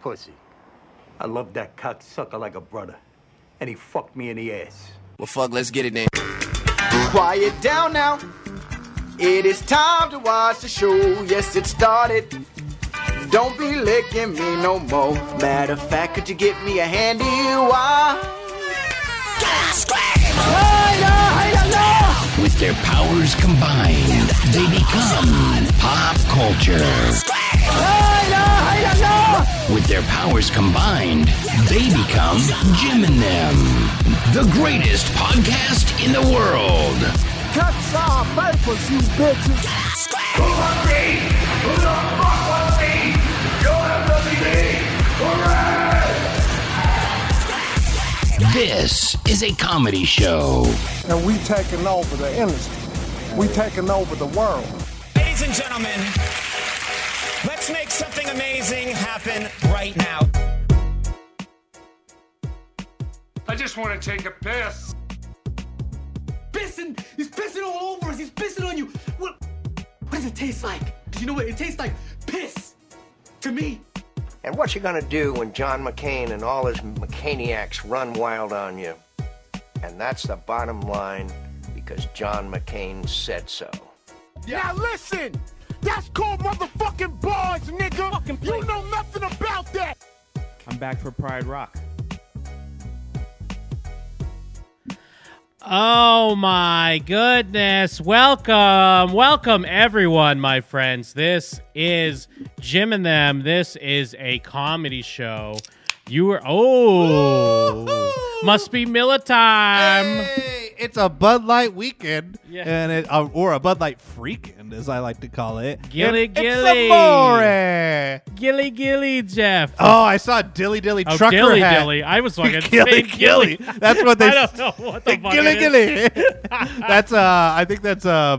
pussy. I love that cocksucker like a brother. And he fucked me in the ass. Well, fuck, let's get it in. Quiet down now. It is time to watch the show. Yes, it started. Don't be licking me no more. Matter of fact, could you get me a handy wire? With their powers combined, they become pop culture. With their powers combined, they become Jim and them, the greatest podcast in the world. This is a comedy show. and we taking over the industry. We taking over the world. Ladies and gentlemen, let's make something amazing happen right now. I just want to take a piss. pissing. He's pissing all over us. He's pissing on you. What? What does it taste like? Do you know what it tastes like? Piss. To me. And what you gonna do when John McCain and all his McCainiacs run wild on you? And that's the bottom line because John McCain said so. Now listen, that's called motherfucking bars, nigga. you know nothing about that. I'm back for Pride Rock. Oh my goodness. Welcome. Welcome everyone, my friends. This is Jim and them. This is a comedy show. You are oh must be Miller time. Hey, it's a Bud Light weekend, Um, Yeah. and it uh, or a Bud Light freakend, as I like to call it. Gilly, And gilly. It's amore. Gilly gilly Jeff. Oh, I saw a dilly dilly Oh, trucker dilly hat. dilly. I was fucking Gilly saying gilly. That's what they. I don't know what the fuck it Gilly is. gilly. that's uh, I think that's uh,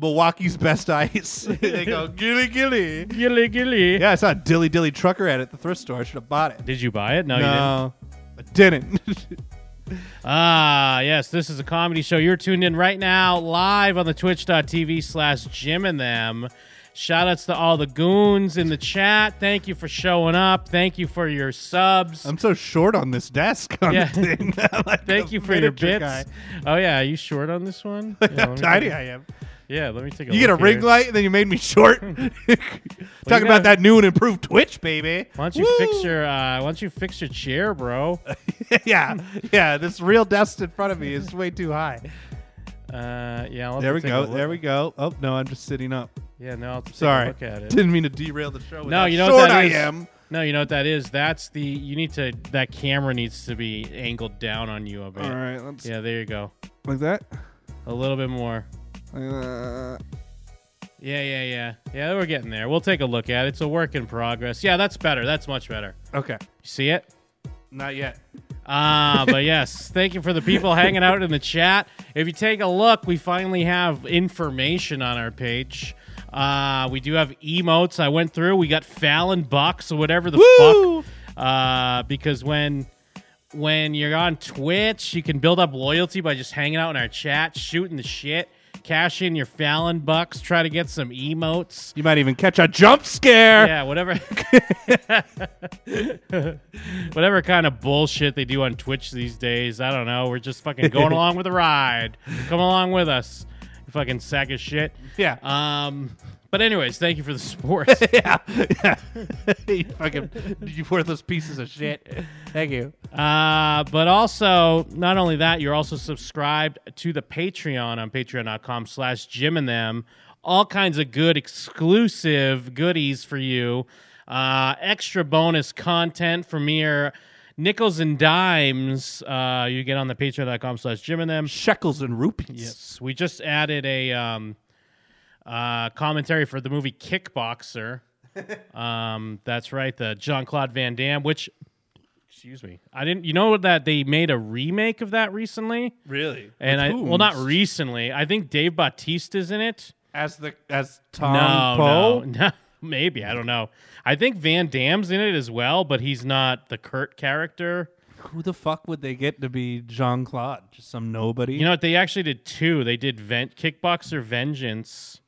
Milwaukee's best ice. they go gilly gilly. Gilly gilly. Yeah, I saw a dilly dilly trucker hat at the thrift store. I should have bought it. Did you buy it? No, you didn't. no, I didn't. Ah, yes, this is a comedy show. You're tuned in right now, live on the twitch.tv slash Jim and them. Shout outs to all the goons in the chat. Thank you for showing up. Thank you for your subs. I'm so short on this desk. On Yeah. the thing. Like Thank a you for your miniature bits. guy. Oh, yeah, are you short on this one? Yeah, let me How tiny take a- I am. Yeah, let me take a You get a look here. ring light, and then you made me short. gotta- Talking about that new and improved Twitch, baby. Why don't you Woo! fix your uh, why don't you fix your chair, bro? yeah, yeah. This real desk in front of me is way too high. Uh, yeah, I'll have There to we take a go. look. There we go. Oh no, I'm just sitting up. Yeah, no, I'll have to take a Sorry, look at it. didn't mean to derail the show. with No, how you know short what that I is? am. No, you know what that is. That's the you need to that camera needs to be angled down on you a bit. All right, let's Yeah, there you go. like that. A little bit more. Uh, Yeah, yeah, yeah. Yeah, we're getting there. We'll take a look at it. It's a work in progress. Yeah, that's better. That's much better. okay, You see it? not yet. Ah, but yes, thank you for the people hanging out in the chat. If you take a look, we finally have information on our page. Uh, we do have emotes. I went through. We got Fallon Bucks or whatever the Woo! fuck. Uh, because when when you're on Twitch, you can build up loyalty by just hanging out in our chat, shooting the shit, cash in your Fallon Bucks, try to get some emotes. You might even catch a jump scare. Yeah, whatever. whatever kind of bullshit they do on Twitch these days. I don't know. We're just fucking going along with the ride. Come along with us. You fucking sack of shit. Yeah. Um. But anyways, thank you for the support. Yeah, yeah. you fucking you worthless pieces of shit. Thank you. Uh, but also, not only that, you're also subscribed to the Patreon on patreon.com slash Jim and them. All kinds of good exclusive goodies for you. Uh, extra bonus content from mere nickels and dimes uh, you get on the patreon.com slash Jim and them. Shekels and rupees. Yes, we just added a um, uh, commentary for the movie Kickboxer. um, that's right, the Jean Claude Van Damme. Which, excuse me, I didn't. You know that they made a remake of that recently, Really? and I well, not recently. I think Dave Bautista's in it. as the as Tom no, Poe. no, no, maybe I don't know. I think Van Damme's in it as well, but he's not the Kurt character. Who the fuck would they get to be Jean Claude? Just some nobody. You know what? They actually did two. They did Vent Kickboxer Vengeance,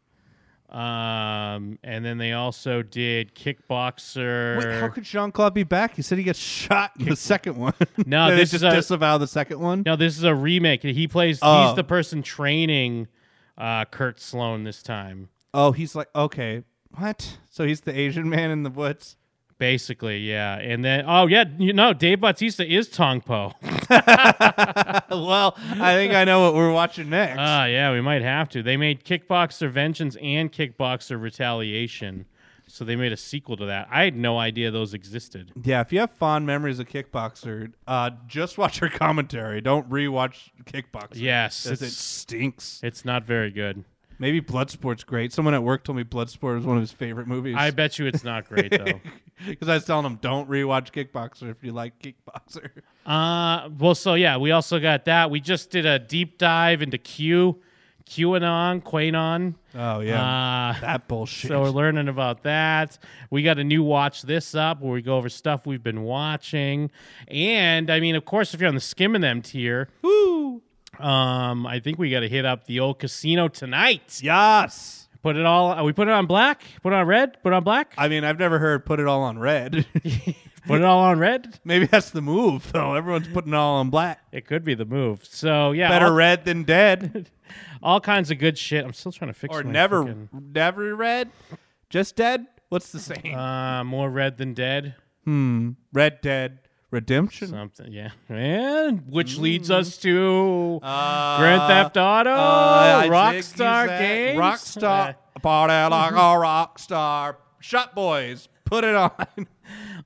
Um, and then they also did Kickboxer. Wait, how could Jean Claude be back? He said he got shot in the second one. No, They this just is a- disavow the second one. No, this is a remake. He plays. Oh. He's the person training uh, Kurt Sloan this time. Oh, he's like okay, what? So he's the Asian man in the woods. Basically, yeah. And then, oh yeah, you know, Dave Bautista is Tongpo. well, I think I know Oh, what we're watching next. Ah, yeah, we might have to. They made Kickboxer Vengeance and Kickboxer Retaliation, so they made a sequel to that. I had no idea those existed. Yeah, if you have fond memories of Kickboxer, uh, just watch her commentary. Don't rewatch Kickboxer. Yes, 'cause it it's stinks. It's not very good. Maybe Bloodsport's great. Someone at work told me Bloodsport was one of his favorite movies. I bet you it's not great though. Because I was telling him, don't rewatch Kickboxer if you like Kickboxer. Uh, well, so yeah, we also got that. We just did a deep dive into Q, QAnon, Quanon. Oh, yeah. uh, That bullshit. So we're learning about that. We got a new watch this up where we go over stuff we've been watching, and I mean, of course, if you're on the skimming them tier, woo. Um, I think we got to hit up the old casino tonight. Yes. Put it all. We put it on black. Put it on red. Put it on black. I mean, I've never heard put it all on red. put it all on red? Maybe that's the move, though. Everyone's putting it all on black. It could be the move. So, yeah. Better all- red than dead. all kinds of good shit. I'm still trying to fix. or my never, frickin- never red. Just dead. What's the same? Uh, more red than dead. Hmm. Red Dead Redemption. Mm. Something. Yeah. And which leads us to Uh, Grand Theft Auto, Rockstar Games, Rockstar. Party like a rockstar. Shot Boys. Put it on.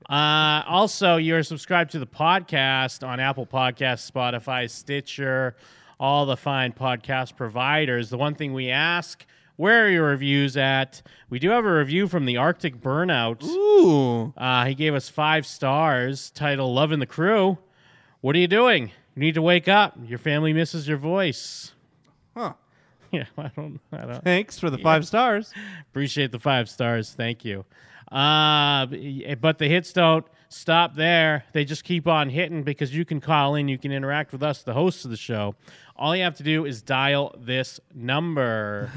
Uh, also, you're subscribed to the podcast on Apple Podcasts, Spotify, Stitcher, all the fine podcast providers. The one thing we ask. Where are your reviews at? We do have a review from the Arctic Burnout. Ooh. Uh, he gave us five stars, title Loving the Crew. What are you doing? You need to wake up. Your family misses your voice. Huh. Yeah, I don't. I don't. Thanks for the Yeah. five stars. Appreciate the five stars. Thank you. Uh, b- but the hits don't stop there. They just keep on hitting because you can call in, you can interact with us, the hosts of the show. All you have to do is dial this number.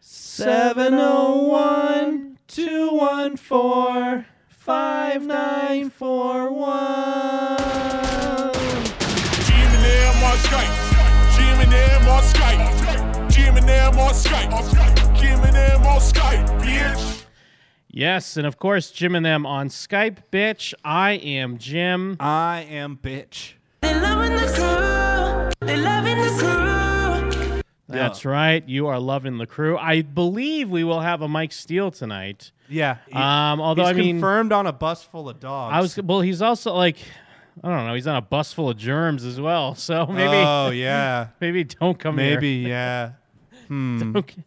701 214 5941. Jim and them on Skype. Jim and them on Skype. Jim and them on Skype. Jim and them on Skype, bitch. Yes, and of course, Jim and them on Skype, bitch. I am Jim. I am bitch. That's right. You are loving the crew. I believe we will have a Mike Steele tonight. Yeah. he- Um, although he's I mean, confirmed on a bus full of dogs. I was well. He's also like, I don't know. He's on a bus full of germs as well. So maybe. Oh, yeah. Maybe don't come here. Maybe, yeah. Hmm. Don't-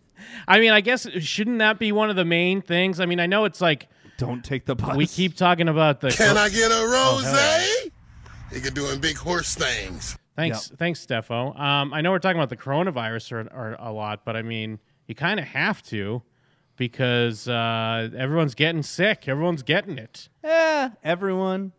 I mean, I guess shouldn't that be one of the main things? I mean, I know it's like Don't take the bus. we keep talking about the. Can I get a Oh, rose? hell yeah. They can doing big horse things. Thanks, thanks, Stefo. Um, I know we're talking about the coronavirus or, or a lot, but I mean, you kind of have to because uh, everyone's getting sick. Everyone's getting it. Yeah, Eh, everyone.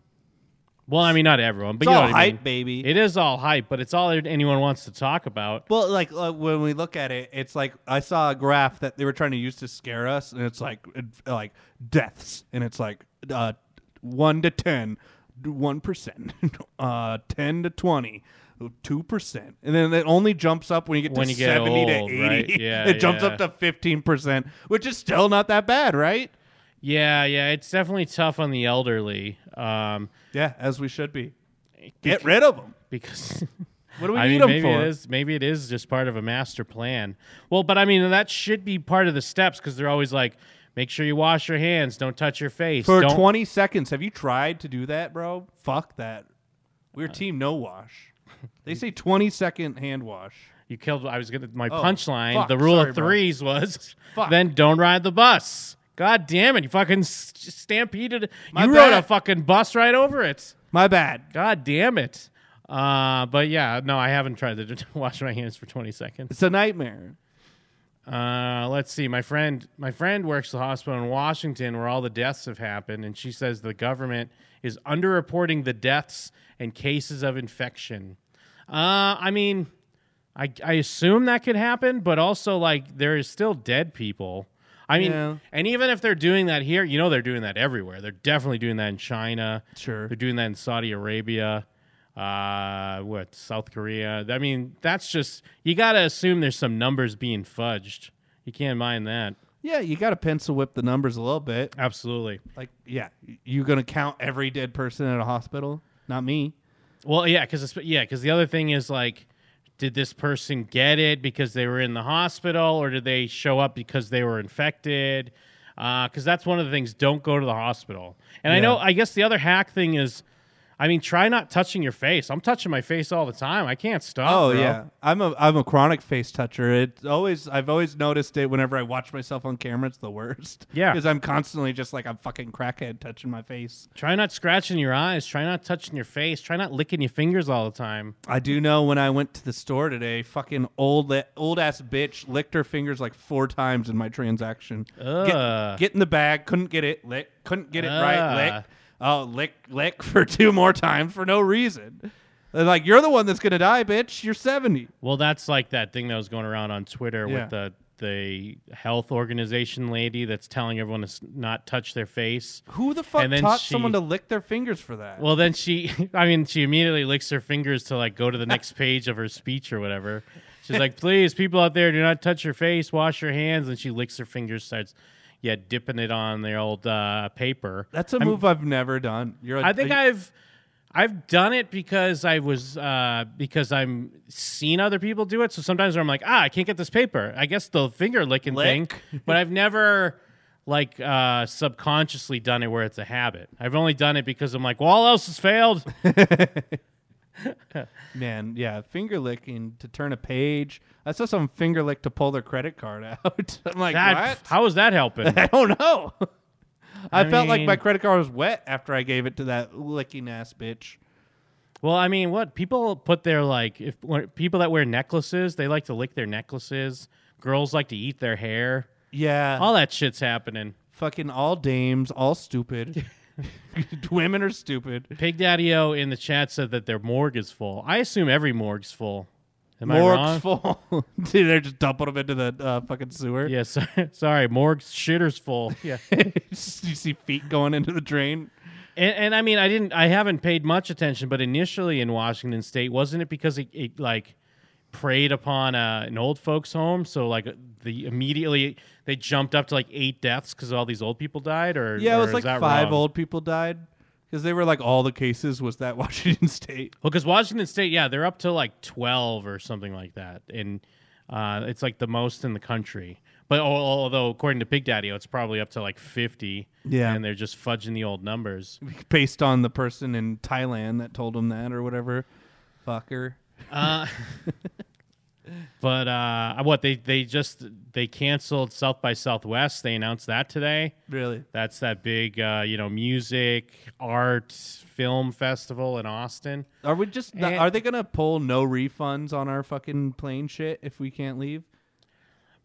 Well, I mean, not everyone, but It's you know all what I mean. hype, baby. It is all hype, but it's all that anyone wants to talk about. Well, like uh, when we look at it, it's like I saw a graph that they were trying to use to scare us, and it's like it, like deaths, and it's like uh, one to ten, one percent, uh, ten to twenty. Two percent, and then it only jumps up when you get When to you get seventy old, to eighty. right? Yeah, it jumps yeah. up to fifteen percent, which is still not that bad, right? Yeah, yeah, it's definitely tough on the elderly. Um, Yeah, as we should be. Get rid of them because what do we I need mean, them maybe for? it is maybe it is just part of a master plan. Well, but I mean that should be part of the steps because they're always like, make sure you wash your hands, don't touch your face. for don't, twenty seconds. Have you tried to do that, bro? Fuck that. We're Uh, team no wash. They say twenty second hand wash. you killed. I was gonna my Oh, punchline. fuck, the rule sorry, of bro. threes was Fuck. then don't ride the bus. God damn it! You fucking s- stampeded. My you rode bad. a fucking bus right over it. My bad. God damn it. Uh, but yeah, no, I haven't tried to d- wash my hands for 20 seconds. It's a nightmare. Uh, let's see. My friend, my friend works the hospital in Washington where all the deaths have happened, and she says the government is underreporting the deaths and cases of infection. Uh, I mean, I, I assume that could happen, but also like there is still dead people. I mean, Yeah. and even if they're doing that here, you know they're doing that everywhere. They're definitely doing that in China. Sure, they're doing that in Saudi Arabia. Uh, what South Korea? I mean, that's just you got to assume there's some numbers being fudged. You can't mind that. Yeah, you got to pencil whip the numbers a little bit. Absolutely. Like, yeah, you gonna count every dead person at a hospital? Not me. Well, yeah, because yeah, because the other thing is like, did this person get it because they were in the hospital, or did they show up because they were infected? Because that's one of the things. Don't go to the hospital. And I Yeah. know. I guess the other hack thing is, I mean, try not touching your face. I'm touching my face all the time. I can't stop. Oh bro. yeah, I'm a I'm a chronic face toucher. It's always I've always noticed it whenever I watch myself on camera. It's the worst. Yeah. because I'm constantly just like I'm fucking crackhead touching my face. Try not scratching your eyes. Try not touching your face. Try not licking your fingers all the time. I do know when I went to the store today, fucking old old ass bitch licked her fingers like four times in my transaction. Ugh. Get, get in the bag, couldn't get it, lick, couldn't get it right, Ugh. lick. Oh, lick, lick for two more times for no reason. They're like, you're the one that's gonna die, bitch. You're seventy. Well, that's like that thing that was going around on Twitter Yeah. with the the health organization lady that's telling everyone to s- not touch their face. Who the fuck And then taught she- someone to lick their fingers for that? Well, then she, I mean, she immediately licks her fingers to like go to the next page of her speech or whatever. She's like, please, people out there, do not touch your face, wash your hands. And she licks her fingers, starts, yeah, dipping it on the old uh, paper. That's a I'm- move I've never done. You're a, I think a- i I've I've done it because I was uh, because I'm seen other people do it. So sometimes I'm like, ah, I can't get this paper. I guess the finger licking Lick. thing, but I've never like uh, subconsciously done it where it's a habit. I've only done it because I'm like, well, all else has failed. man, yeah, finger licking to turn a page. I saw some finger lick to pull their credit card out. I'm like, That- what? How is that helping? I don't know. I, I felt like my mean- credit card was wet after I gave it to that licking ass bitch. Well, I mean, what people put their like if when- people that wear necklaces, they like to lick their necklaces. Girls like to eat their hair. Yeah. all that shit's happening. Fucking all dames, all stupid. Women are stupid. Pig Daddy O in the chat said that their morgue is full. I assume every morgue's full. Am I wrong? Morgue's full. Dude, they're just dumping them into the uh, fucking sewer. Yeah, so, sorry, morgue's shitter's full. Yeah. you see feet going into the drain. And, and I mean, I didn't, I haven't paid much attention, but initially in Washington State, wasn't it because it, it like preyed upon uh, an old folks' home? So like the immediately they jumped up to like eight deaths because all these old people died, or Yeah, it or was is like that five wrong? old people died because they were like all the cases was that Washington State. Well, because Washington State, yeah, they're up to like twelve or something like that, and uh, it's like the most in the country. But al- although according to Pig Daddy, it's probably up to like fifty. Yeah. and they're just fudging the old numbers. based on the person in Thailand that told him that or whatever. Fucker. Uh, but uh, what they they just they canceled South by Southwest. They announced that today. Really? That's that big uh, you know music, art, film festival in Austin. Are we just? And- are they gonna pull no refunds on our fucking plane shit if we can't leave?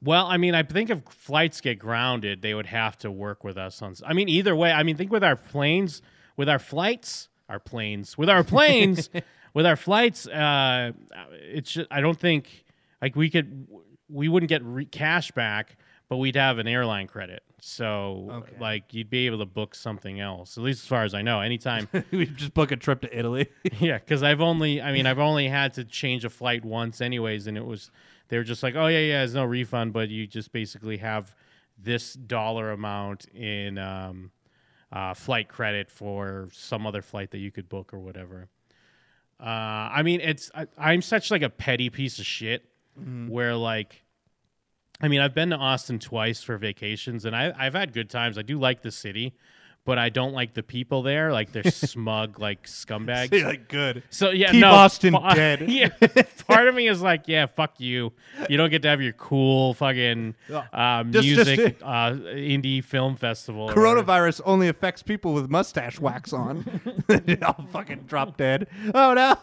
Well, I mean, I think if flights get grounded, they would have to work with us on. I mean, either way, I mean, think with our planes, with our flights, our planes, with our planes, with our flights. Uh, it's ju- I don't think like we could we wouldn't get re- cash back, but we'd have an airline credit. So like you'd be able to book something else. At least as far as I know, anytime we just book a trip to Italy. yeah, because I've only, I mean, I've only had to change a flight once, anyways, and it was they were just like, oh yeah, yeah, there's no refund, but you just basically have this dollar amount in um, uh, flight credit for some other flight that you could book or whatever. Uh, I mean, it's I, I'm such like a petty piece of shit Mhm. where like. I mean, I've been to Austin twice for vacations, and I, I've had good times. I do like the city, but I don't like the people there. Like they're smug, like scumbags. So you're like, good. So yeah, Keep no, Austin fu- dead. yeah, part of me is like, yeah, fuck you. You don't get to have your cool fucking uh, Just- just- music uh, indie film festival. or whatever. Coronavirus only affects people with mustache wax on. I'll fucking drop dead. Oh no.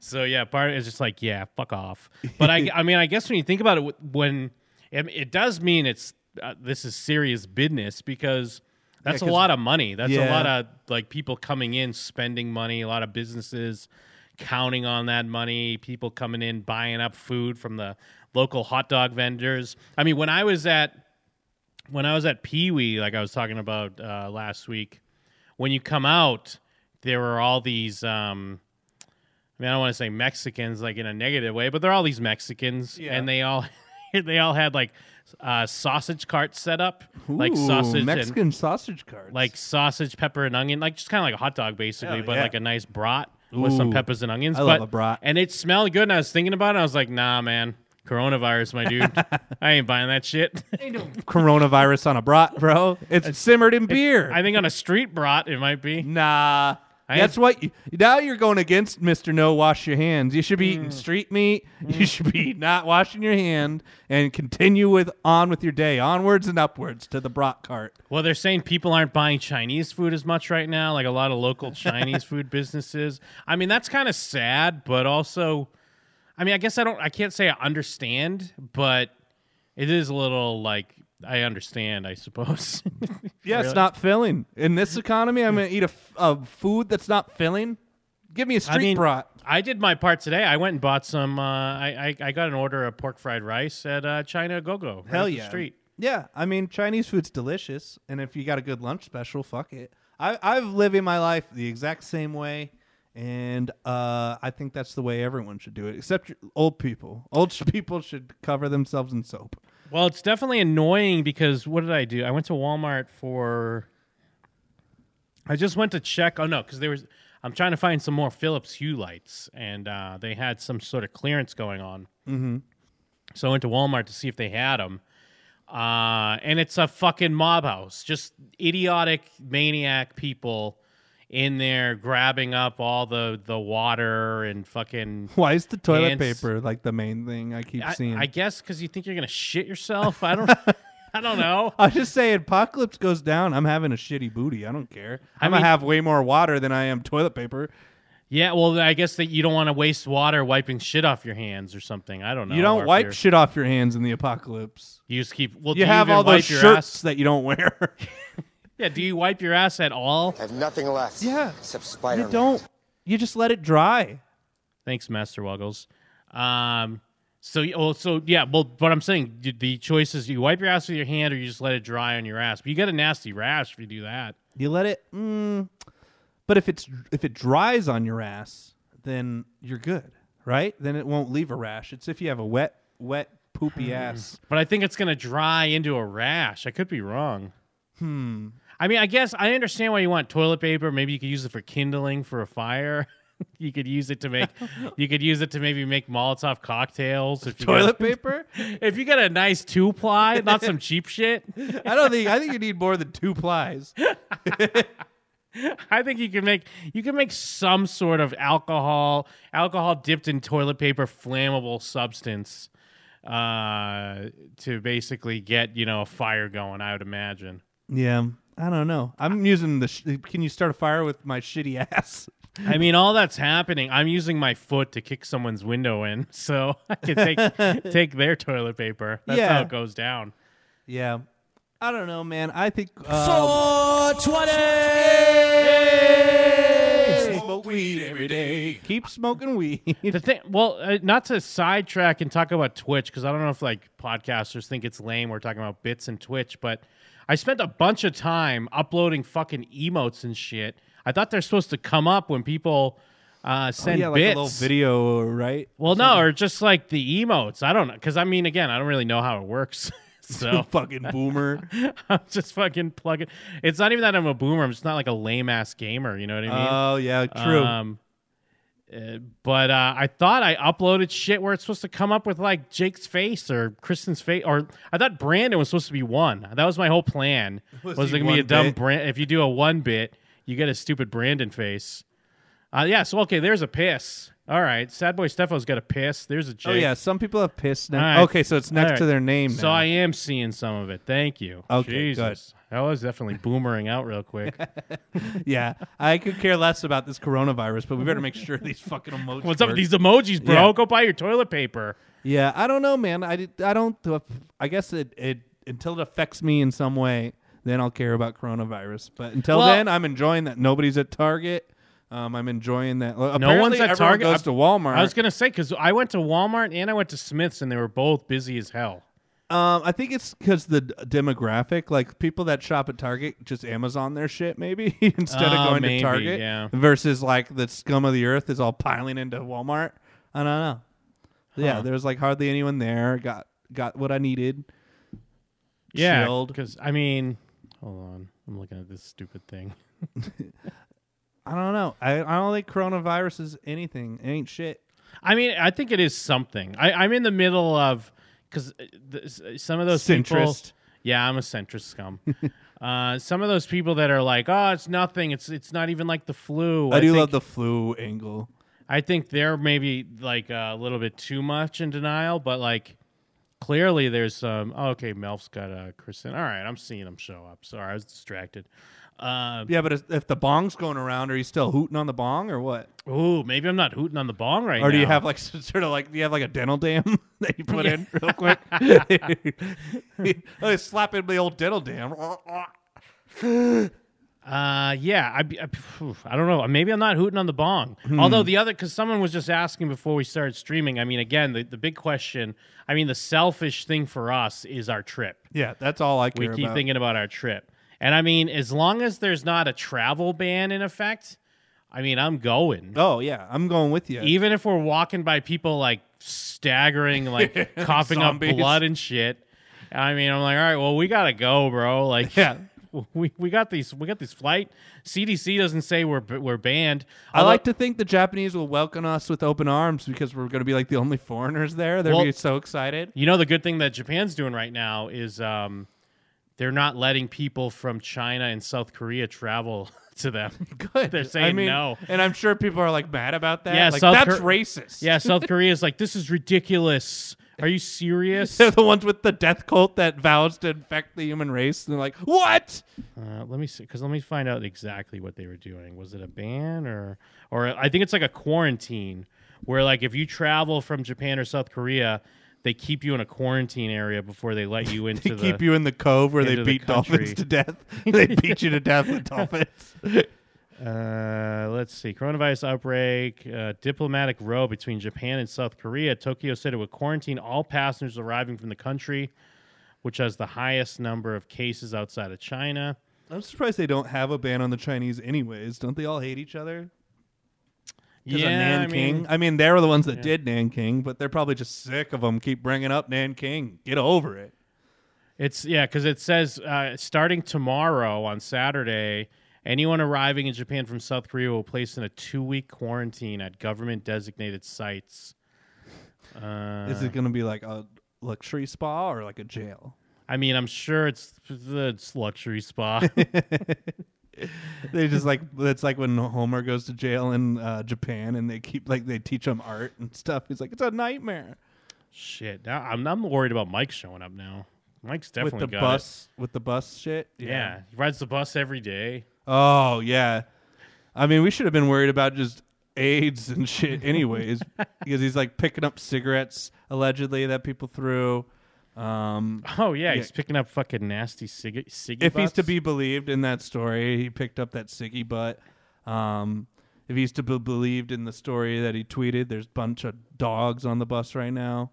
So yeah, part of it is just like yeah, fuck off. But I, I mean, I guess when you think about it, wh- when it, it does mean it's uh, this is serious business because that's Yeah, a 'cause- lot of money. That's a Yeah. lot of like people coming in, spending money. A lot of businesses counting on that money, people coming in buying up food from the local hot dog vendors. I mean, when I was at when I was at Pee Wee, like I was talking about uh, last week, when you come out, there were all these. Um, I mean, I don't want to say Mexicans like in a negative way, but there are all these Mexicans, Yeah. and they all they all had like uh, sausage carts set up, like Ooh, sausage Mexican and, sausage carts. like sausage, pepper, and onion, like just kind of like a hot dog basically, Hell but yeah. like a nice brat with some Ooh, peppers and onions. I but, love a brat. And it smelled good, and I was thinking about it. and I was like, nah, man, coronavirus, my dude, I ain't buying that shit. Coronavirus on a brat, bro. It's, simmered in beer. I think on a street brat it might be. Nah. That's what you, now you're going against Mr. No wash your hands. You should be Mm. eating street meat. You should be not washing your hand and continue with on with your day onwards and upwards to the brat cart. Well, they're saying people aren't buying Chinese food as much right now, like a lot of local Chinese food businesses. I mean, that's kind of sad, but also, I mean, I guess I don't, I can't say I understand, but it is a little like I understand, I suppose. Yeah, Really? it's not filling. In this economy, I'm going to eat a, f- a food that's not filling. Give me a street I mean, brat. I did my part today. I went and bought some. Uh, I, I I got an order of pork fried rice at uh, China Go Go. Hell up the yeah. street. Yeah, I mean Chinese food's delicious, and if you got a good lunch special, fuck it. I, I've living my life the exact same way, and uh, I think that's the way everyone should do it, except your- old people. Old sh- people should cover themselves in soap. Well, it's definitely annoying because what did I do? I went to Walmart for. I just went to check. Oh no, because there was. I'm trying to find some more Philips Hue lights, and uh, they had some sort of clearance going on. Mm-hmm. So I went to Walmart to see if they had them. Uh, and it's a fucking mob house. Just idiotic maniac people in there grabbing up all the, the water and fucking. Why is the toilet hand s- paper like the main thing I keep I, seeing? I guess because you think you're going to shit yourself. I don't. I don't know. I just say apocalypse goes down. I'm having a shitty booty. I don't care. I I'm gonna mean- have way more water than I am toilet paper. Yeah, well, I guess that you don't want to waste water wiping shit off your hands or something. I don't know. you or don't if wipe you're- shit off your hands in the apocalypse. You just keep. Well, you do have even all those wipe your shirts ass? that you don't wear. Yeah. Do you wipe your ass at all? I have nothing left. Yeah. Except spider. You don't. You just let it dry. Thanks, Master Wuggles. Um, so, oh, so yeah. Well, what I'm saying, the- the choice is you wipe your ass with your hand, or you just let it dry on your ass. But you get a nasty rash if you do that. You let it. Mm, but if it's if it dries on your ass, then you're good, right? Then it won't leave a rash. It's if you have a wet, wet, poopy ass. But I think it's gonna dry into a rash. I could be wrong. Hmm. I mean, I guess I understand why you want toilet paper. Maybe you could use it for kindling for a fire. you could use it to make. you could use it to maybe make Molotov cocktails. If you got- Toilet paper? if you got a nice two ply, not some cheap shit. I don't think. I think you need more than two plies. I think you can make you can make some sort of alcohol alcohol dipped in toilet paper flammable substance uh to basically get you know a fire going i would imagine Yeah. I don't know. I'm using the. Sh- can you start a fire with my shitty ass? I mean, all that's happening. I'm using my foot to kick someone's window in, so I can take take their toilet paper. That's Yeah. how it goes down. Yeah. I don't know, man. I think. Uh, Four twenty. Smoke weed every day. Keep smoking weed. The thing, well, uh, not to sidetrack and talk about Twitch because I don't know if like podcasters think it's lame we're talking about bits and Twitch, but I spent a bunch of time uploading fucking emotes and shit. I thought they're supposed to come up when people uh, send Oh, yeah, like bits. a little video, right? Well, no, or just like the emotes. I don't know. Because, I mean, again, I don't really know how it works. so Fucking boomer. I'm just fucking plugging. It's not even that I'm a boomer. I'm just not like a lame ass gamer. You know what I mean? Oh, yeah, true. Um, uh, but uh, I thought I uploaded shit where it's supposed to come up with like Jake's face or Kristen's face, or I thought Brandon was supposed to be one. That was my whole plan. Was Was, he there gonna be a one dumb bit? brand? If you do a one bit, you get a stupid Brandon face. Uh, yeah. So okay, there's a piss. All right, Sad Boy Stefo's got a piss. There's a Jake. Oh yeah, some people have piss All now. right. Okay, so it's next All to right. their name. So now. I am seeing some of it. Thank you. Okay, good. Jesus. I was definitely boomering out real quick. yeah, I could care less about this coronavirus, but we better make sure these fucking emojis. What's up work. with these emojis, bro? Yeah. Go buy your toilet paper. Yeah, I don't know, man. I did, I don't. I guess it it until it affects me in some way, then I'll care about coronavirus. But until Well- then, I'm enjoying that nobody's at Target. Um, I'm enjoying that. Well, no one's apparently at everyone Target. Goes to Walmart. I was gonna say because I went to Walmart and I went to Smith's and they were both busy as hell. Um, I think it's because the d- demographic, like people that shop at Target, just Amazon their shit maybe instead Oh, of going maybe, to Target. yeah. Versus like the scum of the earth is all piling into Walmart. I don't know. Yeah, Huh. there's like hardly anyone there. Got got what I needed. Yeah, Chilled. because I mean, hold on, I'm looking at this stupid thing. I don't know. I, I don't think coronavirus is anything. It ain't shit. I mean, I think it is something. I, I'm in the middle of uh, because some of those Centrist. people. Yeah, I'm a centrist scum. uh, some of those people that are like, "Oh, it's nothing. It's it's not even like the flu." I, do think- love the flu angle. I think they're maybe like a little bit too much in denial, but like clearly there's some. Oh, okay, Melf's got a Kristen. All right, I'm seeing him show up. Sorry, I was distracted. Um, Yeah, but if, if the bong's going around, are you still hooting on the bong or what? Ooh, maybe I'm not hooting on the bong right now. or do you have like s- sort of like do you have like a dental dam that you put Yeah. in real quick? oh, slap in the old dental dam. Uh, yeah, I, be- I, phew, I don't know. Maybe I'm not hooting on the bong. Hmm. Although the other, because someone was just asking before we started streaming. I mean, again, the, the big question. I mean, the selfish thing for us is our trip. Yeah, that's all I We care keep about. thinking about our trip, and I mean, as long as there's not a travel ban in effect, I mean, I'm going. Oh yeah, I'm going with you. Even if we're walking by people like staggering, like coughing up Zombies. blood and shit. I mean, I'm like, all right, well, we gotta go, bro. Like, Yeah. we, we got these we got these flight. CDC doesn't say we're we're banned. I like Although- to think the Japanese will welcome us with open arms because we're going to be like the only foreigners there. They'll Well- be so excited. You know, the good thing that Japan's doing right now is um, they're not letting people from China and South Korea travel to them. Good. They're saying I mean, no. and I'm sure people are like mad about that. yeah, like, South that's Kor- racist. Yeah, South Korea's like, this is ridiculous. Are you serious? They're the ones with the death cult that vows to infect the human race. And they're like, what? Uh, let me see, because let me find out exactly what they were doing. Was it a ban or, or I think it's like a quarantine where like if you travel from Japan or South Korea, they keep you in a quarantine area before they let you into. They the, keep you in the cove where they into the beat dolphins country. to death. they beat you to death with dolphins. Uh, let's see. Coronavirus outbreak, uh, diplomatic row between Japan and South Korea. Tokyo said it would quarantine all passengers arriving from the country, which has the highest number of cases outside of China. I'm surprised they don't have a ban on the Chinese, anyways. Don't they all hate each other? 'Cause of Yeah, I Nanking? mean- I mean, they were the ones that Yeah. did Nanking, but they're probably just sick of them. Keep bringing up Nanking. Get over it. It's yeah, because it says uh, starting tomorrow on Saturday, anyone arriving in Japan from South Korea will be placed in a two-week quarantine at government-designated sites. Uh, Is it going to be like a luxury spa or like a jail? I mean, I'm sure it's it's luxury spa. They just like it's like when Homer goes to jail in uh, Japan and they keep like they teach him art and stuff. He's like, it's a nightmare Shit, now I'm I'm worried about Mike showing up now. Mike's definitely with the got bus with the bus shit. It. Yeah. he rides the bus every day. Oh yeah. I mean, we should have been worried about just AIDS and shit, anyways, because he's like picking up cigarettes allegedly that people threw. Um, Oh yeah, he's picking up fucking nasty cig- ciggy. if he's to butts. be believed in that story, he picked up that ciggy butt. Um, if he's to be believed in the story that he tweeted, there's a bunch of dogs on the bus right now.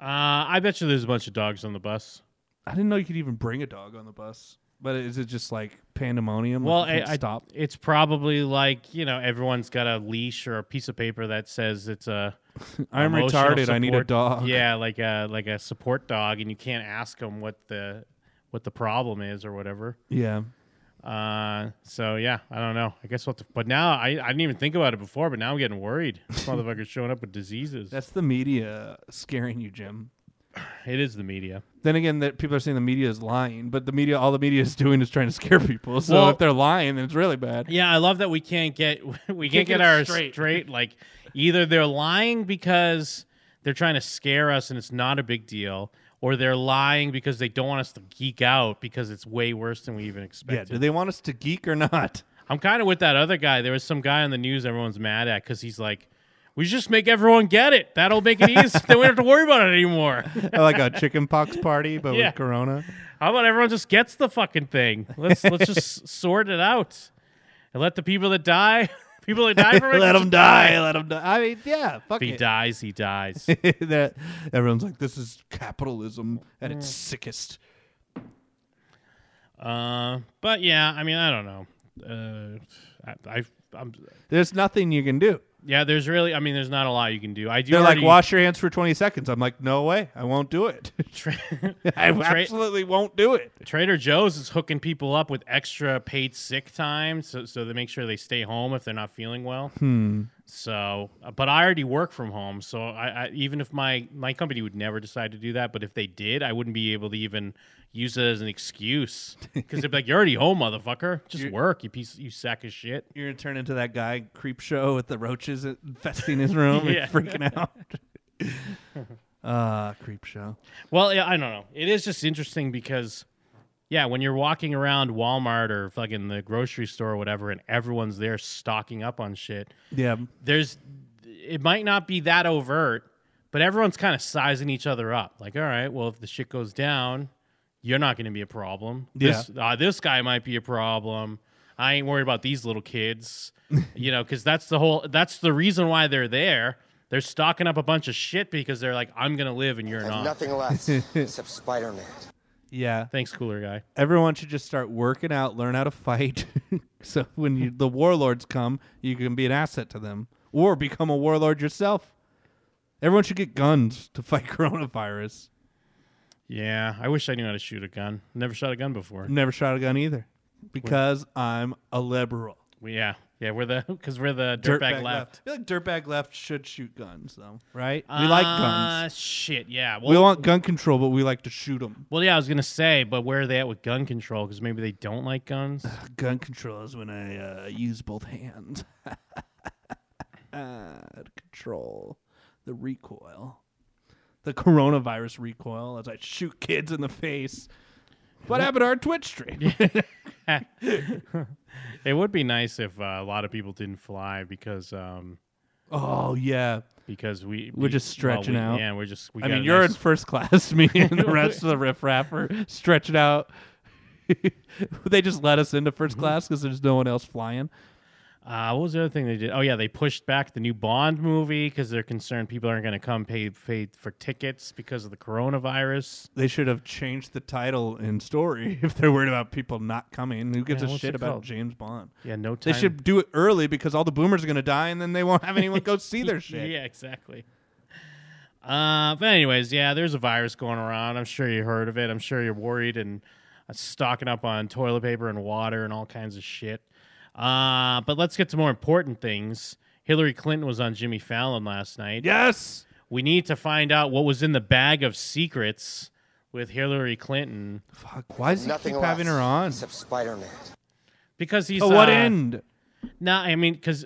uh, I bet you there's a bunch of dogs on the bus. I didn't know you could even bring a dog on the bus, but is it just like pandemonium? Well, like, you I, can't I- stop. It's probably like you know everyone's got a leash or a piece of paper that says it's a. I'm emotional retarded, I need a support- dog. Yeah, like a like a support dog, and you can't ask them what the what the problem is or whatever. Yeah. Uh, so yeah, I don't know. I guess what. The, but now I, I didn't even think about it before, but now I'm getting worried. This motherfucker's showing up with diseases. That's the media scaring you, Jim. It is the media. Then again, that people are saying the media is lying, but the media, all the media is doing is trying to scare people. So Well- if they're lying, then it's really bad. Yeah, I love that we can't get we Can't get can't, get, it our straight. straight. Like either they're lying because they're trying to scare us and it's not a big deal, or they're lying because they don't want us to geek out because it's way worse than we even Yeah. expected. Do they want us to geek or not? I'm kind of with that other guy. There was some guy on the news everyone's mad at because he's like, "We should just make everyone get it. That'll make it easy. then we don't have to worry about it anymore." like a chicken pox party, but Yeah. with Corona. How about everyone just gets the fucking thing? Let's let's just s- sort it out and let the people that die People that die from it. Let 'em should die, let 'em die. I mean, yeah, fuck if he it. dies, he dies. that everyone's like, this is capitalism at its Mm. sickest. Uh, but yeah, I mean, I don't know. Uh, I, I, I'm, There's nothing you can do. yeah, there's really, I mean, there's not a lot you can do. I do. They're already- like, wash your hands for 20 seconds. I'm like, no way. I won't do it. I Tra- absolutely won't do it. Trader Joe's is hooking people up with extra paid sick time, so so they make sure they stay home if they're not feeling well. Hmm. So, uh, but I already work from home, so I, I even if my my company would never decide to do that, but if they did, I wouldn't be able to even use it as an excuse because they'd be like, "You're already home, motherfucker. Just You're- work, you piece, you sack of shit." You're gonna turn into that guy creep show with the roaches infesting his room Yeah. and freaking out. uh creep show. Well, yeah, I don't know. It is just interesting because, yeah, when you're walking around Walmart or fucking the grocery store or whatever, and everyone's there stocking up on shit. Yeah. there's. It might not be that overt, but everyone's kind of sizing each other up. Like, all right, well, if the shit goes down, you're not going to be a problem. This, uh, this guy might be a problem. I ain't worried about these little kids, you know, because that's the whole. That's the reason why they're there. They're stocking up a bunch of shit because they're like, I'm gonna live and you're not. nothing left except Spider-Man. Yeah. Thanks, cooler guy. Everyone should just start working out, learn how to fight. so when you, the warlords come, you can be an asset to them. Or become a warlord yourself. Everyone should get guns to fight coronavirus. Yeah, I wish I knew how to shoot a gun. Never shot a gun before. Never shot a gun either. Because I'm a liberal. We- yeah, yeah, we're the because we're the Dirtbag dirtbag left. left. I feel like dirtbag left should shoot guns though, right? We like guns. Uh, Shit, yeah. Well, we want gun control, but we like to shoot them. Well, yeah, I was gonna say, but where are they at with gun control? Because maybe they don't like guns. Gun control is when I uh, use both hands uh, to control the recoil, the coronavirus recoil, as I shoot kids in the face. What happened to our Twitch stream? it would be nice if uh, a lot of people didn't fly because. um Oh, yeah. because we, We're we- just stretching well, we- out. Yeah, we're just. We I got mean, a you're nice- in first class. Me and the rest of the riffraff are stretching out. they just let us into Mm-hmm. first class because there's no one else flying. Uh, what was the other thing they did? Oh yeah, they pushed back the new Bond movie because they're concerned people aren't going to come pay pay for tickets because of the coronavirus. They should have changed the title and story if they're worried about people not coming. Who gives Yeah, a what's shit it about called? James Bond? Yeah, no They time- should do it early because all the boomers are going to die and then they won't have anyone go see their shit. yeah, exactly. Uh, but anyways, yeah, there's a virus going around. I'm sure you heard of it. I'm sure you're worried and uh, stocking up on toilet paper and water and all kinds of shit. Uh, but let's get to more important things. Hillary Clinton was on Jimmy Fallon last night. Yes. We need to find out what was in the bag of secrets with Hillary Clinton. Fuck, why does he Nothing keep having less her on? except Spider-Man. Because he's To what uh, end? No, I mean, because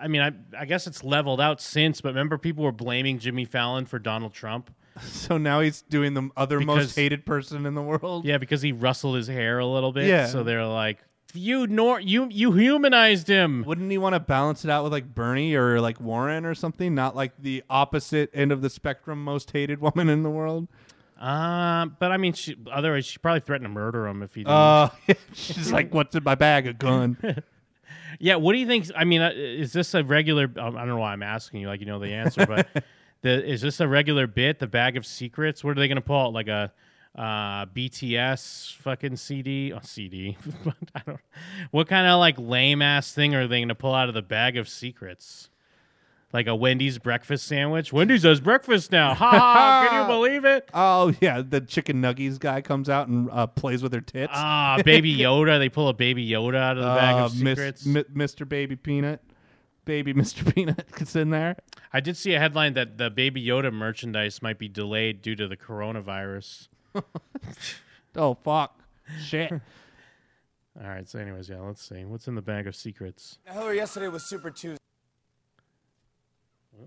I mean, I I guess it's leveled out since. But remember, people were blaming Jimmy Fallon for Donald Trump. So now he's doing the other Because- most hated person in the world. Yeah, because he rustled his hair a little bit. Yeah. So they're like, you nor you you humanized him. Wouldn't he want to balance it out with like Bernie or like Warren or something? Not like the opposite end of the spectrum most hated woman in the world. Um, but I mean, she, otherwise she probably threatened to murder him if he. didn't. Uh, she's like, what's in my bag? A gun. yeah. What do you think? I mean, uh, is this a regular? um, I don't know why I'm asking you. Like you know the answer, but the, is this a regular bit? The bag of secrets. What are they going to pull out? Like a uh, BTS fucking CD? Oh, CD. I don't. What kind of like lame ass thing are they going to pull out of the bag of secrets? Like a Wendy's breakfast sandwich. Wendy's does breakfast now. Ha ha! Can you believe it? Oh yeah, the chicken nuggies guy comes out and uh, plays with her tits. Ah, Baby Yoda. They pull a Baby Yoda out of the bag of Uh, Miss- secrets. Mi- Mr. Baby Peanut, Baby Mr. Peanut gets in there. I did see a headline that the Baby Yoda merchandise might be delayed due to the coronavirus. Oh fuck, shit. All right. So, anyways, yeah. Let's see what's in the bag of secrets. Hillary, yesterday was Super Tuesday.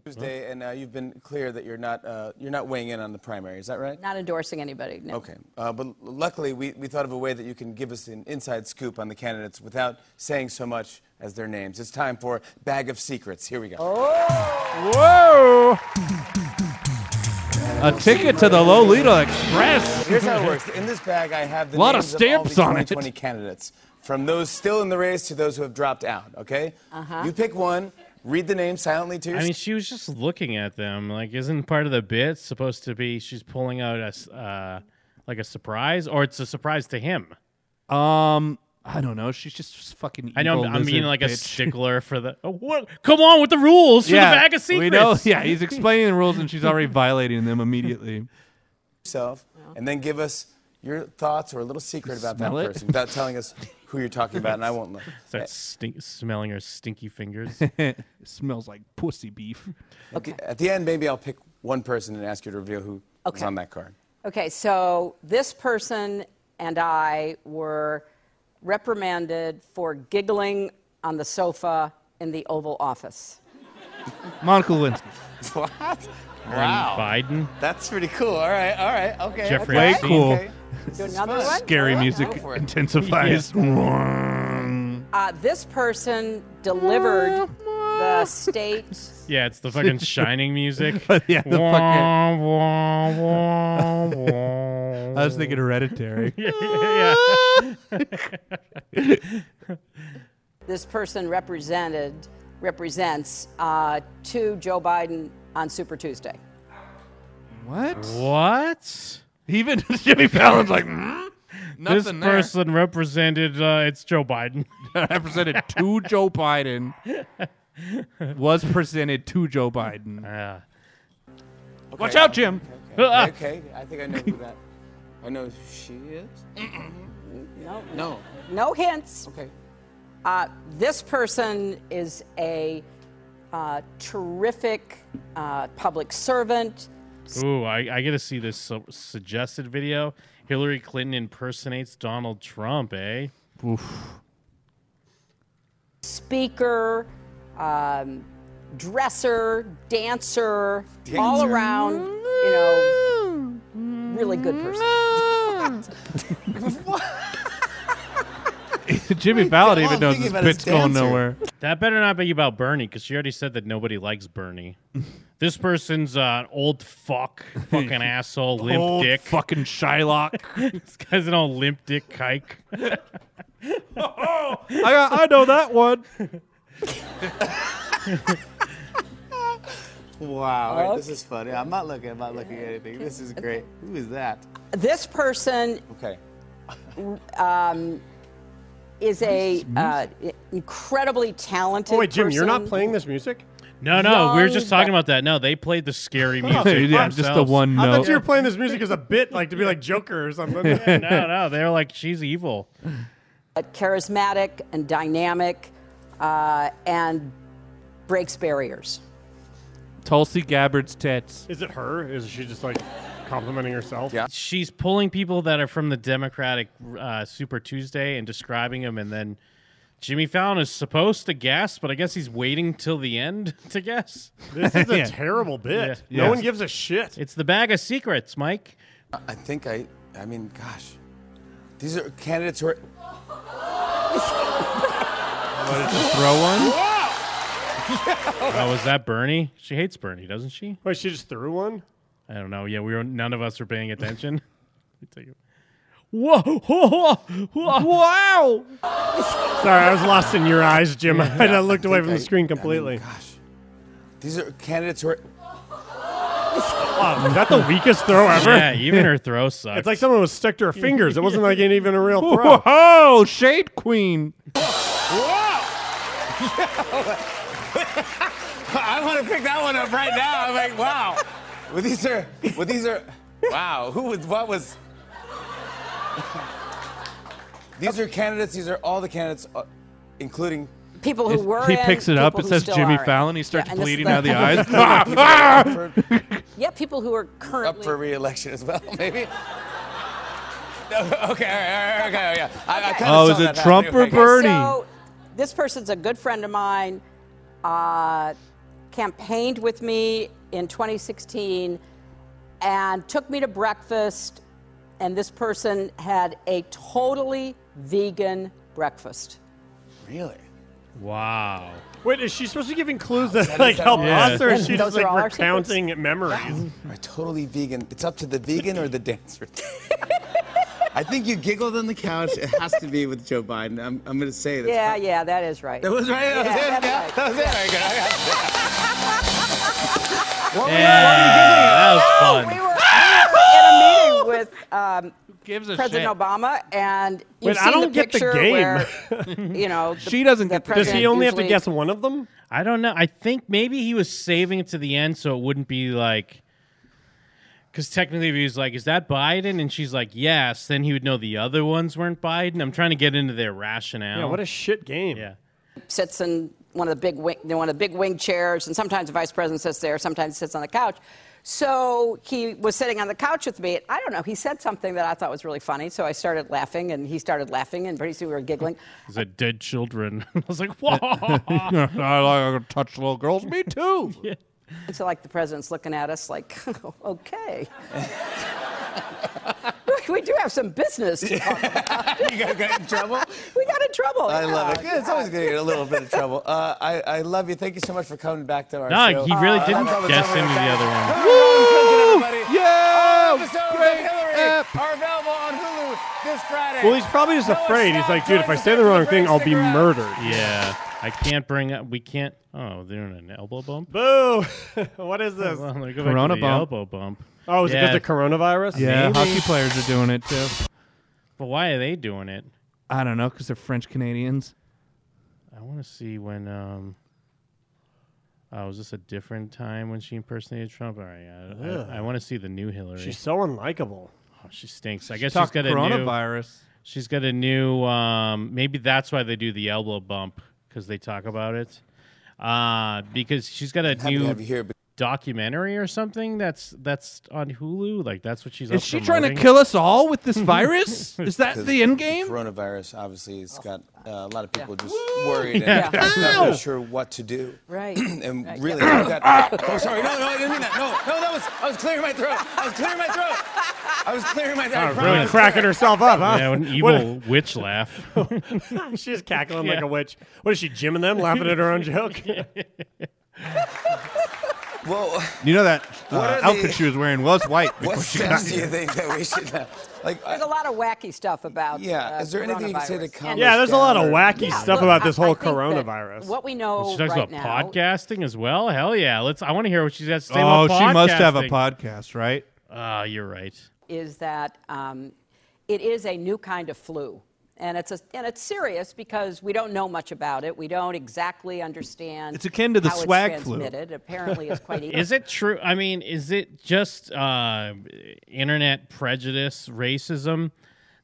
Tuesday, and uh, you've been clear that you're not uh, you're not weighing in on the primary. Is that right? Not endorsing anybody, no. Okay, uh, but l- luckily we, we thought of a way that you can give us an inside scoop on the candidates without saying so much as their names. It's time for Oh. Bag of Secrets. Here we go. Whoa! And, A ticket to the Lolita Express. Here's how it works. In this bag, I have the Lot of names stamps all the on it. 2020 candidates, from those still in the race to those who have dropped out. Okay? Uh-huh. You pick one. Read the name silently to I yourself. mean, she was just looking at them. Like, isn't part of the bit supposed to be she's pulling out a s- uh, like a surprise, or it's a surprise to him? Um, I don't know. She's just fucking. I know evil I'm, I'm being lizard like a bitch. stickler for the. Oh, what? Come on with the rules for the bag of secrets. We know. Yeah, he's explaining the rules, and she's already violating them immediately. and then give us your thoughts or a little secret about Smell that it? person without telling us who you're talking about, and I won't look. Start stink, smelling her stinky fingers. smells like pussy beef. Okay. At the end, maybe I'll pick one person and ask you to reveal who was Okay. on that card. Okay, so this person and I were reprimanded for giggling on the sofa in the Oval Office. Monica Lewinsky. What? Wow. Biden. That's pretty cool. All right. All right. Okay. Jeffrey okay. Epstein. Way Okay. cool. This Do is another fun. one? Oh, Scary music intensifies. Uh, this person delivered the state yeah, it's the fucking Shining music. yeah, the Wah, fucking- wah, wah, I was thinking hereditary. yeah. this person represented represents uh, to Joe Biden on Super Tuesday. What? What? Even Jimmy Fallon's like, "Mm, this nothing there." person represented. Uh, it's Joe Biden. represented to Joe Biden. Was presented to Joe Biden. Watch out, Jim. Okay. okay. I think I know who that. I know who she is. No, No. no Oh, hints. Okay. Uh, this person is a uh, terrific uh, public servant. Ooh, I, I get to see this su- suggested video. Hillary Clinton impersonates Donald Trump, eh? speaker, um, dresser, dancer, all around, you know, really good person. Jimmy Fallon even knows this bit's going nowhere. That better not be about Bernie, because she already said that nobody likes Bernie. this person's uh, an old fuck, fucking asshole, limp Old dick, fucking Shylock. this guy's an old limp dick kike. I, I know that one. Wow. all right, This is funny. I'm not looking. I'm not looking at anything. This is great. Who is that? this person Okay. um, is a uh, incredibly talented. Oh, wait, Jim, you're not person. playing this music? No, no, we were just Young talking about that. No, they played the scary music. Yeah, just the themselves. one I thought you were playing this music as a bit, like to be like Joker or something. Yeah, no, no, Oh, they're like she's evil. but charismatic and dynamic, uh, and breaks barriers. Tulsi Gabbard's tits. Is it her? Is she just like complimenting herself? Yeah. She's pulling people that are from the Democratic uh, Super Tuesday and describing them, and then Jimmy Fallon is supposed to guess, but I guess he's waiting till the end to guess. This is a terrible bit. No one gives a shit. It's the bag of secrets, Mike. I think I. I mean, gosh. These are candidates who are. Throw one. Oh, was that Bernie? She hates Bernie, doesn't she? Wait, she just threw one. I don't know. Yeah, we were none of us were paying attention. Whoa! Wow! Sorry, I was lost in your eyes, Jim. I looked away think from the I- screen I mean, completely. gosh. These are candidates who are. Wow, is that the weakest throw ever? Yeah, even her throw sucks. It's like someone was stuck to her fingers. It wasn't like even a real throw. Whoa, Shade Queen. I want to pick that one up right now. I'm like, wow. Well, these are. Well, these are. Wow. Who was? What was? These are candidates. These are all the candidates, uh, including. People who were he in, picks it up. people It who says still Jimmy are in. Fallon. He starts and this is bleeding the- out of the eyes. Ah! Yeah, people who are currently up for re-election as well, maybe. No, okay, all right, all right, okay, yeah. I, I kinda Oh, saw is it that Trump happening. or Okay. Bernie? So this person's a good friend of mine. Uh, campaigned with me in 2016, and took me to breakfast. And this person had a totally vegan breakfast. Really? Wow. Wait, is she supposed to be giving clues Wow, that, is that- like is that help all our us, or is secrets? she Those just are like all our recounting secrets? memories? Are totally vegan. It's up to the vegan or the dancer. I think you giggled on the couch. It has to be with Joe Biden. I'm, I'm going to say that. Yeah, yeah, that is right. That was right. That was it. that's Yeah, right. that was it. I got- I got- Yeah, that was fun. We were, we were in a meeting with um, gives a President shit? Obama, and you Wait, I don't get the game. you know, the, She doesn't the get the game. Does he president only have to usually- guess one of them? I don't know. I think maybe he was saving it to the end so it wouldn't be like. Because technically, if he was like, "Is that Biden?" and she's like, "Yes," then he would know the other ones weren't Biden. I'm trying to get into their rationale. Yeah, what a shit game. Yeah. sits in one of the big wing, one of the big wing chairs, and sometimes the vice president sits there, sometimes sits on the couch. So he was sitting on the couch with me. and I don't know. He said something that I thought was really funny, so I started laughing, and he started laughing, and pretty soon we were giggling. Is it dead children? I was like, "Whoa!" I like to touch little girls. Me too. And so, like, the president's looking at us, like, okay. we do have some business to talk about. you got, got in trouble? We got in trouble. I love it. yeah. Yeah, It's always going to get a little bit of trouble. Uh, I, I love you. Thank you so much for coming back to our No, show. he really Uh, didn't that's all the guess time we into the have. other one. Turn it around, friends, everybody. Yeah! All Oh, episodes of Hillary are available on Hulu this Friday. Well, he's probably just Noah afraid. He's Schnapp like, dude, if I joins us say the after wrong break. thing, I'll Stick be around. murdered. yeah, I can't bring up. We can't. Oh, they're in an elbow bump. Boo! what is this? Well, they go back to Corona the bump. elbow bump. Oh, is it 'cause of coronavirus? Yeah, Maybe. hockey players are doing it too. But why are they doing it? I don't know because they're French Canadians. I want to see when. Um, oh, was this a different time when she impersonated Trump? All right, I, Ugh. I, want to see the new Hillary. She's so unlikable. Oh, she stinks. I guess she's talked got a coronavirus. New, she's got a new. Um, maybe that's why they do the elbow bump because they talk about it. Uh, because she's got a happy to new have you here, but- documentary or something that's that's on Hulu. Like that's what she's. up Is she trying to promoting. kill us all with this virus? Is that 'Cause the end game? Coronavirus obviously has got uh, a lot of people just worried Yeah. and not Ow! really sure what to do. Right. and Right, really, yeah. I've got, oh, sorry, no, no, I didn't mean that. No, no, that was I was clearing my throat. I was clearing my throat. I was clearing my throat. I Oh, promise. really cracking herself up, huh? Yeah, an What- evil witch laugh. She's cackling like Yeah. a witch. What is she, Jim and them, laughing at her own joke? Well, You know that uh, What are the- outfit she was wearing was white before what she got steps do you here. think that we should have? Like, I- There's a lot of wacky stuff about. Yeah, uh, is there anything you can say to coronavirus. calm And- yeah, there's a lot of Or- wacky Yeah, look, stuff about this I- I whole think that coronavirus. What we know She talks Oh, right about now. podcasting as well. Hell yeah! Let's. I want to hear what she has to say Oh, about podcasting. she must have a podcast, right? Ah, you're right. is that um, it is a new kind of flu. And it's, a, and it's serious because we don't know much about it. We don't exactly understand. It's akin to the how swag it's flu. transmitted. Apparently, it's quite. Is it true? I mean, is it just uh, internet prejudice, racism,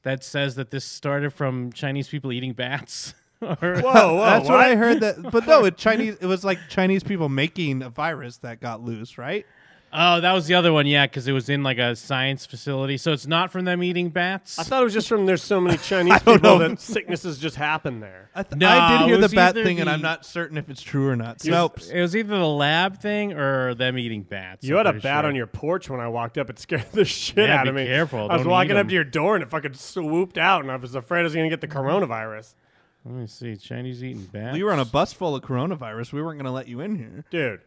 that says that this started from Chinese people eating bats? Or- Whoa, whoa, That's what? I what? heard. That, but no, it Chinese. It was like Chinese people making a virus that got loose, right? oh, that was the other one. Yeah, because it was in like a science facility, so it's not from them eating bats. I thought it was just from there's so many Chinese don't people know. that sicknesses just happen there. I, th- No, I did it hear the was bat either thing, and I'm the- not certain if it's true or not. It was- Snopes. It was either the lab thing or them eating bats. You I'm had a pretty bat sure. on your porch when I walked up. It scared the shit Yeah, out of be me. careful. I was Don't eat walking up 'em. to your door and it fucking swooped out, and I was afraid I was going to get the coronavirus. Let me see. Chinese eating bats. We were on a bus full of coronavirus. We weren't going to let you in here. Dude,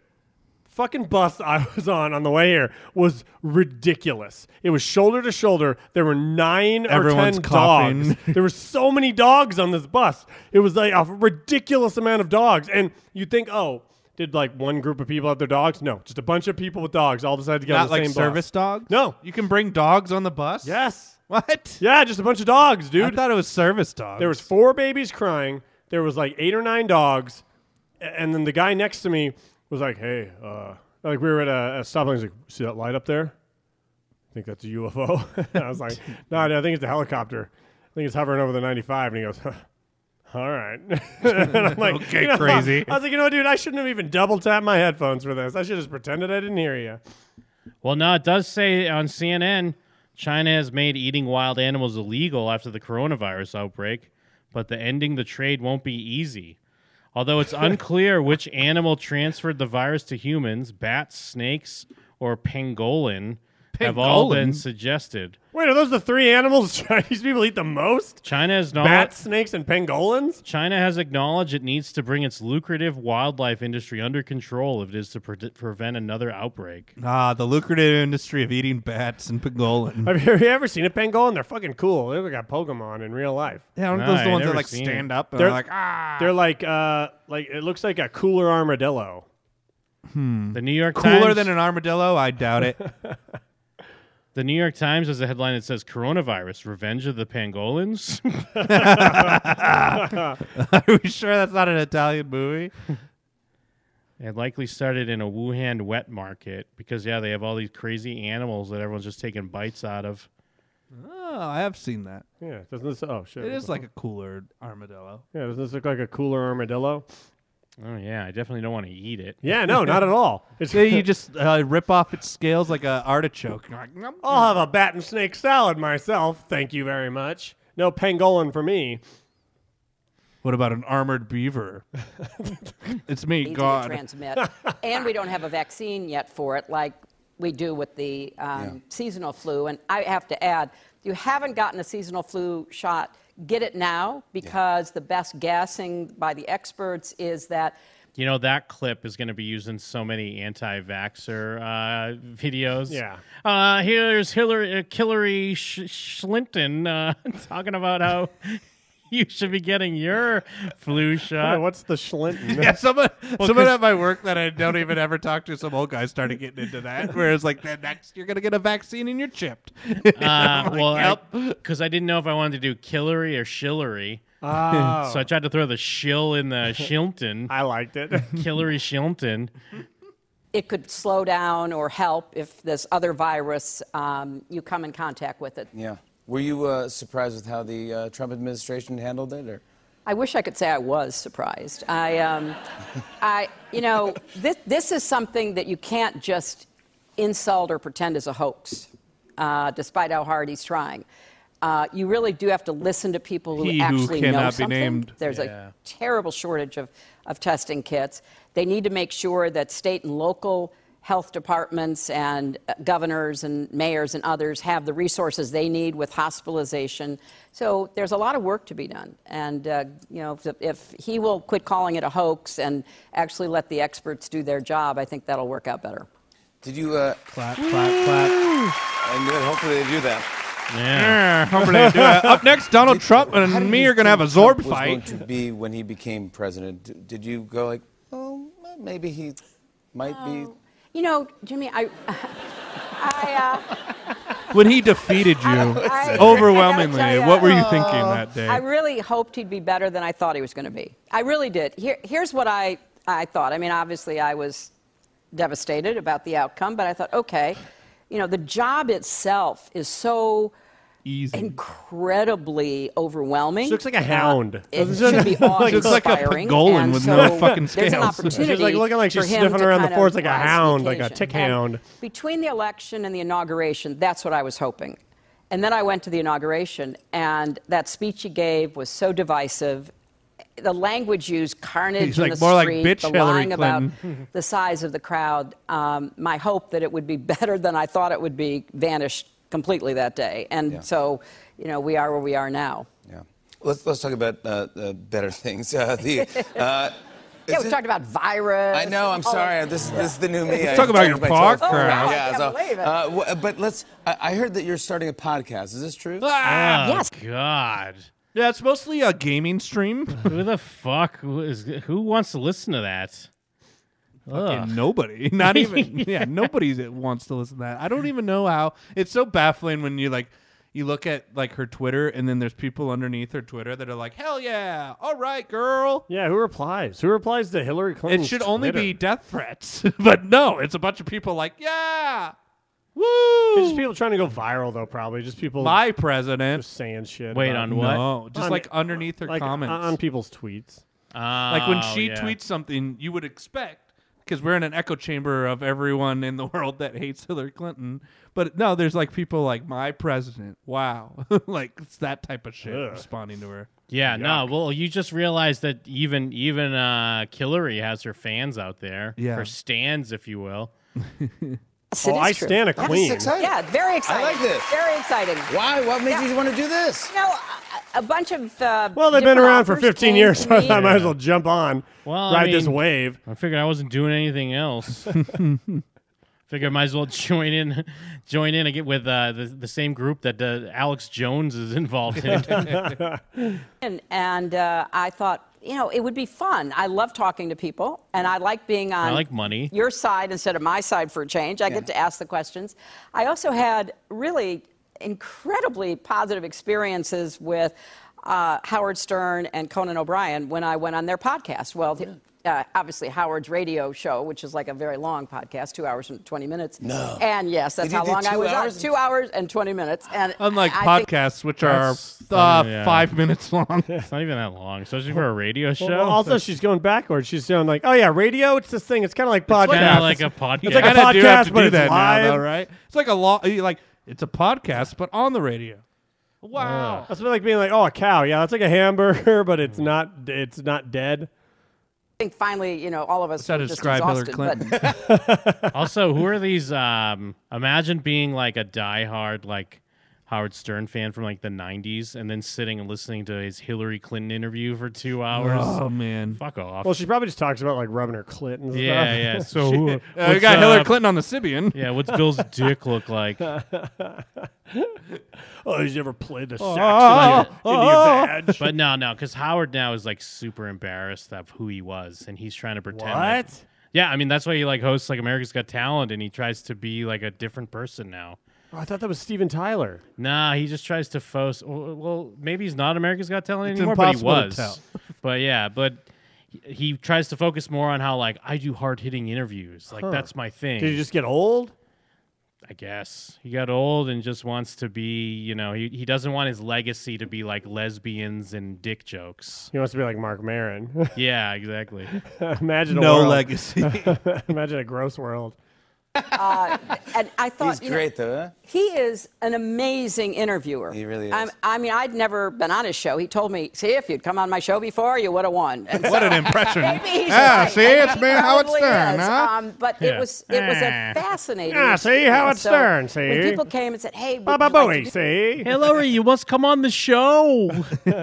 fucking bus I was on on the way here was ridiculous. It was shoulder to shoulder. There were nine Everyone's or ten coughing. dogs. There were so many dogs on this bus. It was like a ridiculous amount of dogs. And you think, oh, did like one group of people have their dogs? No, just a bunch of people with dogs all decided to get on Not the like same service bus. dogs. No. you can bring dogs on the bus. Yes. What? Yeah, just a bunch of dogs, dude. I thought it was service dogs. There was four babies crying. There was like eight or nine dogs, A- and then the guy next to me was like, "Hey, uh, like we were at a, a stoplight. He's like, see that light up there? I think that's a UFO." and I was like, "No, no, I think it's a helicopter. I think it's hovering over the 95." And he goes. Huh. All right. and I'm like, Okay, you know, crazy. I was like, you know what, dude, I shouldn't have even double tapped my headphones for this. I should have just pretended I didn't hear you. Well, no, it does say on CNN China has made eating wild animals illegal after the coronavirus outbreak, but the ending the trade won't be easy. Although it's unclear which animal transferred the virus to humans, bats, snakes, or pangolin, have all been suggested. Wait, are those the three animals Chinese people eat the most? China has not Bats, snakes, and pangolins. China has acknowledged it needs to bring its lucrative wildlife industry under control if it is to pre- prevent another outbreak. Ah, the lucrative industry of eating bats and pangolin. Have you, have you ever seen a pangolin? They're fucking cool. They look like Pokemon in real life. Yeah, aren't No, those the I've ones that, never like, seen stand it. up and are like, ah? They're like uh like it looks like a cooler armadillo. Hmm. The New York Cooler Times- than an armadillo? I doubt it. The New York Times has a headline that says "Coronavirus: Revenge of the Pangolins." Are we sure that's not an Italian movie? It likely started in a Wuhan wet market because yeah, they have all these crazy animals that everyone's just taking bites out of. oh, I have seen that. Yeah, doesn't this? Oh shit! It is like a cooler armadillo. Yeah, doesn't this look like a cooler armadillo? Oh yeah, I definitely don't want to eat it. Yeah, no, not at all. It's you just uh, rip off its scales like an artichoke. You're like, I'll have a bat and snake salad myself. Thank you very much. No pangolin for me. What about an armored beaver? it's me, means God. we transmit. and we don't have a vaccine yet for it, like we do with the um, Yeah. seasonal flu. And I have to add, if you haven't gotten a seasonal flu shot, get it now because the best guessing by the experts is that You know that clip is going to be used in so many anti-vaxer uh, videos. Yeah. Uh, here's Hillary uh, Hillary Sh- Schlinton uh, talking about how you should be getting your flu shot. What's Oh the Schlinton? Yeah, someone, Well, someone 'cause- at my work that I don't even ever talk to, some old guy started getting into that. Where it's like, "Then next you're gonna get a vaccine and you're chipped. Uh, I'm like, well, because I, didn't know if I wanted to do Killary or Shillery. Oh. So I tried to throw the shill in the Shilton. I liked it. Killary Shilton. it could slow down or help if this other virus um, you come in contact with it. Yeah. Were you uh, surprised with how the uh, Trump administration handled it, or? I wish I could say I was surprised. I, um, I, you know, this, this is something that you can't just insult or pretend is a hoax, uh, despite how hard he's trying. Uh, you really do have to listen to people who He who actually know cannot be something. named. There's Yeah. a terrible shortage of, of testing kits. They need to make sure that state and local health departments and uh, governors and mayors and others have the resources they need with hospitalization. So there's a lot of work to be done. And, uh, you know, if, if he will quit calling it a hoax and actually let the experts do their job, I think that'll work out better. Did you uh, clap, clap, clap? And then hopefully they do that. Yeah. hopefully they do that. Up next, Donald Trump How did and me you are gonna have a think Trump Zorb was going fight. to be when he became president. D- Did you go like, oh, maybe he might Um, be? You know, Jimmy, I. I uh, When he defeated you I- overwhelmingly, I gotta tell ya, uh, what were you thinking that day? I really hoped he'd be better than I thought he was going to be. I really did. Here, here's what I, I thought. I mean, obviously, I was devastated about the outcome, but I thought, okay, you know, the job itself is so Easy. incredibly overwhelming. She looks like a hound. It should be awe She looks like a inspiring. pangolin and with no so fucking There's an scales. opportunity. She's like looking like she's for him sniffing to around the kind of force like a rise to the hound, like a occasion. tick And hound. between the election and the inauguration, that's what I was hoping. And then I went to the inauguration, and that speech he gave was so divisive. The language used, carnage He's in like, the more like street, bitch the Hillary lying about Clinton. the size of the crowd. Um, my hope that it would be better than I thought it would be vanished completely that day. And Yeah. so, you know, we are where we are now. Yeah. Let's let's talk about uh, uh, better things. Uh, the. Uh, yeah, we talked about virus. I know. I'm all sorry. of- This this is the new me. Let's I talk about changed my your telephone. podcast. Oh, Yeah, I can't believe it. uh, w- but let's. I, I heard that you're starting a podcast. Is this true? Ah, Oh, God. Yeah, it's mostly a gaming stream. Who the fuck is? Who wants to listen to that? Ugh. Fucking nobody. Not even. yeah, nobody that wants to listen to that. I don't even know how. It's so baffling when you like. You look at like her Twitter, and then there's people underneath her Twitter that are like, "Hell yeah, all right, girl." Yeah, who replies? Who replies to Hillary Clinton? It should only be death threats, but no, it's a bunch of people like, "Yeah, woo!" It's just people trying to go viral, though. Probably just people. My president. Uh, just saying shit. Wait, about- on uh, what? No, just like underneath her like, comments. on people's tweets. Like when she Oh, yeah. tweets something, you would expect because we're in an echo chamber of everyone in the world that hates Hillary Clinton. But no, there's like people like my president. Wow, like it's that type of shit Ugh. responding to her. Yeah, no. Well, you just realized that even even uh Hillary has her fans out there. Yeah. her stands, if you will. Yes, oh, it is I true. stand a That is queen. exciting. Yeah, very exciting. like this. Very exciting. Why? What made you want to do this? No, a, a bunch of. Uh, Well, they've been different around for offers 15 came years, to so I me. thought I might as well jump on. Well, ride I this mean, wave. I figured I wasn't doing anything else. Figure I might as well join in, join in and get with uh, the, the same group that uh, Alex Jones is involved in. And, and uh, I thought, you know, it would be fun. I love talking to people, and I like being on I like money. your side instead of my side for a change. I get to ask the questions. I also had really incredibly positive experiences with uh, Howard Stern and Conan O'Brien when I went on their podcast. Well, th- uh, obviously Howard's radio show, which is like a very long podcast, two hours and twenty minutes. No. And yes, that's Did you how do long I two was hours on. and- Two hours and twenty minutes. And Unlike I- I think- podcasts, which are That's- uh, yeah. five minutes long. it's not even that long, especially for a radio show. Well, also, she's going backwards. She's doing like, oh yeah, radio. It's this thing. It's kind of like podcast. kinda like a podcast. It's like a Kinda do have to podcast, but do it's that live. now, though, right? It's like a lot. Like it's a podcast, but on the radio. Wow. That's like being like, oh, a cow. Yeah, that's like a hamburger, but Mm. it's not. It's not dead. I think finally, you know, all of us how were to just describe Hillary exhausted. Clinton. But also, who are these? Um, imagine being like a diehard like Howard Stern fan from like the '90s, and then sitting and listening to his Hillary Clinton interview for two hours. Oh, man. fuck off. Well, she probably just talks about like rubbing her clit and yeah, stuff. yeah. She- So uh, Uh, we what's got Hillary up? Clinton on the Sibian. Yeah, what's Bill's dick look like? oh, he's never played the sax Oh. But- in your, in your vag. But no, no, because Howard now is like super embarrassed of who he was, and he's trying to pretend. like- What? yeah, I mean that's why he like hosts like America's Got Talent, and he tries to be like a different person now. Oh, I thought that was Steven Tyler. Nah, he just tries to focus. Well, well, maybe he's not America's Got Talent It's anymore, but he impossible to was. tell. But yeah, but he, he tries to focus more on how like I do hard hitting interviews, like Huh. that's my thing. Did he just get old? I guess he got old and just wants to be, you know, he, he doesn't want his legacy to be like lesbians and dick jokes. He wants to be like Mark Maron. Yeah, exactly. Imagine a No world. legacy. Imagine a gross world. uh, and I thought, you know, though. Huh? He is an amazing interviewer. He really is. i I mean, I'd never been on his show. He told me, see, if you'd come on my show before, you would have won. And What so an impression. Maybe he's Ah, right. see, And it's he me, Howard probably Stern, is. huh? Um, but it Yeah. was it was Ah. a fascinating. Ah, see, experience. Howard So Stern, When see? people came and said, hey, would Baba you like to Booey, do- see? Hillary, you must come on the show.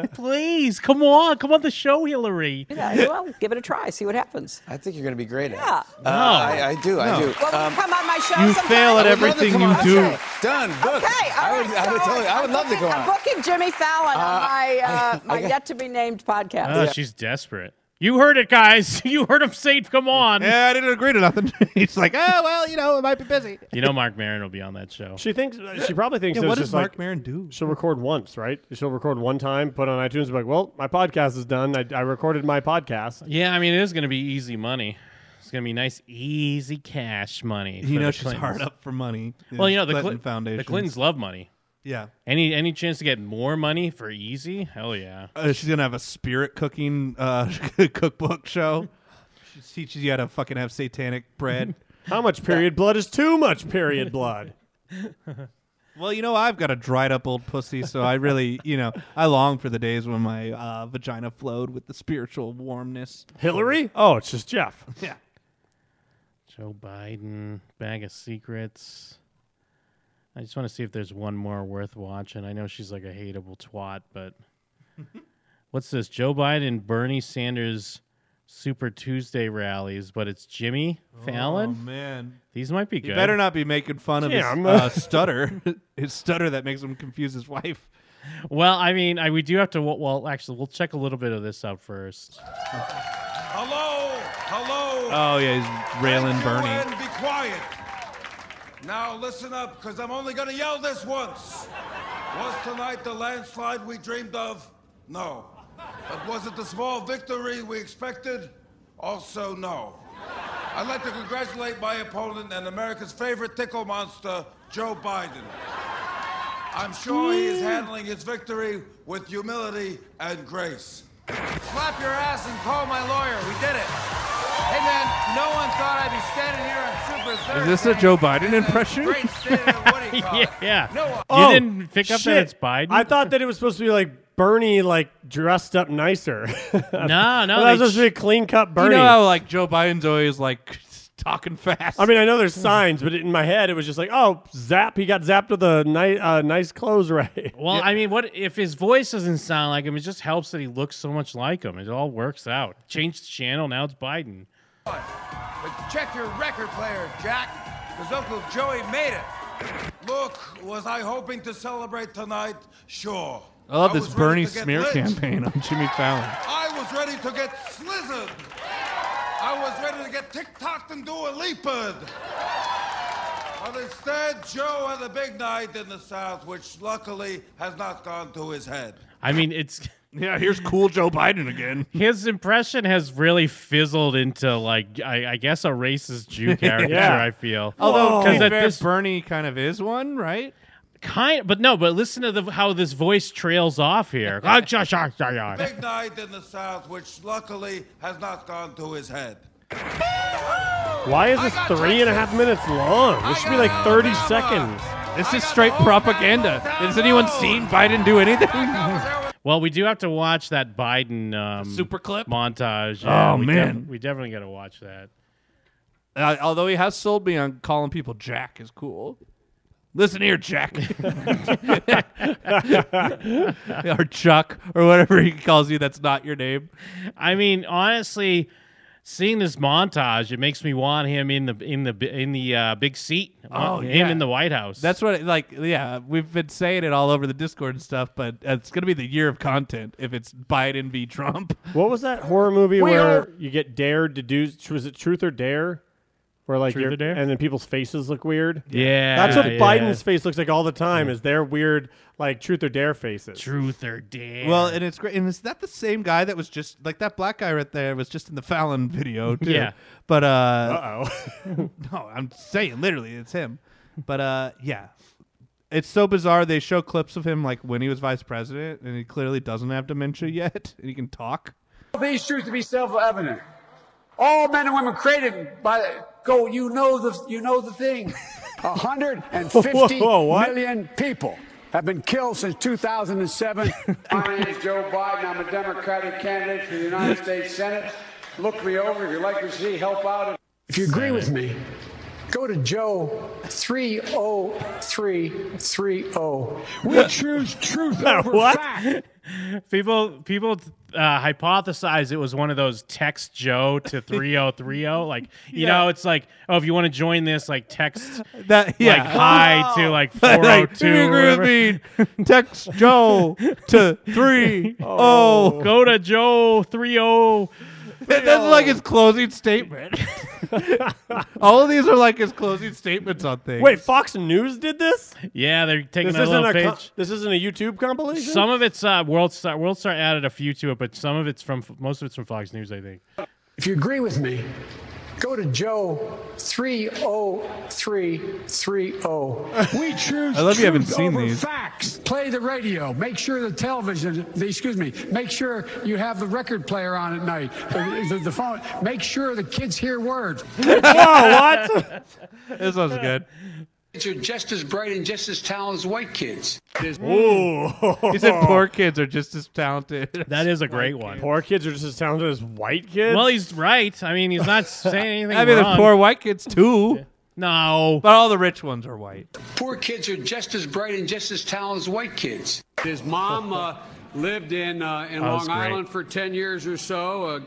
Please, come on. Come on the show, Hillary. Yeah, well, give it a try, see what happens. I think you're going to be great at Yeah. it. Uh, I, I do. I No. do. Well, Um, come on my show. you sometime. fail at I would love to everything come you on. do. Okay. Done. Booked. Okay, all I would, I would so totally. I would love to go I'm on. booking Jimmy Fallon on Uh, my uh, I- my I got- yet to be named podcast. Oh, she's desperate. You heard it, guys. You heard him say, come on. Yeah, I didn't agree to nothing. He's like, oh well, you know, it might be busy. You know, Mark Maron will be on that show. She thinks she probably thinks Yeah, it was what does just Mark like, Maron do? She'll record once, right? She'll record one time, put on iTunes, and be like, well, my podcast is done. I, I recorded my podcast. Yeah, I mean, it is going to be easy money. It's going to be nice, easy cash money. You for know the she's Clintons. hard up for money. Well, you know, the Clinton Clinton Foundation. The Clintons love money. Yeah. Any any chance to get more money for easy? Hell yeah. Uh, she's gonna have a spirit cooking uh, cookbook show. She teaches you how to fucking have satanic bread. How much period blood is too much period blood? well, you know, I've got a dried up old pussy, so I really, you know, I long for the days when my uh, vagina flowed with the spiritual warmness. Hillary? Oh, it's just Jeff. Yeah. Joe Biden, Bag of Secrets. I just want to see if there's one more worth watching. I know she's like a hateable twat, but what's this? Joe Biden, Bernie Sanders Super Tuesday rallies, but it's Jimmy Fallon? Oh man, These might be you good. better not be making fun of Yeah, his I'm, uh, uh, stutter. his stutter that makes him confuse his wife. Well, I mean, I, we do have to. Well, actually, we'll check a little bit of this out first. Hello, hello. Oh yeah, he's railing Bernie. Everyone be quiet. Now listen up, because I'm only going to yell this once. Was tonight the landslide we dreamed of? No. But was it the small victory we expected? Also, no. I'd like to congratulate my opponent and America's favorite tickle monster, Joe Biden. I'm sure he is handling his victory with humility and grace. Slap your ass and call my lawyer. We did it. Hey man, no one thought I'd be standing here on Super Is this a Joe Biden impression? yeah. uh, You Oh, didn't pick up shit. that it's Biden? I thought that it was supposed to be like Bernie, like dressed up nicer. no, that was they supposed to be clean cut Bernie. You know how like Joe Biden's always like talking fast. I mean, I know there's signs, but in my head, it was just like, oh, zap. He got zapped with a nice, uh, nice clothes ray. Well, I mean, what if his voice doesn't sound like him? It just helps that he looks so much like him. It all works out. Change the channel. Now it's Biden. But check your record player, Jack, because Uncle Joey made it. Look, was I hoping to celebrate tonight? Sure. I love this was ready Bernie to get smear lit. campaign on Jimmy Fallon. I was ready to get slizzed. I was ready to get tick-tocked and do a leopard. But instead, Joe had a big night in the South, which luckily has not gone to his head. I mean, it's yeah. Here's cool Joe Biden again. His impression has really fizzled into like I, I guess a racist Jew character. Yeah. I feel Although, to be 'Cause at fair, this Bernie kind of is one, right? kind, but no, but listen to the how this voice trails off here. I Big night in the South, which luckily has not gone to his head. Why is this three and a half minutes long? This should be like 30 seconds. This is straight propaganda. Has anyone seen Biden do anything? Uh, Well, we do have to watch that Biden um, super clip? montage. Oh, we def- man. we definitely got to watch that. Uh, although he has sold me on calling people Jack is cool. Listen here, Jack. or Chuck, or whatever he calls you that's not your name. I mean, honestly, seeing this montage, it makes me want him in the in the in the uh, big seat. I want Oh, him yeah. in the White House. That's what, it, like, yeah, we've been saying it all over the Discord and stuff, but it's going to be the year of content if it's Biden v. Trump. What was that horror movie We where are- you get dared to do? Was it Truth or Dare? Where like Truth you're- or Dare? and then people's faces look weird. Yeah, that's what yeah. Biden's face looks like all the time. Is their weird like Truth or Dare faces? Truth or Dare. Well, and it's great. And is that the same guy that was just like that black guy right there was just in the Fallon video too? Yeah. But uh, Uh-oh. no, I'm saying literally it's him. But uh, yeah, it's so bizarre. They show clips of him like when he was vice president, and he clearly doesn't have dementia yet, and he can talk. these truths to be self-evident. All men and women created by go. You know the you know the thing. A hundred and fifty Whoa, million whoa, what? people have been killed since 2007. My name is Joe Biden. I'm a Democratic candidate for the United States Senate. Look me over if you'd like to see. Help out. If you agree with me, go to Joe 30330. We choose truth over fact. people people uh, hypothesize it was one of those text Joe to three zero three zero. Like you Yeah. know, it's like oh, if you want to join this, like text That yeah, like hi to like Like, four zero two. do you agree with me? Text Joe to three oh. go to Joe three oh. zero. That- That's like his closing statement. All of these are like his closing statements on things. Wait, Fox News did this? Yeah, they're taking this a isn't little a page. co- this isn't a YouTube compilation. some of it's uh, World Star. World Star added a few to it, but some of it's from most of it's from Fox News, I think. If you agree with me, go to Joe 30330. oh. We choose I love you haven't truth seen over these. facts. Play the radio. Make sure the television, the, excuse me, make sure you have the record player on at night, the, the, the phone. Make sure the kids hear words. what? this one's good. Kids are just as bright and just as talented as white kids. There's- he said poor kids are just as talented. That is a great one. Poor kids are just as talented as white kids. Well, he's right. I mean, he's not saying anything. I mean, wrong. there's poor white kids too. No, but all the rich ones are white. Poor kids are just as bright and just as talented as white kids. His mom uh, lived in uh, in That was Long great. Island for 10 years or so. Uh,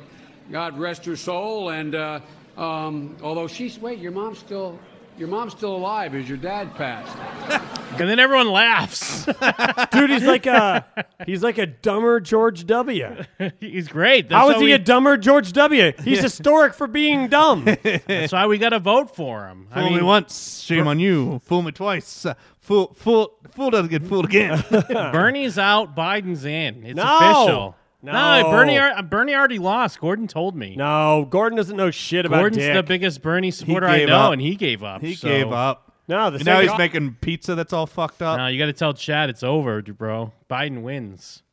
God rest her soul. And uh, um, although she's wait, your mom's still your mom's still alive. Is your dad passed? And then everyone laughs. Dude, he's like a he's like a dumber George W. he's great. That's How is why he we- a dumber George W? He's historic for being dumb. That's why we got to vote for him. Fool I mean, me once, shame on you. Fool me twice, uh, fool fool fool doesn't get fooled again. Bernie's out, Biden's in. It's No. official. No. Bernie, al- uh, Bernie already lost. Gordon told me. No, Gordon doesn't know shit about Gordon's dick. the biggest Bernie supporter I gave know, up. and he gave up. He so- gave up. No, the And now second- he's making pizza that's all fucked up. No, you got to tell Chad it's over, d- bro. Biden wins.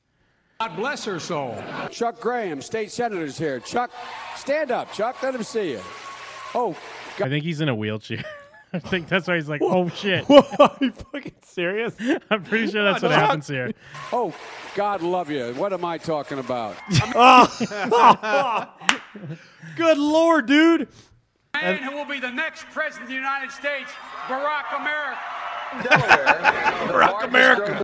God bless her soul. Chuck Graham, state senator's here. Chuck, stand up. Chuck, let him see you. Oh, I think he's in a wheelchair. I think that's why he's like, oh shit. Are you fucking serious? I'm pretty sure that's Come on, what Chuck. happens here. oh, God love you. What am I talking about? Good lord, dude. man who will be the next president of the United States, Barack America. Barack America.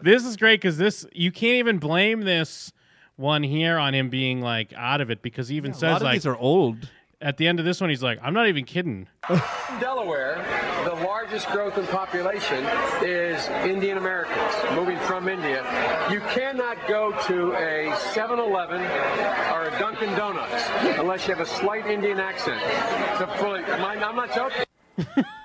this is great because this you can't even blame this one here on him being like out of it because he even a says lot of like these are old. At the end of this one, he's like, "I'm not even kidding." Delaware, the largest growth in population is Indian Americans moving from India. You cannot go to a 7-Eleven or a Dunkin' Donuts unless you have a slight Indian accent. To fully, my, I'm not joking.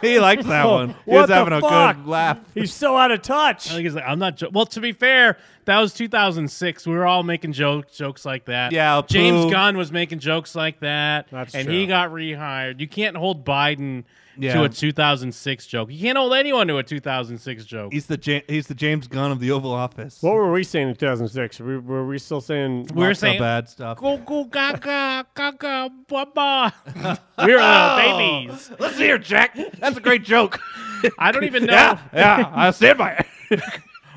He liked that Oh, one. He What was the having a fuck? good laugh. He's so out of touch. I think he's like, I'm not. Jo-. Well, to be fair, that was 2006. We were all making joke- jokes like that. Yeah, James poo. Gunn was making jokes like that, That's and true. he got rehired. You can't hold Biden Yeah. to a 2006 joke. You can't hold anyone to a 2006 joke. He's the ja- he's the James Gunn of the Oval Office. What were we saying in 2006? We, were we still saying We were saying Go go gaga gaga baba. We were little babies. Oh, Listen here, Jack. That's a great joke. I don't even know. Yeah, yeah, I stand by it.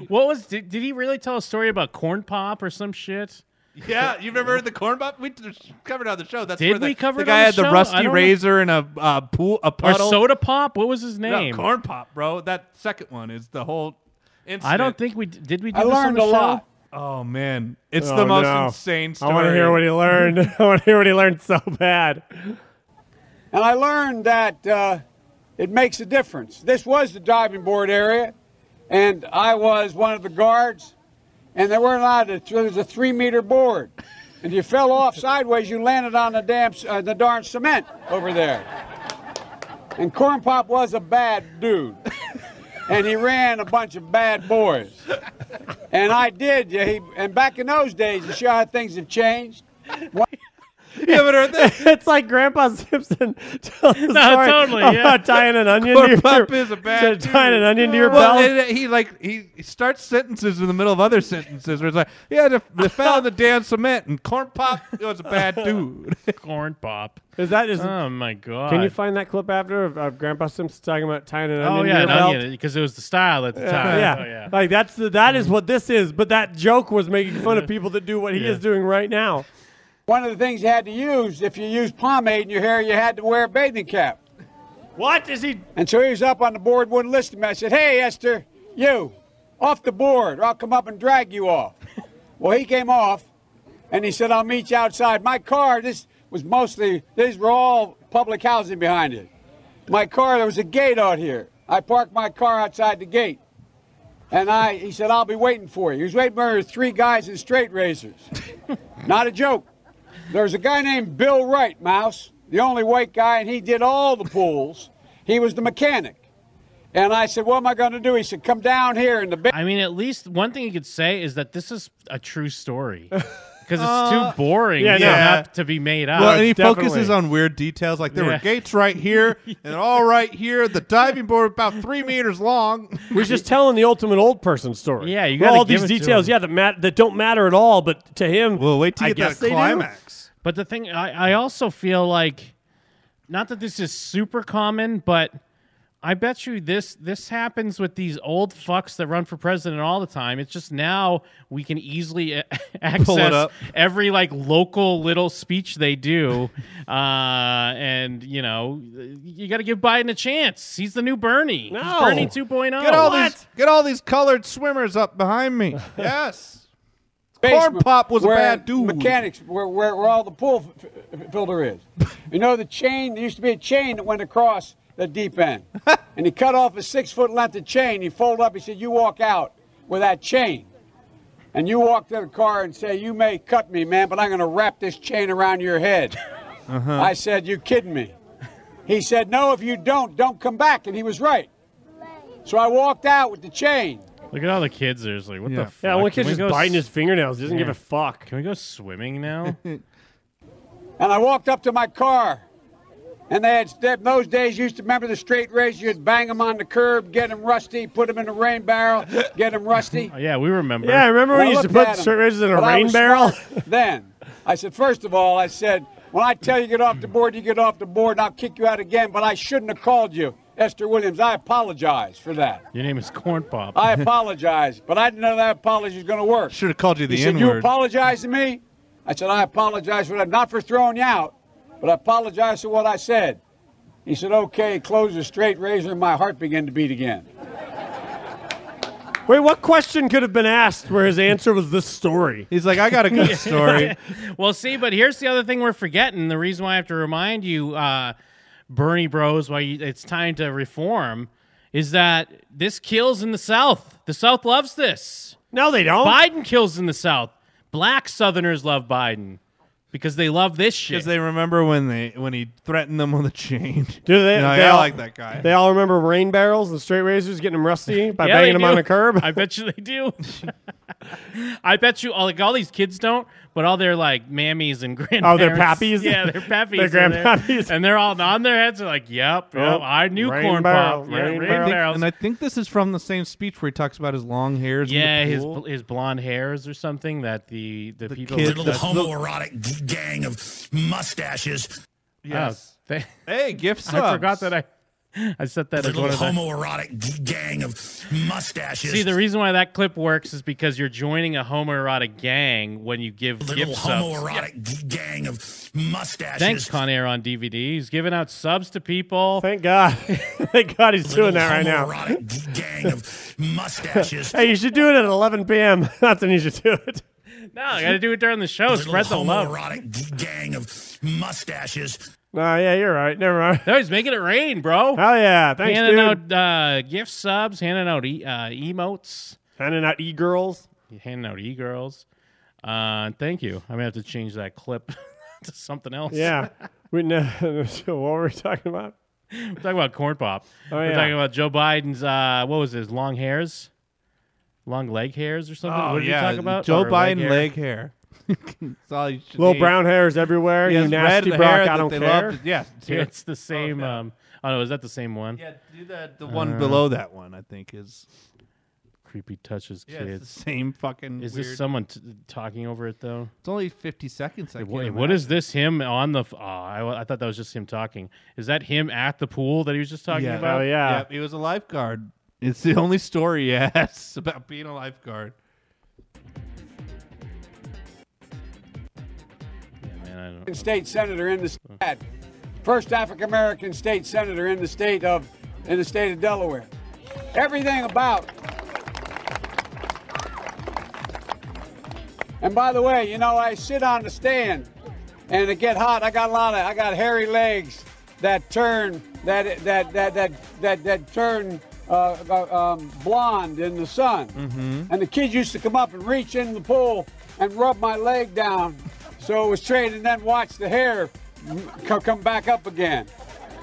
what was? Did, did he really tell a story about corn pop or some shit? Yeah, you've never heard the corn pop? We t- covered it on the show. That's Did where the, we cover the it guy on the had the show? I rusty don't know. razor and a uh, pool a Or puddle. soda pop? What was his No, name? corn pop, bro. That second one is the whole. Incident. I don't think we d- did. We do I this on learned the a show? lot. Oh man, it's the Oh, most no. insane I want to hear story. what he learned. I want to hear what he learned so bad. And I learned that uh, it makes a difference. This was the diving board area, and I was one of the guards, and they weren't allowed to. There was a three meter board. And you fell off sideways, you landed on the damn, c- uh, the darn cement over there. And Corn Pop was a bad dude. And he ran a bunch of bad boys. And I did. Yeah, he, and back in those days, you see how things have changed. One- it's like Grandpa Simpson tells a No, story totally, about yeah. tying an onion Corn to your pop is a bad to tying an dude. onion to your well, belt. and uh, he like he starts sentences in the middle of other sentences where it's like, yeah, they, they fell in the damn cement and corn pop was a bad dude. corn pop. Is that is? Oh my god! Can you find that clip after of, of Grandpa Simpson talking about tying an onion Oh to yeah, your an belt? onion because it was the style at the Yeah, time. yeah. Oh, yeah. like that's the, that is what this is. But that joke was making fun of people that do what he Yeah. is doing right now. One of the things you had to use, if you used pomade in your hair, you had to wear a bathing cap. What is he? And so he was up on the board, wouldn't listen to me. I said, Hey, Esther, you, off the board, or I'll come up and drag you off. well, he came off, and he said, I'll meet you outside. My car, this was mostly, these were all public housing behind it. My car, there was a gate out here. I parked my car outside the gate. And I, he said, I'll be waiting for you. He was waiting for three guys in straight razors. Not a joke. There's a guy named Bill Wright, Mouse, the only white guy, and he did all the pools. He was the mechanic. And I said, What am I going to do? He said, Come down here in the ba- I mean, at least one thing you could say is that this is a true story because it's Uh, too boring. yeah, to no. have to be made up. Well, and he focuses on weird details like there Yeah. were gates right here and all right here. The diving board about three meters long. We're just telling the ultimate old person story. Yeah, you gotta all give these it to details. him. Yeah, that mat- that don't matter at all, but to him, well, wait till I you get that guess they do. climax. But the thing, I, I also feel like, not that this is super common, but I bet you this this happens with these old fucks that run for president all the time. It's just now we can easily a- access up. every like local little speech they do, uh, and you know you got to give Biden a chance. He's the new Bernie. He's No. Bernie oh. oh. 2.0. Get all these get all these colored swimmers up behind me. yes. Corn basement pop was a where bad dude. Mechanics, where, where, where all the pool f- f- filter is. You know, the chain, there used to be a chain that went across the deep end. and he cut off a six foot length of chain. He folded up. He said, You walk out with that chain. And you walk to the car and say, You may cut me, man, but I'm going to wrap this chain around your head. Uh-huh. I said, You kidding me? He said, No, if you don't, don't come back. And he was right. So I walked out with the chain. Look at all the kids. There's like, what Yeah. the fuck? Yeah, one kid's Can we just go biting s- his fingernails. Doesn't give a fuck. Can we go swimming now? And I walked up to my car. And they had, they, those days, you used to remember the straight razor, you'd bang them on the curb, get them rusty, put them in a rain barrel, get them rusty. Oh, yeah, we remember. Yeah, I remember Well, when you used to I put looked at straight him, razors in a but I rain was barrel. smart Then I said, first of all, I said, when I tell you get off the board, you get off the board, and I'll kick you out again. But I shouldn't have called you, Esther Williams. I apologize for that. Your name is Corn Pop. I apologize, but I didn't know that apology was going to work. Should have called you the He said, You N-word. apologize to me? I said, I apologize for that. Not for throwing you out, but I apologize for what I said. He said, okay, close the straight razor, and my heart began to beat again. Wait, what question could have been asked where his answer was this story? He's like, I got a good story. well, see, but here's the other thing we're forgetting. The reason why I have to remind you, uh, Bernie Bros, why you, it's time to reform, is that this kills in the South. The South loves this. No, they don't. Biden kills in the South. Black Southerners love Biden because they love this shit. Because they remember when they when he threatened them with a chain. Do they? You know, they I all, like that guy. They all remember rain barrels and straight razors getting them rusty by Yeah, banging they them on do. a curb. I bet you they do. I bet you all like all these kids don't, but all their like mammies and grandparents. they're Oh, pappies? Yeah, they're pappies. They're are there. grandpappies. and they're all on their heads. They're like, "Yep, yep Oh, I knew rain corn barrel, pop. Yeah, rain rain barrel. barrels. And I think this is from the same speech where he talks about his long hairs. in the yeah, his pool. bl- his blonde hairs or something that the the, people kids- Little homoerotic g- gang of mustaches. Yes. th- hey, gift I subs. forgot that I I set that as Little one of the homoerotic g- gang of mustaches. See, the reason why that clip works is because you're joining a homoerotic gang when you give Little gift subs. homoerotic g- gang of mustaches. Thanks, Con Air on DVD. He's giving out subs to people. Thank God. Thank God he's doing that right now. gang of mustaches. hey, you should do it at 11 p.m. That's when you should do it. No, I got to do it during the show. Spread the love. Homoerotic g- gang of mustaches. No, yeah, you're right. Never mind. No, he's making it rain, bro. Hell yeah. Thanks, handing dude. out uh, gift subs, handing out e- uh, emotes, handing out e girls, handing out e girls. Uh, thank you. I'm gonna have to change that clip to something else. Yeah. we know what were we talking about? We're talking about corn pop. Oh, We're yeah. talking about Joe Biden's uh, what was his long hairs, long leg hairs or something. Oh, what did yeah. you talk about? Joe Or Biden leg hair. That's all you should Little need. brown hairs everywhere. He You has nasty red Brock. hair I that don't they care. love to- yeah, it's here. it's the same. um, oh no, is that the same one? Yeah, do the the Uh, one below that one. I think is creepy touches Yeah, it's the kids. same fucking Is weird- this someone t- talking over it though? It's only fifty seconds. I Wait, can't what is this? Him on the? f- Oh, I, I thought that was just him talking. Is that him at the pool that he was just talking Yeah. about? Oh, yeah. Yep, he was a lifeguard. It's the only story he has about being a lifeguard. African state senator in the state, first African American state senator in the state of in the state of Delaware. Everything about. And by the way, you know I sit on the stand, and it get hot. I got a lot of I got hairy legs that turn that that that that that that turn. Uh, uh, um, blonde in the sun. Mhm. And the kids used to come up and reach in the pool and rub my leg down so it was straight and then watch the hair m- co- come back up again.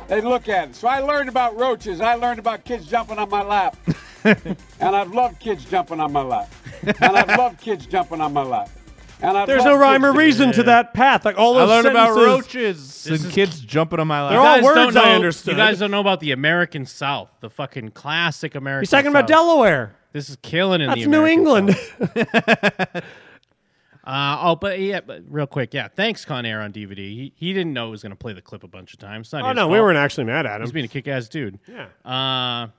They look at it. So I learned about roaches. I learned about kids jumping on my lap. and I've loved kids jumping on my lap. And I've loved kids jumping on my lap. And I've There's loved no rhyme or kids- reason to that path. Like all I those learned about sentences- roaches and kids jumping on my lap. They're all You guys words don't I know- understood. You guys don't know about the American South, the fucking classic American. He's talking about South. Delaware. This is killing in That's the New American England. Uh, oh, but yeah, but real quick, yeah. Thanks, Con Air on DVD. He, he didn't know it was going to play the clip a bunch of times. It's not Oh, his no, we fault. weren't actually mad at him. He's being a kick-ass dude. Yeah. Uh,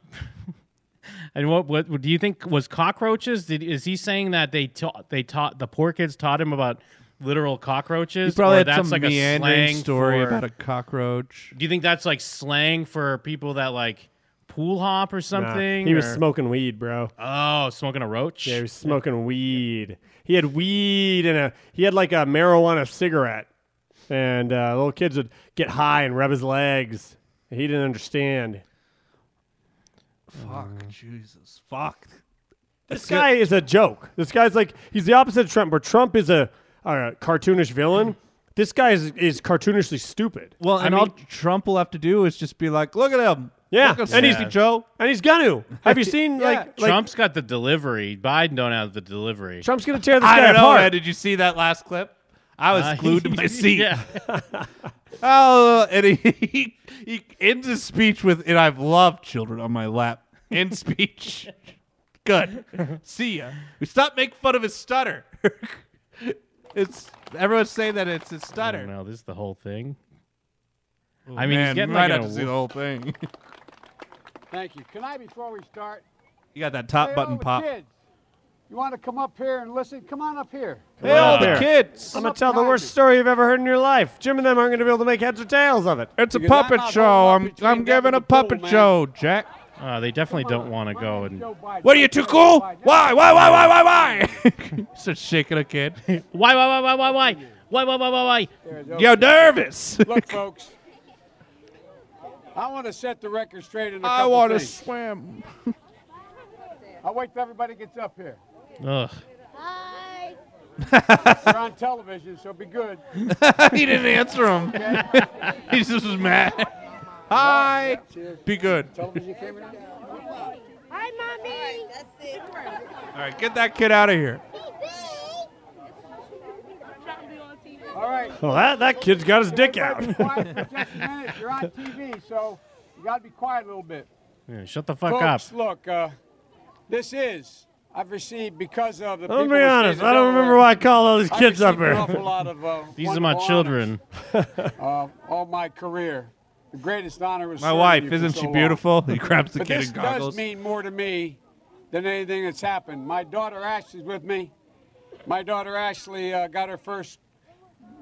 and what what do you think was cockroaches? Did is he saying that they taught they taught the poor kids taught him about literal cockroaches? He probably Or had that's some like a meandering slang story for- about a cockroach. Do you think that's like slang for people that like pool hop or something? Nah, he was or- smoking weed, bro. Oh, smoking a roach. Yeah, he was smoking weed. He had weed and a he had like a marijuana cigarette, and uh, little kids would get high and rub his legs. He didn't understand. Fuck, Jesus, fuck. This guy is a joke. This guy's like he's the opposite of Trump. Where Trump is a, a cartoonish villain, this guy is, is cartoonishly stupid. Well, and I all mean, Trump will have to do is just be like, "Look at him." yeah, Look at and he's Sleepy Joe. and he's gonna. Have you seen Yeah. like, like Trump's got the delivery. Biden don't have the delivery. Trump's gonna tear this I guy don't know, apart? man. Did you see that last clip? I was Uh, glued to my seat. yeah. Oh, and he, he he ends his speech with, "And I've loved children on my lap." End speech. Good. See ya. We stop making fun of his stutter. it's everyone's saying that it's his I stutter. don't know. This is the whole thing. Oh, I mean, man, he's getting we like might an have to see award- the whole thing. Thank you. Can I, before we start, you got that top Hey, button oh, pop. kids. You want to come up here and listen? Come on up here. Hey, all Come the up here. kids! I'm gonna tell the worst story you've ever heard in your life. Jim and them aren't gonna be able to make heads or tails of it. It's a puppet show. I'm I'm giving a puppet show, Jack. Uh, they definitely don't want to go and. What are you too cool? Why? Why? Why? Why? Why? Why? Such shaking a kid. Why? Why? Why? Why? Why? Why? Why? Why? Why? Why? Why? Yo, nervous. Look, folks. I want to set the record straight in a I couple want to things. swim. I'll wait till everybody gets up here. Ugh. You're on television, so be good. he didn't answer him. Okay? he just was mad. Hi. Be good. Television camera. Hi, mommy. All right, get that kid out of here. All right. Well, that that kid's got his dick out. Everybody be quiet for just a minute. You're on TV, so you got to be quiet a little bit. Yeah, shut the fuck up. Folks, Look, uh, this is I've received because of the. Let me people be who stayed honest. in I don't Delaware, remember why I called all these I've kids up received an here. awful lot of, uh, These are my wonderful children. uh, all my career. The greatest honor was My serving wife, you for isn't so she long. beautiful? He grabs the but kid this in goggles. does mean more to me than anything that's happened. My daughter Ashley's with me. My daughter Ashley uh, got her first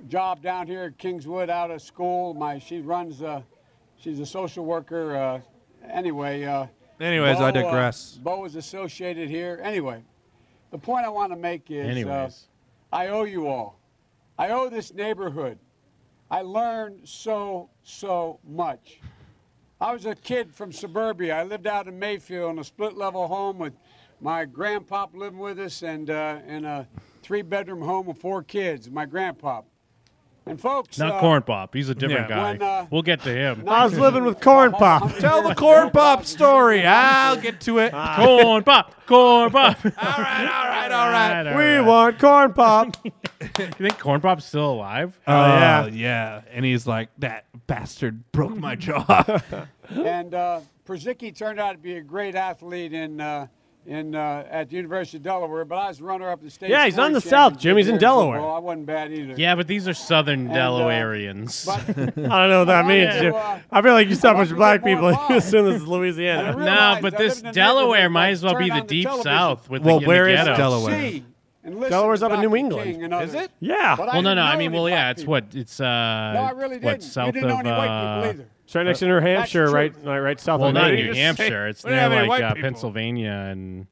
job down here at Kingswood out of school. My she runs. Uh, she's a social worker. Uh, anyway. Uh, Anyways, I Bo, uh, digress. Bo is associated here. Anyway, the point I want to make is. uh, Anyways. I owe you all. I owe this neighborhood. I learned so, so much. I was a kid from suburbia. I lived out in Mayfield in a split level home with my grandpop living with us and uh, in a three bedroom home with four kids, my grandpop. And folks. Not uh, Corn Pop. He's a different Yeah. guy. when, uh, we'll get to him. I was living with Corn Pop. Tell the corn pop story. I'll get to it. Ah. corn pop. Corn pop. all right. All right. All We right. want corn pop. You think Corn Pop's still alive? Uh, Oh yeah, yeah. And he's like, that bastard broke my jaw. and uh, Przicki turned out to be a great athlete in uh, in uh, at the University of Delaware, but I was runner-up the state. Yeah, he's scoring on the South, championship Jim. He's in here Delaware. football. I wasn't bad either. Yeah, but these are Southern And, uh, Delawareans. I don't know what that means. Jim. uh, I feel like you saw a bunch of black people. You assume this is no, Louisiana. but this Delaware might as well be the deep South with Well, the, in where the is ghetto. Delaware? See and listen Delaware's to up in Dr. New King and England. others. Yeah. But I Well, no, didn't no. I know mean, any well, black yeah. It's people. what it's uh. No, I really what didn't. You south didn't know of any white uh. people either. It's right next to New Hampshire, true. right? Right, right south Well, of not Maine. New Hampshire. It's We don't have near any like white uh, people. Pennsylvania and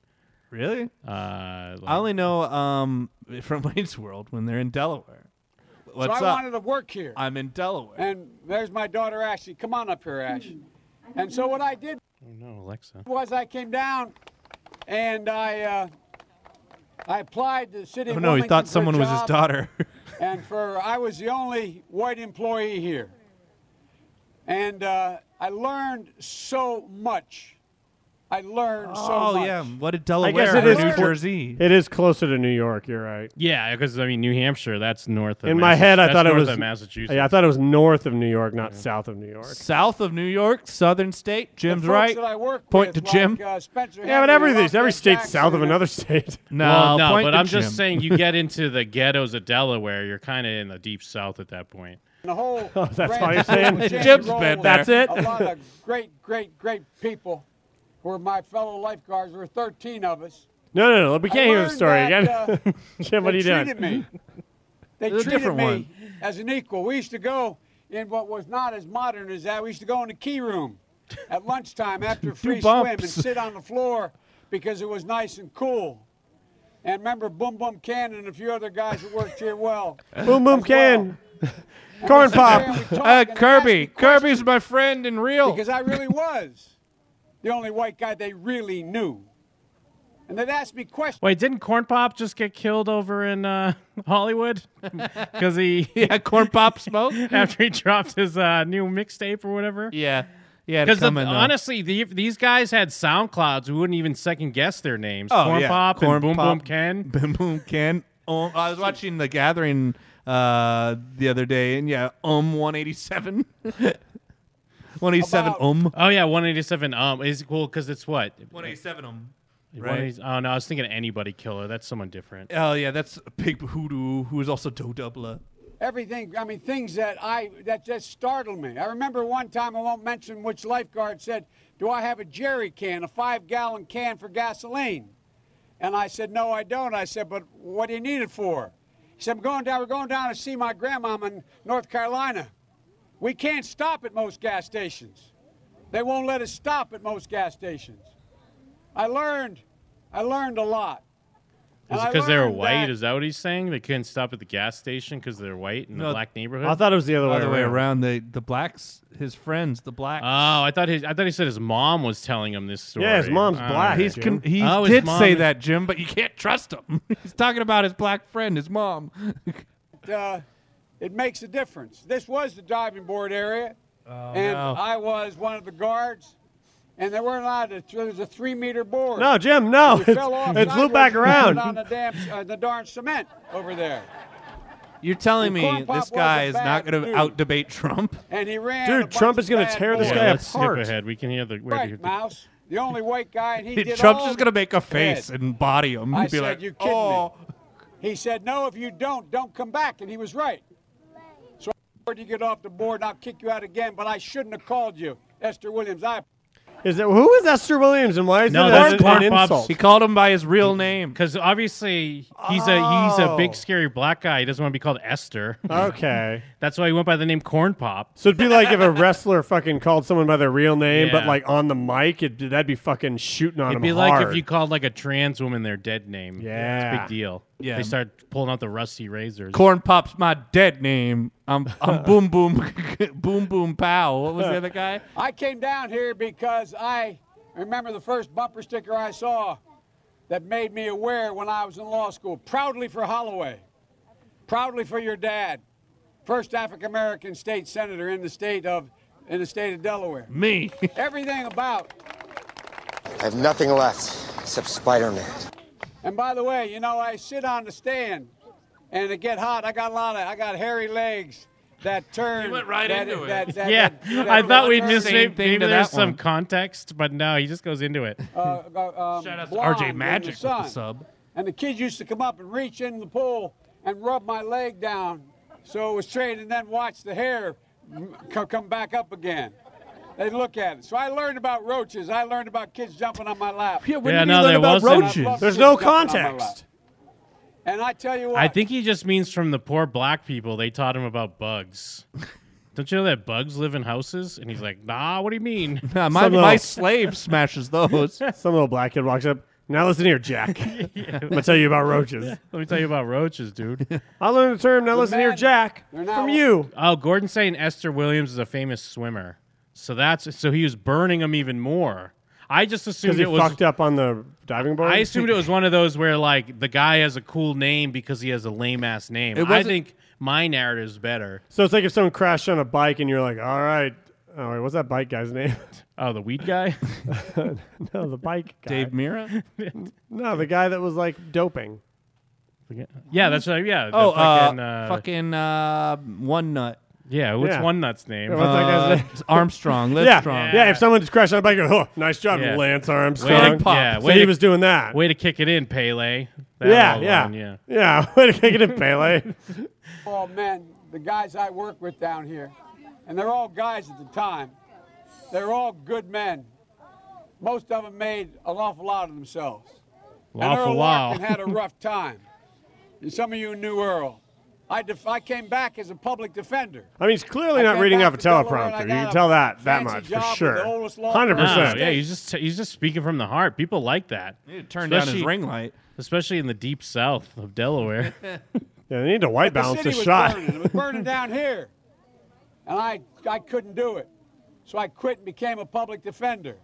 really? uh. I only know um, from Wayne's World when they're in Delaware. What's so I up? wanted to work here. I'm in Delaware. And there's my daughter Ashley. Come on up here, Ash. And so what I did Oh no, Alexa. was I came down and I uh, I applied to the city. Oh of no, he Wilmington thought for a someone was his job, daughter. and for I was the only white employee here, and uh, I learned so much. I learned oh so much. yeah, what did I Delaware? guess it or is New clo- Jersey. It is closer to New York. You're right. Yeah, because I mean, New Hampshire. That's north. of In my Massa- head, I that's thought it north was of Massachusetts. Yeah, I thought it was north of New York, not south of New York. South of New York, southern state. Jim's folks right. that I work Point with, to Jim. like, uh, Spencer Yeah, but Henry, everything's every Lafayette state's south Jackson, of and- another state. No, well, no, point but to I'm just Jim. saying, you get into the ghettos of Delaware, you're kind of in the deep south at that point. And the whole Oh, that's grand all you're total saying? change Jim's role been with there. That's it? A lot of great, great, great people who were my fellow lifeguards. There were 13 of us. No, no, no. We I can't hear the learned story that, uh, again. Jim, what are they you treated doing? me. They There's a treated different me one. as an equal. We used to go in what was not as modern as that. We used to go in the key room at lunchtime after free swim and bumps. sit on the floor because it was nice and cool. And remember Boom Boom Cannon and a few other guys that worked here well. Boom, boom, can. Corn pop. Uh, Kirby. Kirby's my friend and real. Because I really was the only white guy they really knew. And they'd ask me questions. Wait, didn't Corn Pop just get killed over in uh, Hollywood? Because he yeah, corn pop smoke after he dropped his uh, new mixtape or whatever. Yeah, yeah. Because come in, uh, honestly, the, these guys had SoundClouds. We wouldn't even second guess their names. Oh, Corn yeah. Pop Corn and Boom Pop. Boom Ken. Boom boom Ken. Um, I was watching The Gathering uh, the other day, and yeah, um, one eighty seven. One eighty seven um. Oh yeah, one eighty seven. Um, is cool because it's what One eighty seven um. One Right. eighty- Oh no, I was thinking anybody killer. That's someone different. Oh yeah, that's Big Hoodoo, who is also Doe Doubler. Everything, I mean, things that I, that just startled me. I remember one time, I won't mention which lifeguard said, Do I have a jerry can, a five gallon can for gasoline? And I said, No, I don't. I said, But what do you need it for? He said, I'm going down, we're going down to see my grandma in North Carolina. We can't stop at most gas stations. They won't let us stop at most gas stations. I learned, I learned a lot. Is And it I because they were learned that- white? Is that what he's saying? They couldn't stop at the gas station because they're white in the No, black neighborhood. I thought it was the other way way around. Uh, around. The the blacks, his friends, the blacks. Oh, I thought his, I thought he said his mom was telling him this story. Yeah, his mom's All black, right. He's con- he Oh, his did mom say is- that, Jim, but you can't trust him. He's talking about his black friend, his mom. uh, it makes a difference. This was the diving board area, and Oh, no. I was one of the guards, and they weren't allowed to. It was a three-meter board. No, Jim, no. If you fell off, It's loop back sideways, you landed around. On the damn, uh, the darn cement over there, You're telling The me corn pop this guy was is a not bad going to dude. out debate Trump? and he ran. a Dude, bunch Trump of is going to bad tear this boys. guy let's skip apart. ahead. We can hear the. Where Right, Mouse, the only white guy, and he did Trump's all just going to make a face Ed. and body him. I He'd be said, like, "You kidding oh, me?" He said, "No, if you don't, don't come back." And he was right. So I ordered you get off the board, and I'll kick you out again. But I shouldn't have called you, Esther Williams. I Is that who is Esther Williams and why is No, that that's an, Corn an Pops. insult? He "Oh." called him by his real name because obviously he's a he's a Oh. big scary black guy. He doesn't want to be called Esther. Okay. that's why he went by the name Corn Pop. So it'd be like if a wrestler fucking called someone by their real name, but Yeah. like on the mic, it, that'd be fucking shooting on It'd him be hard. like if you called like a trans woman their dead name. it's a Yeah. big deal. Yeah. they start pulling out the rusty razors. Corn Pop's my dead name. I'm, I'm Boom Boom, Boom Boom Pow. What was the other guy? I came down here because I remember the first bumper sticker I saw that made me aware when I was in law school. Proudly for Holloway, proudly for your dad, first African American state senator in the state of in the state of Delaware. Me. Everything about. I have nothing left except Spider-Man. And by the way, you know I sit on the stand, and it get hot. I got a lot of I got hairy legs that turn. went right that, into it. that- that- yeah, that- that- I thought we'd turn. miss Same it. thing Maybe to there's that some one. context, but no, he just goes into it. uh, uh, um, blonde RJ in the Magic with the sun. sub. And the kids used to come up and reach in the pool and rub my leg down so it was straight and then watch the hair m- co- come back up again. They'd look at it. So I learned about roaches. I learned about kids jumping on my lap. when Yeah, did you no, learn there about wasn't- roaches? I love There's kids no jumping on my lap. context. And I tell you what, I think he just means from the poor black people. They taught him about bugs. Don't you know that bugs live in houses? And he's like, Nah, what do you mean? Nah, my, my slave smashes those. Some little black kid walks up. Now listen here, Jack. I'm gonna tell you about roaches. Let me tell you about roaches, dude. I learned the term. Now listen here, Jack. From you. Oh, Gordon saying Esther Williams is a famous swimmer. So that's so he was burning him even more. I just Because assumed he it was fucked up on the diving board. I assumed it was one of those where like the guy has a cool name because he has a lame ass name. It I wasn't- think my narrative is better. So it's like if someone crashed on a bike and you're like, all right, oh, wait, what's that bike guy's name? Oh, the weed guy? no, the bike guy. Dave Mira? no, the guy that was like doping. Yeah, that's right. Yeah. the Oh, fucking, uh, uh, fucking uh, One Nut. Yeah, what's One Nut's name? Yeah, what's that guy's Uh, name? it's Armstrong, yeah. Livestrong. Yeah. if someone just crashed on a bike, you go, oh, nice job, Yeah. Lance Way Armstrong. to- yeah, so way he to- was doing that. Way to kick it in, Pele. That yeah, whole yeah, line, yeah. yeah. Way to kick it in, Pele. all men, the guys I work with down here, and they're all guys at the time. They're all good men. Most of them made an awful lot of themselves. and Lawful Earl law. Larkin had a rough time. And some of you knew Earl. I, def- I came back as a public defender. I mean, he's clearly I not came reading back off a to Delaware and I teleprompter. You got can a tell that that fancy much job for with sure. the oldest law Hundred percent. No, Oh, yeah, he's just he's just speaking from the heart. People like that. It turned down his ring light, especially in the deep south of Delaware. yeah, they need to white But the city was Burning. It was burning down here. And I, I couldn't do it. So I quit and became a public defender.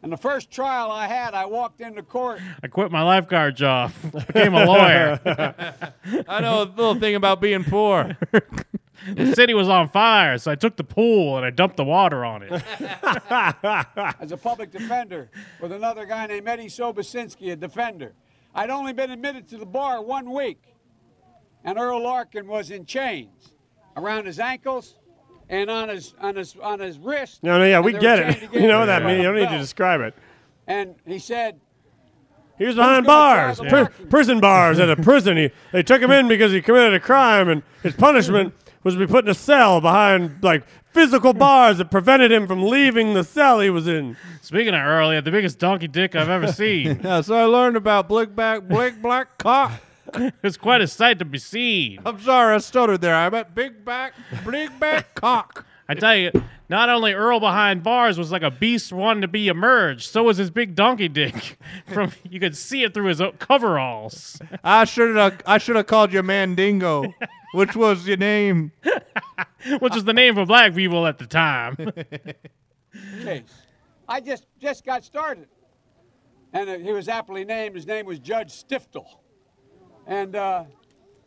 And the first trial I had, I walked into court. I quit my lifeguard job, became a lawyer. I know a little thing about being poor. the city was on fire, so I took the pool and I dumped the water on it. as a public defender with another guy named Eddie Sobosinski, a defender. I'd only been admitted to the bar one week, and Earl Larkin was in chains around his ankles and on his on his on his wrist. No, no, yeah, and we they were get chained it. together You know what that by means. the You don't need to belt. describe it. And he said, He was Who's behind gonna try bars, the pri- locking? prison bars at a prison. He, they took him in because he committed a crime, and his punishment was to be put in a cell behind like physical bars that prevented him from leaving the cell he was in. Speaking of early, the biggest donkey dick I've ever seen. yeah, so I learned about blick back, blick black cock. it's quite a sight to be seen. I'm sorry, I stuttered there. I meant big back, big back cock. I tell you, not only Earl behind bars was like a beast wanting to be emerged, so was his big donkey dick. From you could see it through his o- coveralls. I should have I should have called you Mandingo, which was your name. which was the name for black people at the time. case. I just just got started, and uh, he was aptly named. His name was Judge Stiftel, and uh,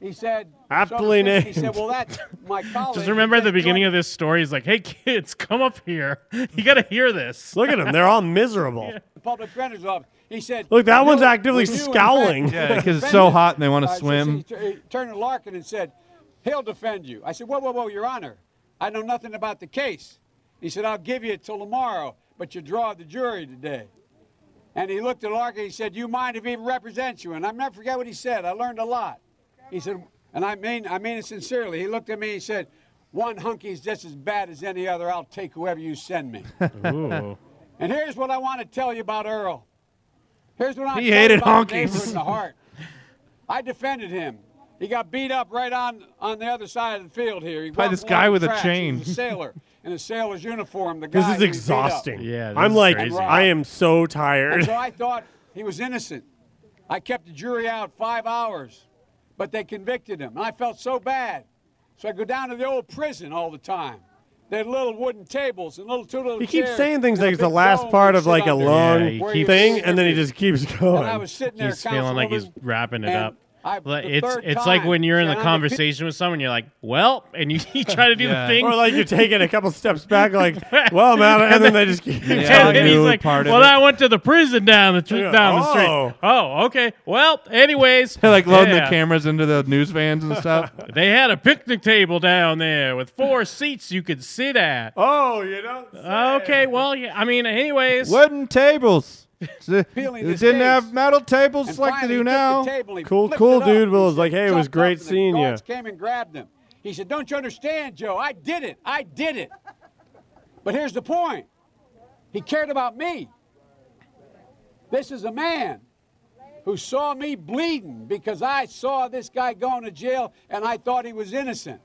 he said Aptly so- He named. said, "Well, that's my colleague." Just remember at the beginning of this story, he's like, "Hey kids, come up here. You got to hear this." Look at them; they're all miserable. the public defender's office. He said, Look, that one's "You- actively you in fact scowling." Yeah, 'cause it's so hot and they wanna uh, so- so swim. he tur- he turned to Larkin and said, "He'll defend you." I said, "Whoa, whoa, whoa, Your Honor, I know nothing about the case." He said, "I'll give you it till tomorrow, but you draw the jury today." And he looked at Larkin. He said, "You mind if he represents you?" And I'm not forget what he said. I learned a lot. He said, and I mean, I mean it sincerely. He looked at me. He said, "One hunky's just as bad as any other. I'll take whoever you send me." Ooh. And here's what I want to tell you about Earl. Here's what I He hated about honkies. The neighbor in the heart. I defended him. He got beat up right on on the other side of the field here. He By walked this along guy the with a tracks. chain. He was a sailor in a sailor's uniform. The This guy who is he beat up. exhausting. Yeah, this I'm is like, crazy. I am so And tired. so I thought he was innocent. I kept the jury out five hours, but they convicted him. And I felt so bad. So I go down to the old prison all the time. They had little wooden tables and little two little He keeps chairs saying things and a like it's the big last dome part you of sit like a under. long Yeah, he thing, keeps- and then he just keeps going. And I was sitting there, He's feeling like he's Councilwoman, wrapping it and up. I- Well, the it's third it's like time, when you're in and the I'm the conversation with someone, you're like, "Well," and you, you try to do Yeah. the thing, or like you're taking a couple steps back, like, well, man, and then they just keep Yeah. and, Talking he's to like, part of "Well, it. I went to the prison down the tr- Yeah. down the Oh. street." Oh, okay. Well, anyways, They're like loading Yeah. the cameras into the news vans and stuff. They had a picnic table down there with four seats you could sit at. Oh, you know. Okay, well, yeah, I mean, anyways, Wooden tables. It Feeling didn't his have face. metal tables And like they finally do he took the now. table and he Cool, flipped cool it up. dude was like, hey, it Jumped was up great and the seeing you. guards came and grabbed him. He said, "Don't you understand, Joe? I did it. I did it." But here's the point: he cared about me. This is a man who saw me bleeding because I saw this guy going to jail and I thought he was innocent.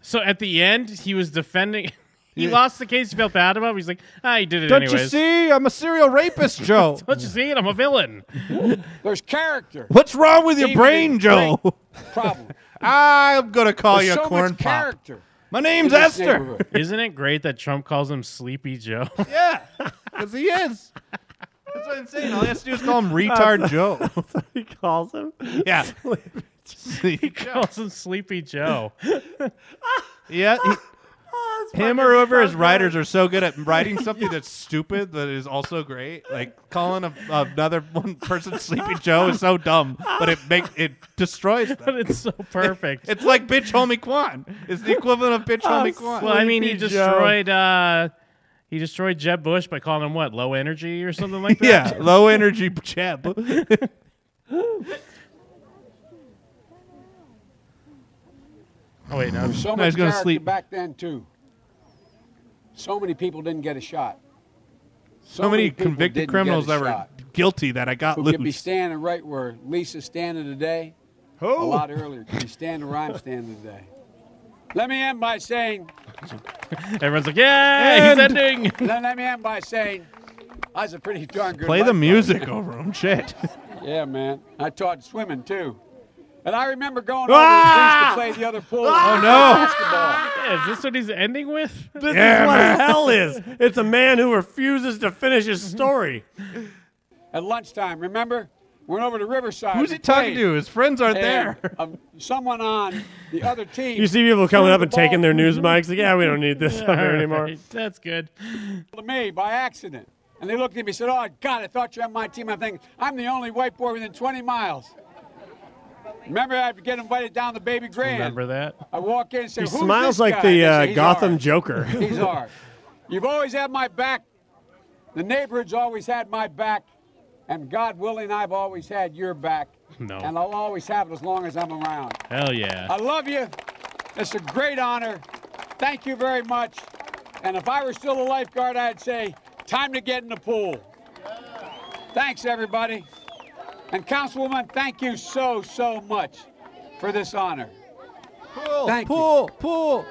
so at the end, he was defending. He lost the case. He felt bad about. it. He's like, "Ah, he did it Don't anyways." you see? I'm a serial rapist, Joe. Don't you see it? I'm a villain. There's character. What's wrong with your Even in brain, great Joe? Problem. I'm gonna Oh, call There's you so a corn much pop. character. My name's in this Esther. neighborhood. Isn't it great that Trump calls him Sleepy Joe? Yeah, because he is. That's what I'm saying. All he has to do is call him retard Joe. he calls him. Yeah. he calls him Sleepy Joe. Yeah. he- him or whoever his writers are so good at writing something that's stupid that is also great. Like calling a, another one person Sleepy Joe is so dumb, but it makes it destroys But them. it's so perfect. It's like bitch homie Quan. It's the equivalent of bitch homie Quan. well, I mean, he Sleepy Joe. destroyed. uh He destroyed Jeb Bush by calling him what? Low energy or something like that. Yeah, low energy chap. Oh wait, no. So No, much he's gonna character sleep. back then too. So many people didn't get a shot. So many people convicted didn't criminals get a that were shot guilty that I got Who could be loose. standing right where Lisa's standing today? A Oh. Who? lot earlier. Could be standing where I'm standing today. Let me end by saying. Everyone's like, yeah, he's And- ending. Let let me end by saying. I was a pretty darn good. Play the lifeguard. music over them. Shit. Yeah, man. I taught swimming too. And I remember going Ah! over to the beach to play the other pool. Oh, no. Basketball. Yeah, is this what he's ending with? This Yeah, is what man. hell is. It's a man who refuses to finish his story. At lunchtime, remember? Went over to Riverside. Who's he We talking played. to? His friends aren't And, there. um, someone on the other team. You see people coming up and threw the taking their ball news mics. Like, yeah, we don't need this up here anymore. Alright, That's good. to me by accident. And they looked at me and said, Oh, God, I thought you were on my team. I'm thinking, I'm the only white boy within 20 miles. Remember, I get invited down the baby grand. Remember that? I walk in and say, He Who's smiles this like guy?" the They say, uh, "He's Gotham ours." Joker. He's ours. You've always had my back. The neighborhood's always had my back. And God willing, I've always had your back. No. And I'll always have it as long as I'm around. Hell yeah. I love you. It's a great honor. Thank you very much. And if I were still a lifeguard, I'd say, time to get in the pool. Thanks, everybody. And Councilwoman, thank you so, so much for this honor. Pool, Thank pool, pool.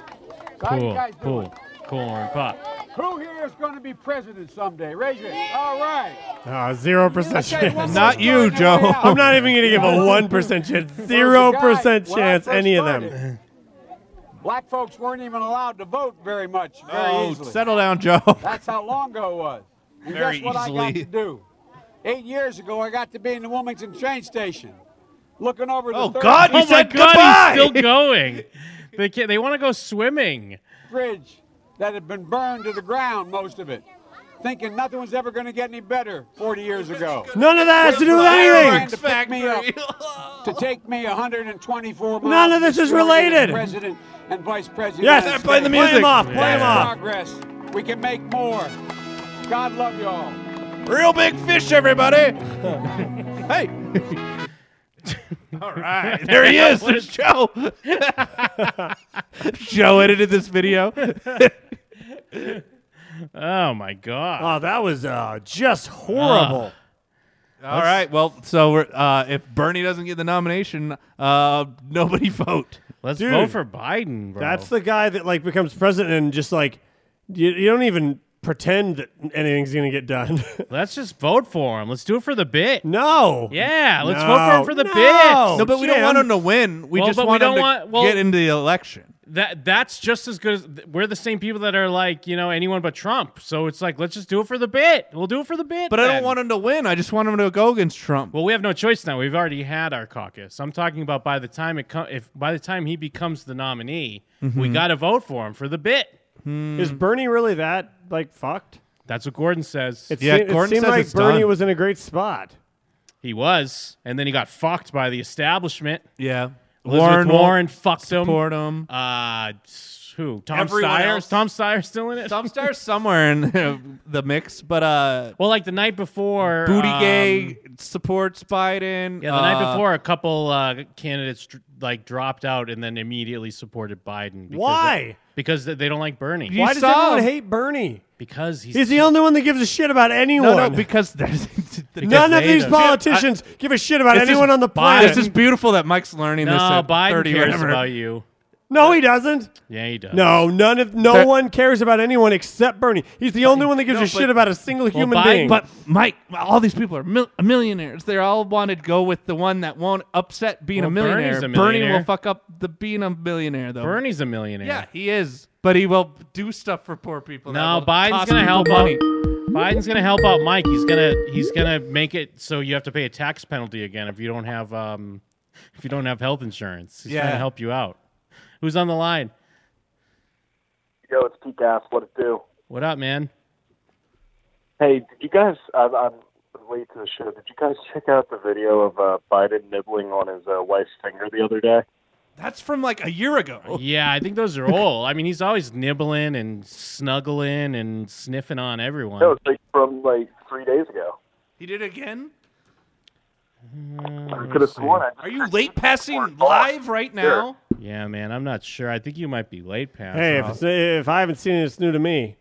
How you guys doing? pool, corn pop. Who here is going to be president someday? Raise your hand. All right. Ah, zero percent Okay, chance. one more Not you, story, Joe. nobody else. I'm not even gonna give a one percent chance. Zero percent Well, the guy- chance. when I Any of first them. Black folks weren't even allowed to vote very much, very Oh, easily. settle down, Joe. That's how long ago it was. And Very guess what I got easily. to do? Eight years ago, I got to be in the Wilmington train station, looking over the. Oh, third- God, you oh my said God, he's goodbye. still going. They can They want to go swimming. bridge that had been burned to the ground, most of it, thinking nothing was ever going to get any better 40 years ago. None of that has to do with Trying anything. to pick me up to take me 124 miles. None of this is destroying related. the President and Vice President. Yes, of United play the States. music. Play 'em off, play That's 'em off. Progress. We can make more. God love y'all. Real big fish, everybody. hey. All right. There he is. There's Joe. Joe edited this video. Oh my God. Oh, that was uh, just horrible. All right. Well, so we're, uh, if Bernie doesn't get the nomination, uh, nobody vote. Let's Dude. vote for Biden, bro. That's the guy that like becomes president and just like you, you don't even pretend that anything's gonna get done. Let's just vote for him. Let's do it for the bit. No. Yeah, let's No. vote for him for the No. bit. No, but we don't want him to win. We Oh, Well, just but we want him don't to want- well- get into the election. That that's just as good as th- we're the same people that are like you know anyone but Trump. So it's like let's just do it for the bit. We'll do it for the bit. But I don't then. want him to win. I just want him to go against Trump. Well, we have no choice now. We've already had our caucus. I'm talking about by the time it com- if by the time he becomes the nominee, we Mhm. got to vote for him for the bit. Hmm. Is Bernie really that like fucked? That's what Gordon says. It, se- it seemed like Bernie was in a great spot. He was, and then he got fucked by the establishment. Yeah, Elizabeth Warren Warren won't Warren fucked him. support him. Uh, s- who? Tom Everyone Steyer. else. Tom Steyer still in it. Tom Steyer's somewhere in the, the mix, but uh, well, like the night before, Booty um, Gay supports Biden. Yeah, the night Uh, before, a couple uh, candidates dr- like dropped out and then immediately supported Biden. Because Why? because they don't like Bernie. Why does saw everyone him. hate Bernie? Because he's, He's, the only one that gives a shit about anyone. No, no, because there's None of these politicians give a shit about anyone on the planet. This is beautiful that Mike's learning this. No, at Biden 30 cares whatever. about you. no, he doesn't. Yeah, he does. No, none of no There- one cares about anyone except Bernie. He's the only one that gives No, a but- shit about a single Well, human Biden- being. But Mike, all these people are mil- millionaires. They all want to go with the one that won't upset being a, Well, Bernie's millionaire. a Bernie millionaire. will fuck up the being a millionaire though. Bernie's a millionaire. yeah, he is, but he will do stuff for poor people. that No, will Biden's cost gonna people help money. out. Biden's gonna help out Mike. He's gonna he's gonna make it so you have to pay a tax penalty again if you don't have um if you don't have health insurance. He's trying Yeah. to help you out. Who's on the line? Yo, it's Pete Gas. What it do? What up, man? Hey, did you guys? I'm, I'm late to the show. Did you guys check out the video of uh, Biden nibbling on his uh, wife's finger the other day? That's from like a year ago. Yeah, I think those are old. I mean, he's always nibbling and snuggling and sniffing on everyone. No, it's like from like three days ago. He did it again. I could have sworn. I Are you late passing live right now? Yeah, man, I'm not sure. I think you might be late, pal. hey, if, it's, if I haven't seen it, it's new to me,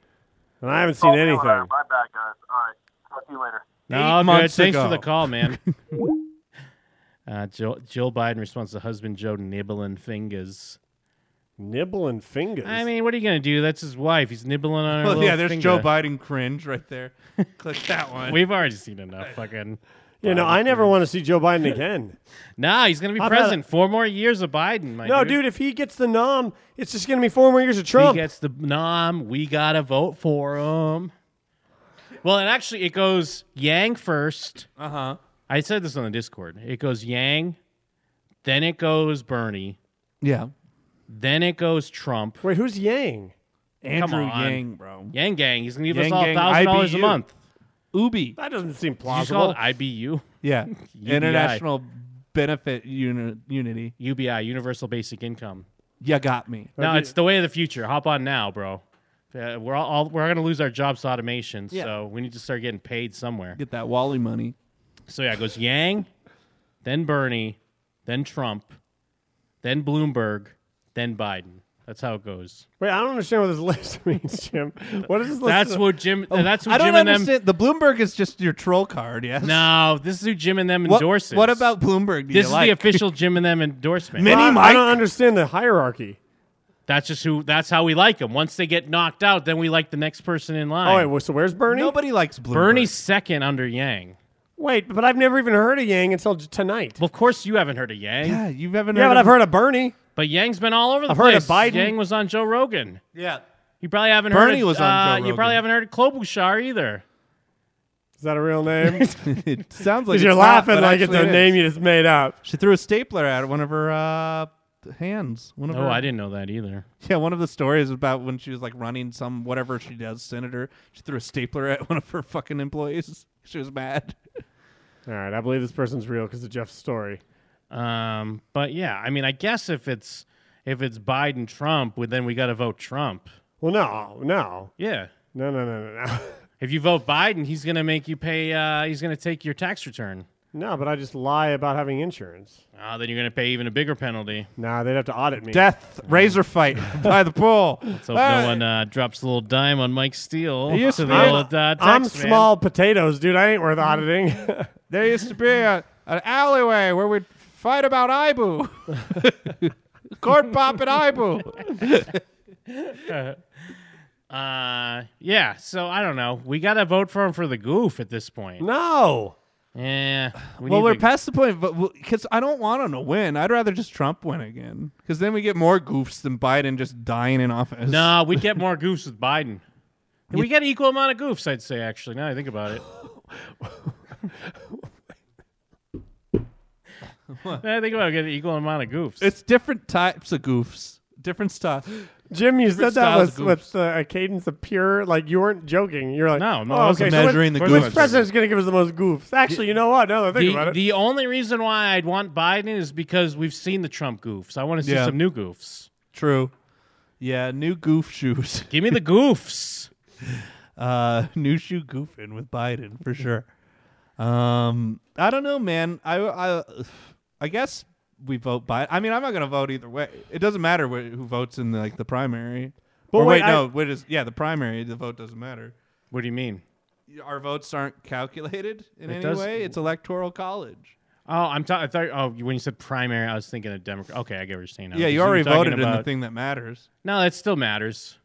and I haven't Oh, seen anything. My bad, guys. All right, talk to you later. No, Eight good. months Thanks ago. for the call, man. uh, Jill, Jill Biden responds to husband Joe nibbling fingers. Nibbling fingers. I mean, what are you gonna do? That's his wife. He's nibbling on her. Well, little Oh, yeah, there's finger. Joe Biden cringe right there. Click that one. We've already seen enough. Fucking. you know, I never want to see Joe Biden again. Nah, he's gonna be I've had president. Four more years of Biden, my no, dude. dude, if he gets the nom, it's just going to be four more years of Trump. He gets the nom. We gotta vote for him. Well, it actually it goes Yang first. Uh Uh-huh. huh. I said this on the Discord. It goes Yang, then it goes Bernie, Yeah. then it goes Trump. Wait, who's Yang? Andrew Come on. Yang, bro. Yang Gang. He's gonna give Yang us all Gang, thousand dollars a IBU. month. Ubi. That doesn't seem Did you call plausible. it IBU? Yeah. UBI. International Benefit Uni- Unity. UBI, Universal Basic Income. You got me. No, it's the way of the future. Hop on now, bro. Uh, we're all, all we're gonna lose our jobs to automation, Yeah. so we need to start getting paid somewhere. Get that Wally money. So yeah, it goes Yang, then Bernie, then Trump, then Bloomberg, then Biden. That's how it goes. Wait, I don't understand what this list means, Jim. What is this list? That's what Jim- that's what Oh, I don't Jim and them- understand. The Bloomberg is just your troll card. Yes. No, this is who Jim and them What- endorses. what about Bloomberg do This you is like? the official Jim and them endorsement. Well, I- I don't understand the hierarchy. That's just who. That's how we like them. Once they get knocked out, then we like the next person in line. Oh, wait, well, so where's Bernie? Nobody likes Bernie's second under Yang. Wait, but I've never even heard of Yang until j- tonight. Well, of course you haven't heard of Yang. Yeah, you haven't. Yeah, heard but of- I've heard of Bernie. But Yang's been all over the I've heard place. of Biden. Yang was on Joe Rogan. Yeah. You probably haven't heard. Bernie of, was on uh, Joe You probably Rogan. haven't heard of Klobuchar either. Is that a real name? it sounds like Because you're it's not, laughing but like it's actually a it name is. you just made up. She threw a stapler at one of her uh, hands. One of Oh, her- I didn't know that either. Yeah, one of the stories about when she was like running some whatever she does, senator. She threw a stapler at one of her fucking employees. She was mad. All right, I believe this person's real because of Jeff's story. Um, but yeah, I mean, I guess if it's if it's Biden Trump, well, then we got to vote Trump. Well, no, no. Yeah. No, no, no, no, no. If you vote Biden, he's gonna make you pay. Uh, he's gonna take your tax return. No, but I just lie about having insurance. Uh, then you're gonna pay even a bigger penalty. Nah, they'd have to audit me. Death razor fight by the pool. Let's hope no one uh, drops a little dime on Mike Steele. He used to to the be- Mm. old, uh, I'm tax man. small potatoes, dude. I ain't worth auditing. There used to be a, an alleyway where we'd fight about Ibu. Court pop and Ibu. Uh, yeah. So I don't know. We gotta vote for him for the goof at this point. No. Yeah. We well, need we're the- past the point, but because I don't want him to win, I'd rather just Trump win again. Because then we get more goofs than Biden just dying in office. No, we'd get more goofs with Biden. We get equal amount of goofs, I'd say. Actually, now that I think about it. now I think about it, we get an equal amount of goofs. it's different types of goofs, different stuff. Jim, you Different said that styles with, of with uh, a cadence of pure, like you weren't joking. You're like, No, no, oh, I wasn't okay, so measuring the which, goofs. Which president's going to give us the most goofs? Actually, you know what? Now that I think the, about it, the only reason why I'd want Biden is because we've seen the Trump goofs. I want to see Yeah. some new goofs. True. Yeah, new goof shoes. Give me the goofs. uh, new shoe goofing with Biden for sure. Um, I don't know, man. I, I, I guess we vote Biden. I mean, I'm not gonna vote either way. It doesn't matter wh- who votes in like the primary. But or wait, wait, I- no, wait is yeah the primary. The vote doesn't matter. What do you mean? Our votes aren't calculated in It any does- way. It's electoral college. Oh, I'm talking. I thought. Oh, when you said primary, I was thinking of Democrat. Okay, I get what you're saying. Now. yeah, Because you were already talking voted in the about- thing that matters. No, that still matters.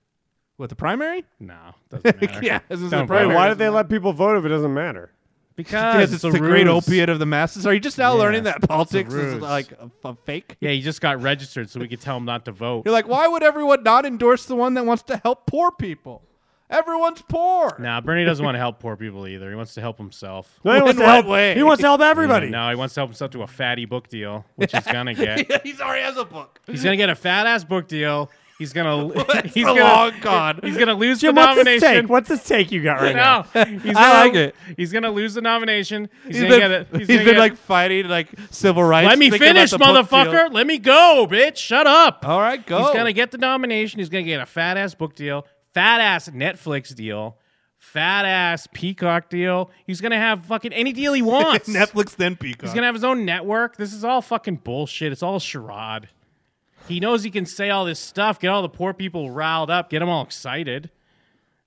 What the primary? No, doesn't matter. Yeah, this is the Don't primary. vote. Wait, why did they let people vote if it doesn't matter? Because, because it's a the great ruse. opiate of the masses. Are you just now Yeah, learning it's that a politics is ruse. like a, a fake? Yeah, he just got registered, so we could tell him not to vote. You're like, why would everyone not endorse the one that wants to help poor people? Everyone's poor. Nah, Bernie doesn't want to help poor people either. He wants to help himself. No, he wants In to what help. way? He wants to help everybody. No, he wants to help himself to a fatty book deal, which he's gonna get. He's already has a book. He's gonna get a fat ass book deal. He's gonna. he's the gonna. long con. He's gonna lose Jim, the what's nomination. this take? What's this take you got right now? no, he's gonna, I like it. He's gonna lose the nomination. He's, he's gonna been, get it. He's he's gonna been get- like fighting like civil rights. Let me thinking about finish, the book deal. Oh. motherfucker. Let me go, bitch. Shut up. All right, go. He's gonna get the nomination. He's gonna get a fat ass book deal, fat ass Netflix deal, fat ass Peacock deal. He's gonna have fucking any deal he wants. Netflix then Peacock. He's gonna have his own network. This is all fucking bullshit. It's all charade. He knows he can say all this stuff, get all the poor people riled up, get them all excited.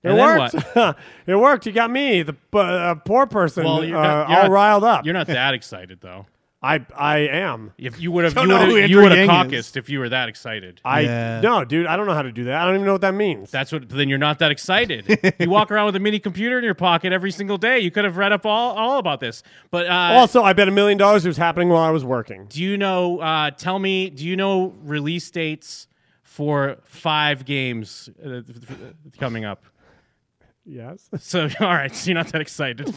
It And then worked. what? it worked. You got me, the uh, uh, poor person, Well, you're not- uh, you're all not- riled up. You're not that excited though. I I am. If you would have, Don't you know who would have, Andrew you would have Yang is. caucused if you were that excited. I Yeah. no, dude. I don't know how to do that. I don't even know what that means. That's what. Then you're not that excited. you walk around with a mini computer in your pocket every single day. You could have read up all, all about this. But uh, also, I bet a million dollars it was happening while I was working. do you know? Uh, tell me. Do you know release dates for five games uh, f- f- coming up? Yes. So all right, so you're not that excited.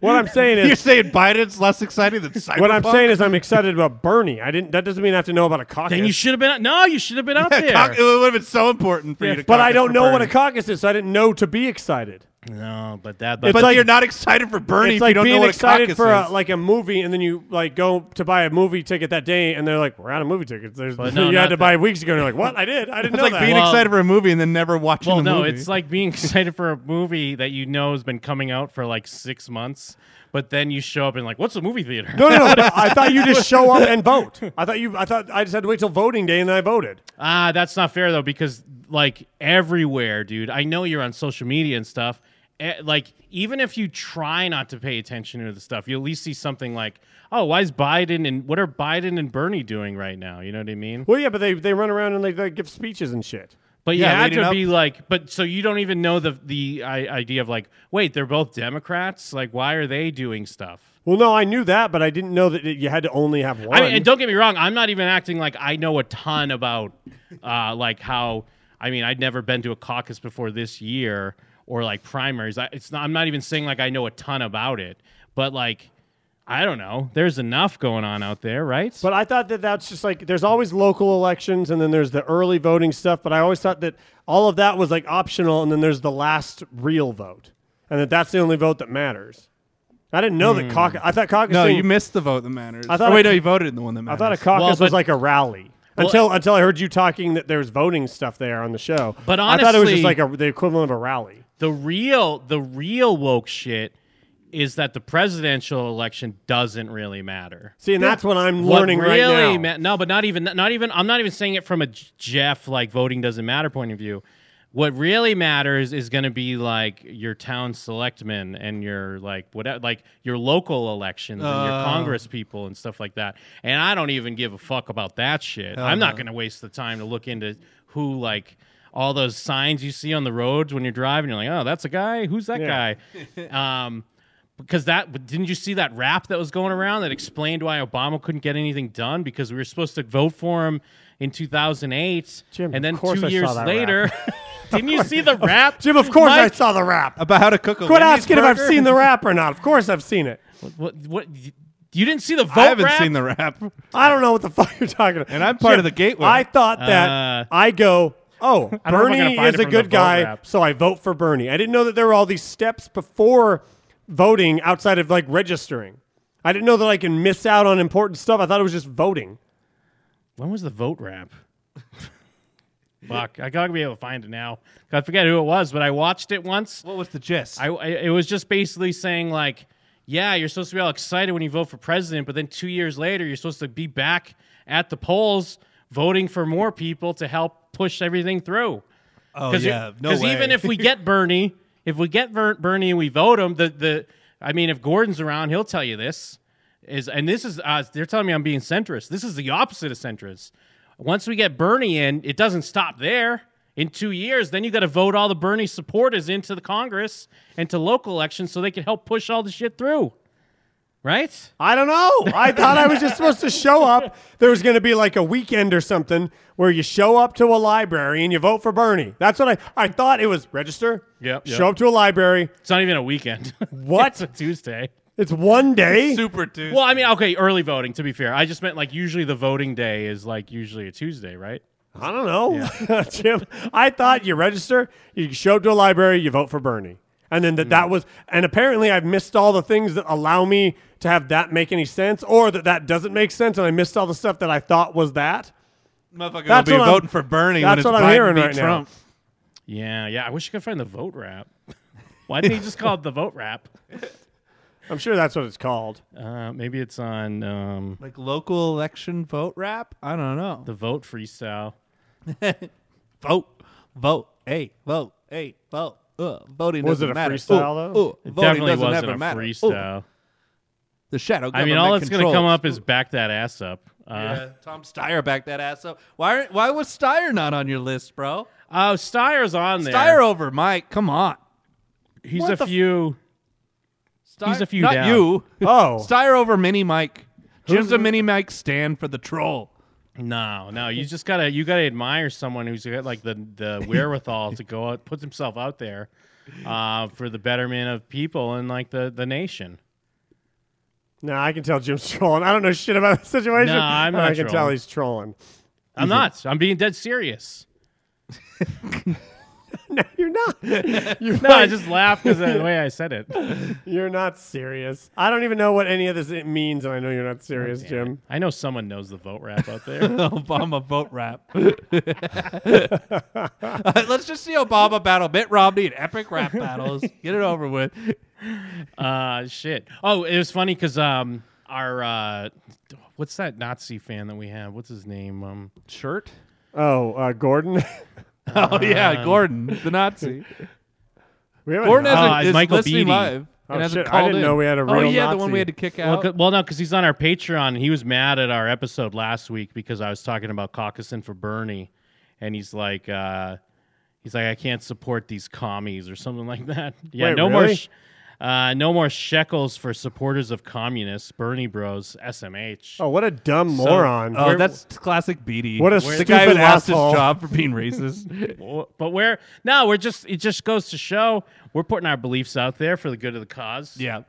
What I'm saying You're is, saying Biden's less exciting than Cyberpunk? what I'm saying is, I'm excited about Bernie. I didn't. That doesn't mean I have to know about a caucus. then you should have been. No, you should have been out Yeah, there. cock- it would have been so important for you to. but I caucus don't for know what a Bernie. caucus is. So I didn't know to be excited. No, but that. It's like- you're not excited for Bernie It's if like you don't know being what a excited caucus for is. A, like a movie, and then you like go to buy a movie ticket that day, and they're like, "We're out of movie tickets." There's, But no, you not had to buy that. weeks ago. And you're like, "What? I did. I didn't it's know like that." being excited for a movie and then never watching Well, the no, movie. it's like being excited for a movie that you know has been coming out for like six months, but then you show up and like, what's a movie theater? No, no, no. but I thought you just show up and vote. I thought you. I thought I just had to wait till voting day, and then I voted. Ah, that's not fair though, because like everywhere, dude. I know you're on social media and stuff. eh, Like, even if you try not to pay attention to the stuff, you at least see something like, "Oh, why is Biden and what are Biden and Bernie doing right now?" You know what I mean? Well, yeah, but they they run around and they, they give speeches and shit. But you had to be like, but so you don't even know the the I, idea of like, wait, they're both Democrats. Like, why are they doing stuff? Well, no, I knew that, but I didn't know that it- you had to only have one. I mean, and don't get me wrong, I'm not even acting like I know a ton about uh, like how. I mean, I'd never been to a caucus before this year or like primaries. I, it's not. I'm not even saying like I know a ton about it, but like I don't know. There's enough going on out there, right? But I thought that that's just like there's always local elections and then there's the early voting stuff. But I always thought that all of that was like optional, and then there's the last real vote, and that that's the only vote that matters. I didn't know that Hmm. caucus. I thought caucus. No, you missed the vote that matters. I thought Oh, wait, a- no, you voted in the one that matters. I thought a caucus Well, was but- like a rally. Well- until until I heard you talking that there was voting stuff there on the show. But I thought it was just honestly- like a, the equivalent of a rally. The real the real woke shit is that the presidential election doesn't really matter. See, and that's what I'm What learning right really now. ma- no, but not even not even I'm not even saying it from a J- Jeff like voting doesn't matter point of view. What really matters is going to be like your town selectmen and your like whatever like your local elections and your Oh. Congress people and stuff like that. And I don't even give a fuck about that shit. Hell I'm Oh. not no. going to waste the time to look into who like all those signs you see on the roads when you're driving. You're like, oh, that's a guy. Who's that Yeah. guy? um, because that but didn't you see that rap that was going around that explained why Obama couldn't get anything done because we were supposed to vote for him in 2008, and then course I two saw years that later. Didn't you see the rap? Jim, of course I Mike? saw the rap about how to cook a Quit Wendy's asking if I've burger? seen the rap or not. Of course I've seen it. What? What? You didn't see the vote? I haven't rap? seen the rap. I don't know what the fuck you're talking about. And I'm part of the gateway. I thought that Uh, I go, oh, I don't know if I'm Bernie gonna is find it a from the good vote guy, rap. so I vote for Bernie. I didn't know that there were all these steps before voting outside of like registering. I didn't know that I can miss out on important stuff. I thought it was just voting. When was the vote rap? Fuck, I gotta be able to find it now. I forget who it was, but I watched it once. What was the gist? I, I- it was just basically saying like, yeah, you're supposed to be all excited when you vote for president, but then two years later, you're supposed to be back at the polls voting for more people to help push everything through. Oh, you- yeah. No even way. if we get Bernie, if we get Ver- Bernie and we vote him, the the I mean, if Gordon's around, he'll tell you this is, and this is uh, they're telling me I'm being centrist. This is the opposite of centrist. Once we get Bernie in, it doesn't stop there. In two years, then you got to vote all the Bernie supporters into the Congress and to local elections so they can help push all the shit through. Right? I don't know. I thought I was just supposed to show up. There was going to be like a weekend or something where you show up to a library and you vote for Bernie. That's what I I thought it was register. Yep, yep. Show up to a library. It's not even a weekend. What? it's a Tuesday. It's one day. Super Tuesday. Well, I mean, okay, early voting. To be fair, I just meant like usually the voting day is like usually a Tuesday, right? I don't know, Jim. I thought you register, you show up to a library, you vote for Bernie, and then that that was. And apparently, I've missed all the things that allow me to have that make any sense, or that that doesn't make sense, and I missed all the stuff that I thought was that. Motherfucker That's will be what I'm- voting for Bernie when that's it's what I'm Biden hearing beat right now. Trump. Yeah, yeah. I wish you could find the vote wrap. Why didn't he just call it the vote wrap? I'm sure that's what it's called. Uh, maybe it's on um, like local election vote rap. I don't know. The vote freestyle. vote, vote, hey, vote, hey, vote. Uh, voting Was doesn't it a matter. freestyle, Ooh, though? ooh, It voting definitely doesn't wasn't ever a matter. Ooh. freestyle. The shadow. I mean, government all that's going to come controls. up is back that ass up. Uh, yeah, Tom Steyer backed that ass up. Why? aren't- Why was Steyer not on your list, bro? Oh, Steyer's on there. Steyer over Mike. Come on. He's What a the f- few. he's a few Not down. you. Oh. Steyer over Mini Mike. Jim's Who's- a Mini Mike stand for the troll. No, no. You just gotta you gotta admire someone who's got like the the wherewithal to go out, put himself out there uh, for the betterment of people and like the the nation. No, I can tell Jim's trolling. I don't know shit about the situation. No, I'm but I not can tell trolling. he's trolling. I'm not. I'm being dead serious. no, you're not. You're No, I just laughed 'cause of the way I said it. You're not serious. I don't even know what any of this it means, and I know you're not serious, Jim. Oh, I know someone knows the vote rap out there. Obama vote rap. Uh, let's just see Obama battle Mitt Romney in epic rap battles. Get it over with. uh, shit. Oh, it was funny because um, our uh, what's that Nazi fan that we have? What's his name? Um, shirt. Oh, uh, Gordon. Oh, yeah, Gordon, the Nazi. We haven't- Gordon Uh, has a, is Michael listening Beatty. live. Oh, and hasn't shit, I called didn't in. know we had a Oh real yeah, the one Nazi. we had to kick Well, out. 'cause- well, no, because he's on our Patreon. He was mad at our episode last week because I was talking about caucusing for Bernie, and he's like, uh, he's like, I can't support these commies or something like that. Yeah, Wait, no more, really? sh- uh, no more shekels for supporters of communists. Bernie Bros, SMH. Oh, what a dumb So- moron! Oh, that's classic Beatty. What a Where- the stupid guy who lost his asshole. job for being racist. Well, but we're no, we're just it just goes to show we're putting our beliefs out there for the good of the cause. Yeah,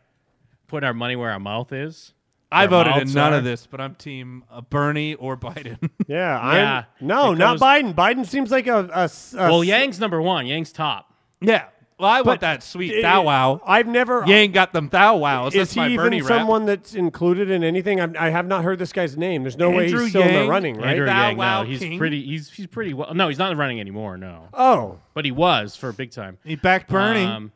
putting our money where our mouth is. I Our voted in mouths none are. of this, but I'm team uh, Bernie or Biden. Yeah, Yeah, I'm, no, it not goes- Biden. Biden seems like a, a s- a well, s- Yang's number one. Yang's top. Yeah. Well, I But want that sweet it- thou wow. I've never. Yang got them thou wows. Is That's he my even Bernie rap. someone that's included in anything? I'm, I have not heard this guy's name. There's no way Andrew he's still in Yang? the running, right? Andrew Bow Yang, Wow no, he's King? pretty. He's he's pretty well. No, he's not running anymore. No. Oh. but he was for a big time. He backed Bernie. Um,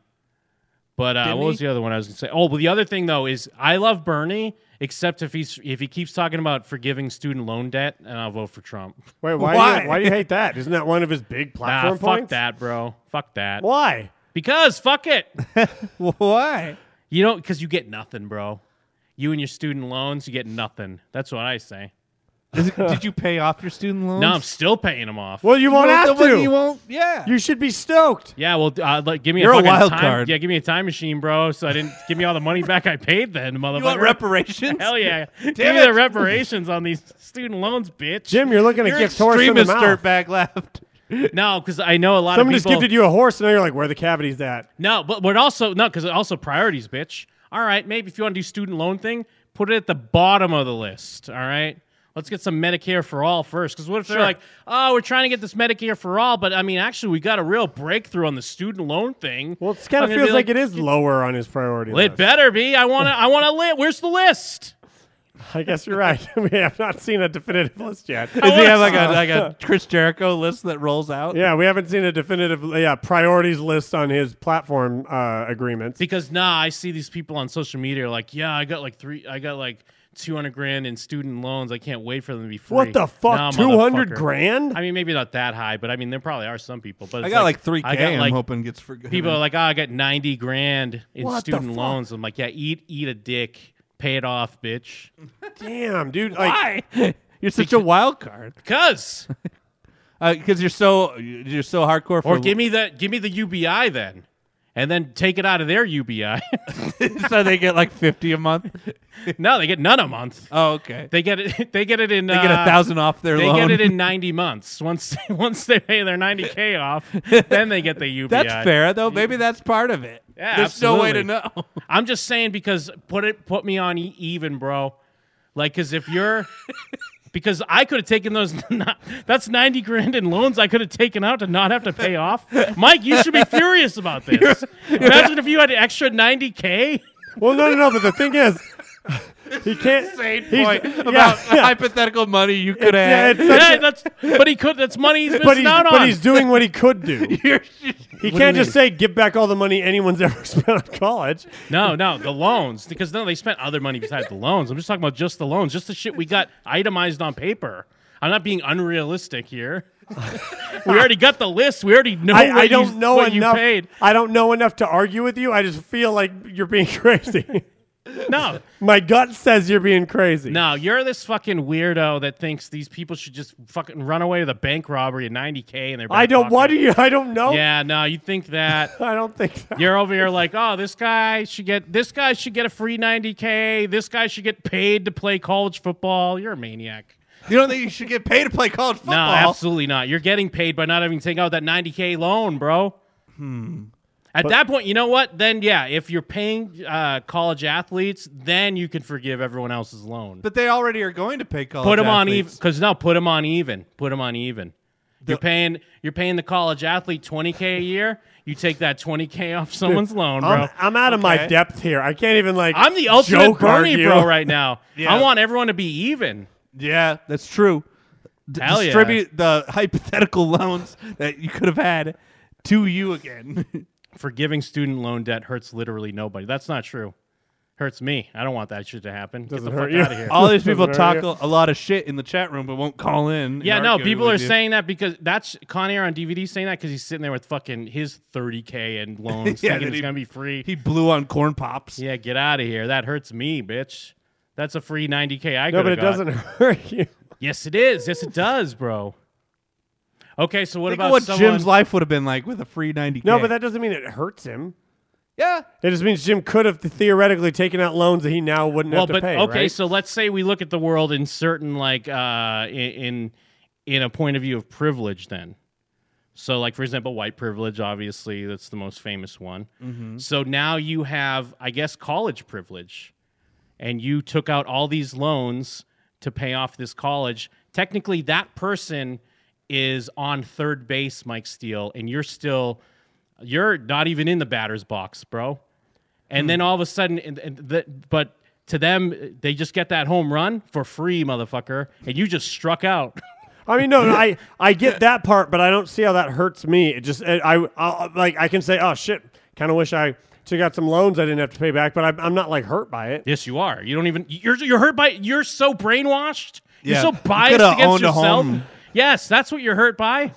but uh, Didn't what was he? the other one I was gonna say? Oh, well, the other thing though is I love Bernie, except if he's if he keeps talking about forgiving student loan debt, and I'll vote for Trump. Wait, why? Why? Do you, why do you hate that? Isn't that one of his big Nah, platform fuck points? that, bro. Fuck that. Why? Because fuck it. Why? You don't because you get nothing, bro. You and your student loans, you get nothing. That's what I say. Is it- did you pay off your student loans? No, I'm still paying them off. Well, Oh, you won't have to. You won't. Yeah. You should be stoked. Yeah, well, uh, like, give me You're a a, fucking wild time, card. Yeah, give me a time machine, bro. So I didn't give me all the money back I paid then, motherfucker. want reparations? Hell yeah! Damn give me it. the reparations on these student loans, bitch. Jim, you're looking at You're gift horse in the mouth. extremist dirtbag left. No, because I know a lot Someone of just people. gifted you a horse, and now you're like, where the cavities at? No, but but also no, because also priorities, bitch. All right, maybe if you want to do student loan thing, put it at the bottom of the list. All right. Let's get some Medicare for all first. Because what if they're Sure. like, oh, we're trying to get this Medicare for all, but I mean, actually, we got a real breakthrough on the student loan thing. Well, it kind of feels like, it is lower on his priority Well, it list. better be. I want to. I want to list. Where's the list? I guess you're right. we have not seen a definitive list yet. Does he have like a like a Chris Jericho list that rolls out? Uh, Yeah, we haven't seen a definitive yeah priorities list on his platform uh, agreements. Because nah, I see these people on social media like, yeah, I got like three. I got like two hundred grand in student loans. I can't wait for them to be free. What the fuck? Nah, 200 motherfucker. grand? I mean, maybe not that high, but I mean, there probably are some people. But I it's got like 3K I got, I'm like, hoping gets forgiven. People are like, oh, I got ninety grand in What the student fuck? loans. I'm like, yeah, eat eat a dick, pay it off, bitch. Damn, dude. Like, Why? You're such a wild card. Because Because Uh, you're so you're so hardcore. For or give me the give me the UBI then, and then take it out of their UBI. so they get like 50 a month. no, they get none a month. Oh, okay. They get it. They get it in. They get uh, 1,000 off their They loan. get it in ninety months. Once once they pay their ninety k off, then they get the UBI. That's fair though. Maybe that's part of it. Yeah, There's no way to know. absolutely. I'm just saying because put it put me on e- even, bro. Like, cause if you're, because I could have taken those. That's ninety grand in loans I could have taken out to not have to pay off. Mike, you should be furious about this. Imagine if you had an extra ninety k. well, no, no, no. But the thing is, he can't. Insane he's- point yeah, about yeah. hypothetical money you could It's- yeah, have. it's such Yeah, a- that's but he could. That's money he's missing but he's, out on. but he's doing what he could do. he you can't just say mean? give back all the money anyone's ever spent on college. No, no, the loans because no, they spent other money besides the loans. I'm just talking about just the loans, just the shit we got itemized on paper. I'm not being unrealistic here. we already got the list. We already know. I, what I don't you, know what enough. You paid. I don't know enough to argue with you. I just feel like you're being crazy. No, My gut says you're being crazy. no, you're this fucking weirdo that thinks these people should just fucking run away with a bank robbery at 90k and they're. I don't. What do you? I don't know. Yeah, no, you think that. I don't think that. You're over here like, oh, this guy should get this guy should get a free 90k. This guy should get paid to play college football. You're a maniac. You don't think you should get paid to play college football? No, absolutely not. You're getting paid by not having to take out that 90k loan, bro. Hmm. At But- that point, you know what? Then yeah, if you're paying uh, college athletes, then you can forgive everyone else's loan. But they already are going to pay college. put them on even athletes. because no, put them on even. Put them on even. You're paying you're paying the college athlete twenty k a year. You take that twenty k off someone's loan, bro. I'm, I'm out of my Okay? depth here. I can't even like. I'm the ultimate joke Bernie argue. bro right now. Yeah. I want everyone to be even. Yeah, that's true. D- Hell yeah. distribute the hypothetical loans that you could have had to you again. Forgiving student loan debt hurts literally nobody. That's not true. Hurts me. I don't want that shit to happen. Get Doesn't the hurt fuck you. out of here. All these people talk a, a lot of shit in the chat room, but won't call in. and Yeah, no, argue people with are you. saying that because that's Conair on DVD saying that because he's sitting there with fucking his 30K and loans Yeah, thinking that it's he- going to be free. he blew on corn pops. Yeah, get out of here. That hurts me, bitch. That's a free 90K I No, coulda but it got. doesn't hurt you. Yes, it is. Yes, it does, bro. Okay, so what Think about of what someone... Jim's life would have been like with a free 90K. No, but that doesn't mean it hurts him. Yeah. It just means Jim could have theoretically taken out loans that he now wouldn't well, have to but pay. okay, right? so let's say we look at the world in certain like uh, in in- in a point of view of privilege. Then, so like for example, white privilege. Obviously, that's the most famous one. Mm-hmm. Mhm. So now you have, I guess, college privilege, and you took out all these loans to pay off this college. Technically, that person is on third base, Mike Steele, and you're still you're not even in the batter's box, bro. And then all of a sudden, and, and the, but to them, they just get that home run for free, motherfucker, and you just struck out. I mean, no, no, I I get that part, but I don't see how that hurts me. It just I, I I'll- like I can say, oh shit, kind of wish I took out some loans I didn't have to pay back, but I'm, I'm not like hurt by it. Yes, you are. You don't even you're you're hurt by you're so brainwashed. Yeah. You're so You biased coulda against owned a yourself. home. Yes, that's what you're hurt by.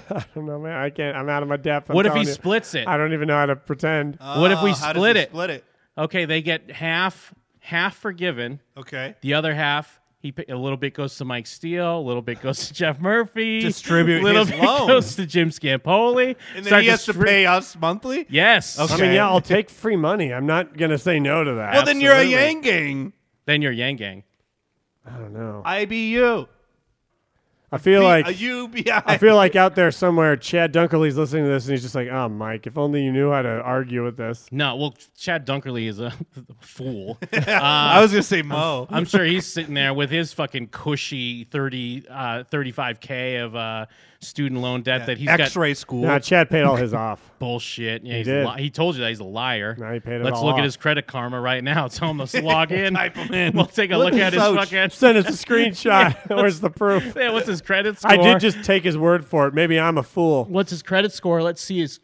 I don't know, man. I can't. I'm out of my depth. I'm What if he telling you. splits it? I don't even know how to pretend. Uh, what if we split it? Split it. Okay, they get half half forgiven. Okay. The other half, he pa- a little bit goes to Mike Steele, a little bit goes to Jeff Murphy. Distribute A little his bit loan. goes to Jim Scampoli. And then Start he has to distri- pay us monthly? Yes. I mean, yeah, I'll take free money. I'm not gonna say no to that. Well, then you're a Absolutely. Yang gang. Then you're Yang Gang. I don't know. IBU. I feel B- like a UBI. I feel like out there somewhere, Chad Dunkerley's listening to this and he's just like, "Oh, Mike, if only you knew how to argue with this." No, well, Chad Dunkerley is a fool. I was gonna say Mo. I'm, I'm sure he's sitting there with his fucking cushy 30, uh, 35k of uh, student loan debt that he's got. X-ray school. Nah, Chad paid all his off. Bullshit. Yeah, He he's did. A li- he told you that he's a liar. Now he paid it Let's all look off. at his credit karma right now. Tell him to log in. Type him in. We'll take a Look look, at at his his fucking. Send us a screenshot. Where's the proof? Yeah, what's his credit score? I did just take his word for it. Maybe I'm a fool. What's his credit score? Let's see his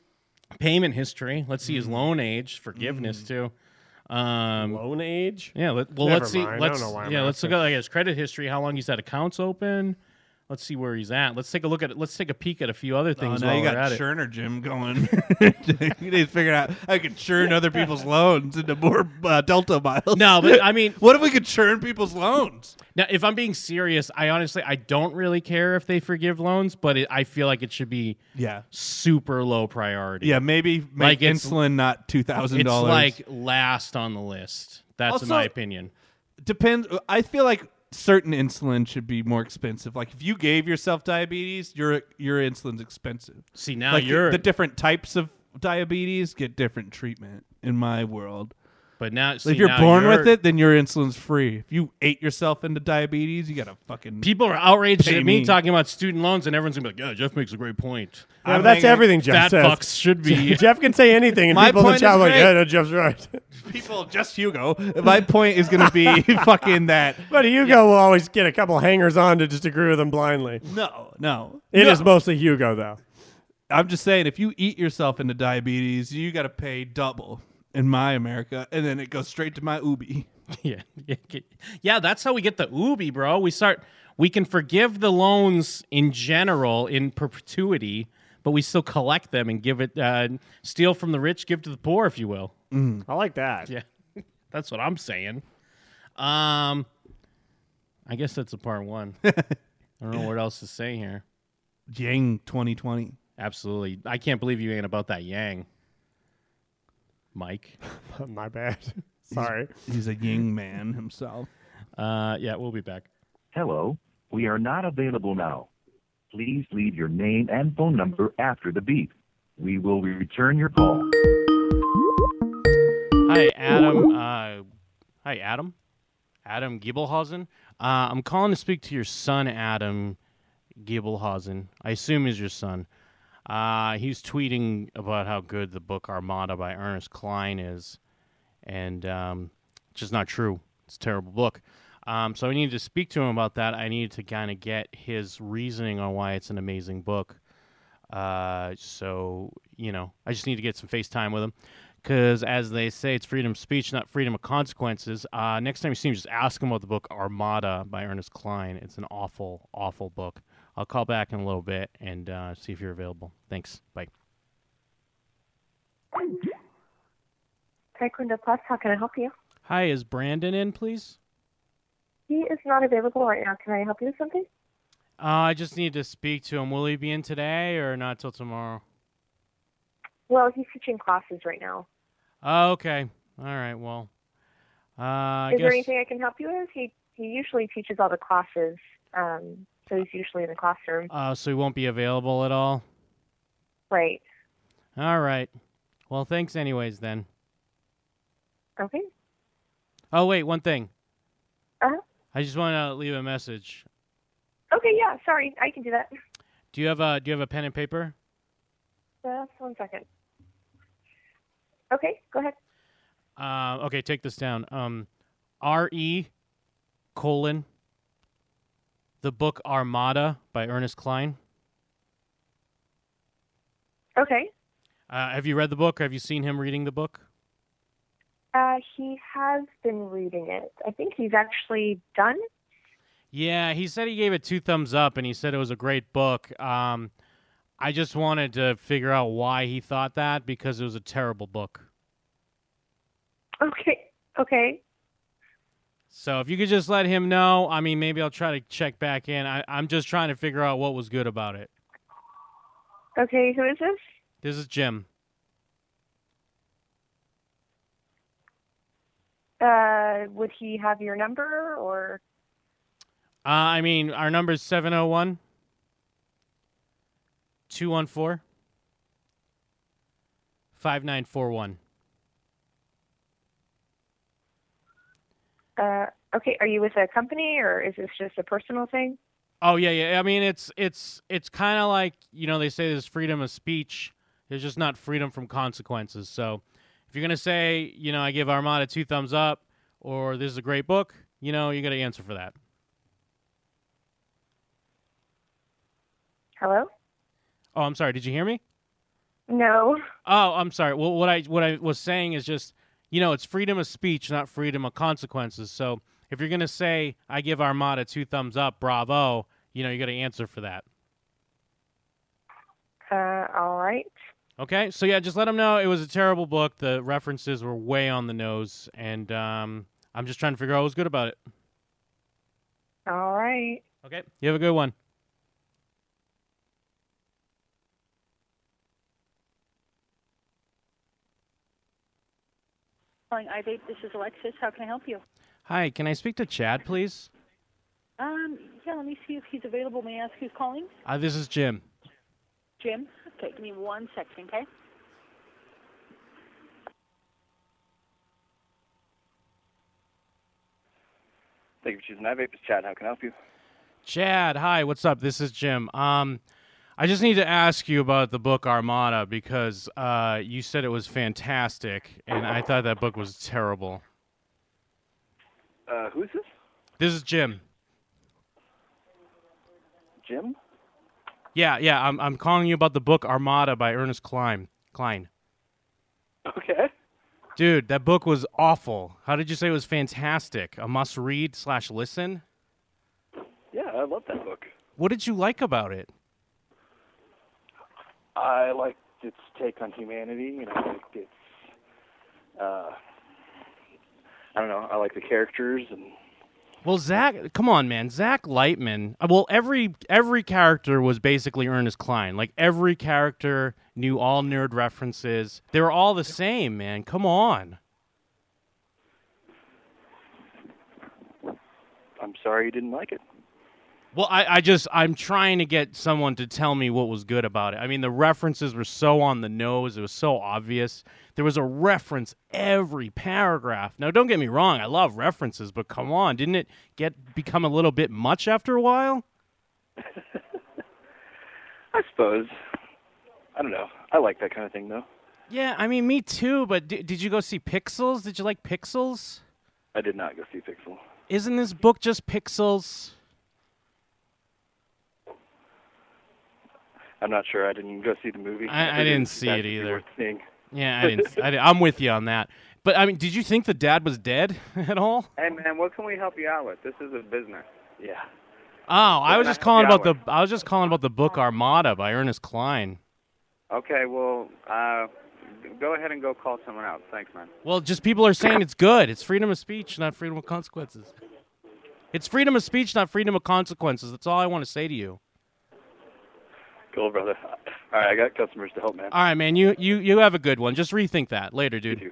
payment history. Let's see his Mm-hmm. loan age, forgiveness too. Um, loan age? Yeah. Let, well, Never let's see. mind. I don't Let's know why I'm yeah. Let's look asking. at like, his credit history. How long he's had accounts open. Let's see where he's at. Let's take a look at. it. Let's take a peek at a few other Oh, things. now while you we're got at it. churner Jim going. you need to figure out how you can churn other people's loans into more uh, Delta miles. No, but I mean, what if we could churn people's loans? Now, if I'm being serious, I honestly I don't really care if they forgive loans, but it, I feel like it should be Yeah. super low priority. Yeah, maybe make it's- insulin not $2,000. It's like last on the list. That's Also- my opinion. Depends. I feel like certain insulin should be more expensive. Like if you gave yourself diabetes, your your insulin's expensive. See, now Like, you're- the different types of diabetes get different treatment in my world. But now, Like, see, if you're now born with you're- it, then your insulin's free. If you ate yourself into diabetes, you gotta fucking. People are outraged pay at me, talking about student loans, and everyone's gonna be like, "Yeah, Jeff makes a great point." Yeah, but that's everything Jeff Fat says. fucks should be. Jeff can say anything, and My people in the point chat is are like, great. "Yeah, no, Jeff's right." People, just Hugo. My point is gonna be fucking that. But Hugo will always get a couple hangers on to just agree with him blindly. No, no, it is no. mostly Hugo though. I'm just saying, if you eat yourself into diabetes, you got to pay double in my America, and then it goes straight to my Ubi. Yeah, yeah, that's how we get the Ubi, bro. We start. We can forgive the loans in general in perpetuity, but we still collect them and give it, uh, steal from the rich, give to the poor, if you will. Mm. I like that. Yeah, that's what I'm saying. Um, I guess that's a part one. I don't know what else to say here. Yang 2020. Absolutely, I can't believe you ain't about that Yang, Mike. My bad. Sorry. He's a Ying man himself. Uh, yeah, we'll be back. Hello, we are not available now. Please leave your name and phone number after the beep. We will return your call. Hi, Adam. Uh, hi, Adam. Adam Giebelhausen. Uh, I'm calling to speak to your son, Adam Giebelhausen, I assume is your son. Uh, he's tweeting about how good the book Armada by Ernest Klein is, and um, it's just not true. It's a terrible book. Um, so I needed to speak to him about that. I needed to kind of get his reasoning on why it's an amazing book. Uh, so you know, I just need to get some FaceTime with him because, as they say, it's freedom of speech, not freedom of consequences. Uh, next time you see him, just ask him about the book Armada by Ernest Klein. It's an awful, awful book. I'll call back in a little bit and uh, see if you're available. Thanks. Bye. Taekwondo Plus, how can I help you? Hi, is Brandon in, please? He is not available right now. Can I help you with something? Uh, I just need to speak to him. Will he be in today or not till tomorrow? Well, he's teaching classes right now. Oh, okay. All right. Well, uh, I is guess there anything I can help you with? He he usually teaches all the classes, um, so he's usually in the classroom. uh, so he won't be available at all. right. All right. Well, thanks anyways then. Okay. Oh wait, one thing. Uh-huh. I just want to leave a message. Okay. Yeah. Sorry, I can do that. Do you have a Do you have a pen and paper? Just Uh, one second. Okay. Go ahead. Uh, okay, take this down. Um, R E colon the book Armada by Ernest Klein. Okay. Uh, have you read the book? Have you seen him reading the book? Uh, he has been reading it. I think he's actually done. Yeah, he said he gave it two thumbs up, and he said it was a great book. Um, I just wanted to figure out why he thought that because it was a terrible book. Okay. Okay. So if you could just let him know, I mean, maybe I'll try to check back in. I, I'm just trying to figure out what was good about it. Okay. Who is this? This is Jim. Uh, would he have your number or? Uh, I mean, our number is 701 214 5941. Uh, okay. Are you with a company or is this just a personal thing? Oh yeah, yeah. I mean, it's it's it's kind of like you know they say there's freedom of speech. There's just not freedom from consequences. So if you're gonna say you know I give Armada two thumbs up or this is a great book, you know you got to answer for that. Hello. Oh, I'm sorry. Did you hear me? No. Oh, I'm sorry. Well, what I what I was saying is just you know it's freedom of speech, not freedom of consequences. So if you're gonna say I give Armada two thumbs up, bravo, you know you got to answer for that. Uh, all right. Okay, so yeah, just let them know it was a terrible book. The references were way on the nose, and um, I'm just trying to figure out what was good about it. All right. Okay. You have a good one. Calling iBabe, this is Alexis. How can I help you? Hi, can I speak to Chad, please? Um, yeah, let me see if he's available. May I ask who's calling? Uh, this is Jim. Jim? Okay, give me one second, okay? Thank you for choosing iVape. It's Chad. How can I help you? Chad, hi, what's up? This is Jim. Um, I just need to ask you about the book Armada because uh, you said it was fantastic, and I thought that book was terrible. Uh, who is this? This is Jim. Jim? Yeah, yeah, I'm I'm calling you about the book Armada by Ernest Klein. Klein. Okay. Dude, that book was awful. How did you say it was fantastic? A must read slash listen? Yeah, I love that book. What did you like about it? I liked its take on humanity, and I liked its. Uh, I don't know. I like the characters, and Well, Zach, come on, man. Zach Lightman. uh, Well, every every character was basically Ernest Klein. Like every character knew all nerd references. They were all the same, man. Come on. I'm sorry you didn't like it. Well, I, I just I'm trying to get someone to tell me what was good about it. I mean, the references were so on the nose; it was so obvious. There was a reference every paragraph. Now, don't get me wrong; I love references, but come on, didn't it get become a little bit much after a while? I suppose. I don't know. I like that kind of thing, though. Yeah, I mean, me too. But d- did you go see Pixels? Did you like Pixels? I did not go see Pixel. Isn't this book just Pixels? I'm not sure. I didn't go see the movie. I- I heard didn't was see bad it to be either. worth seeing. Yeah, I didn't. I, didn't- I'm with you on that. But I mean, did you think the dad was dead at all? Hey man, what can we help you out with? This is a business. Yeah. Oh, I was Yeah, just calling about yeah, the I was just calling about the book Armada by Ernest Klein. Okay, well, uh, go ahead and go call someone else. Thanks, man. Well, just people are saying it's good. It's freedom of speech, not freedom of consequences. It's freedom of speech, not freedom of consequences. That's all I want to say to you. Cool, brother. All right, I got customers to help, man. All right, man. You you you have a good one. Just rethink that later, dude.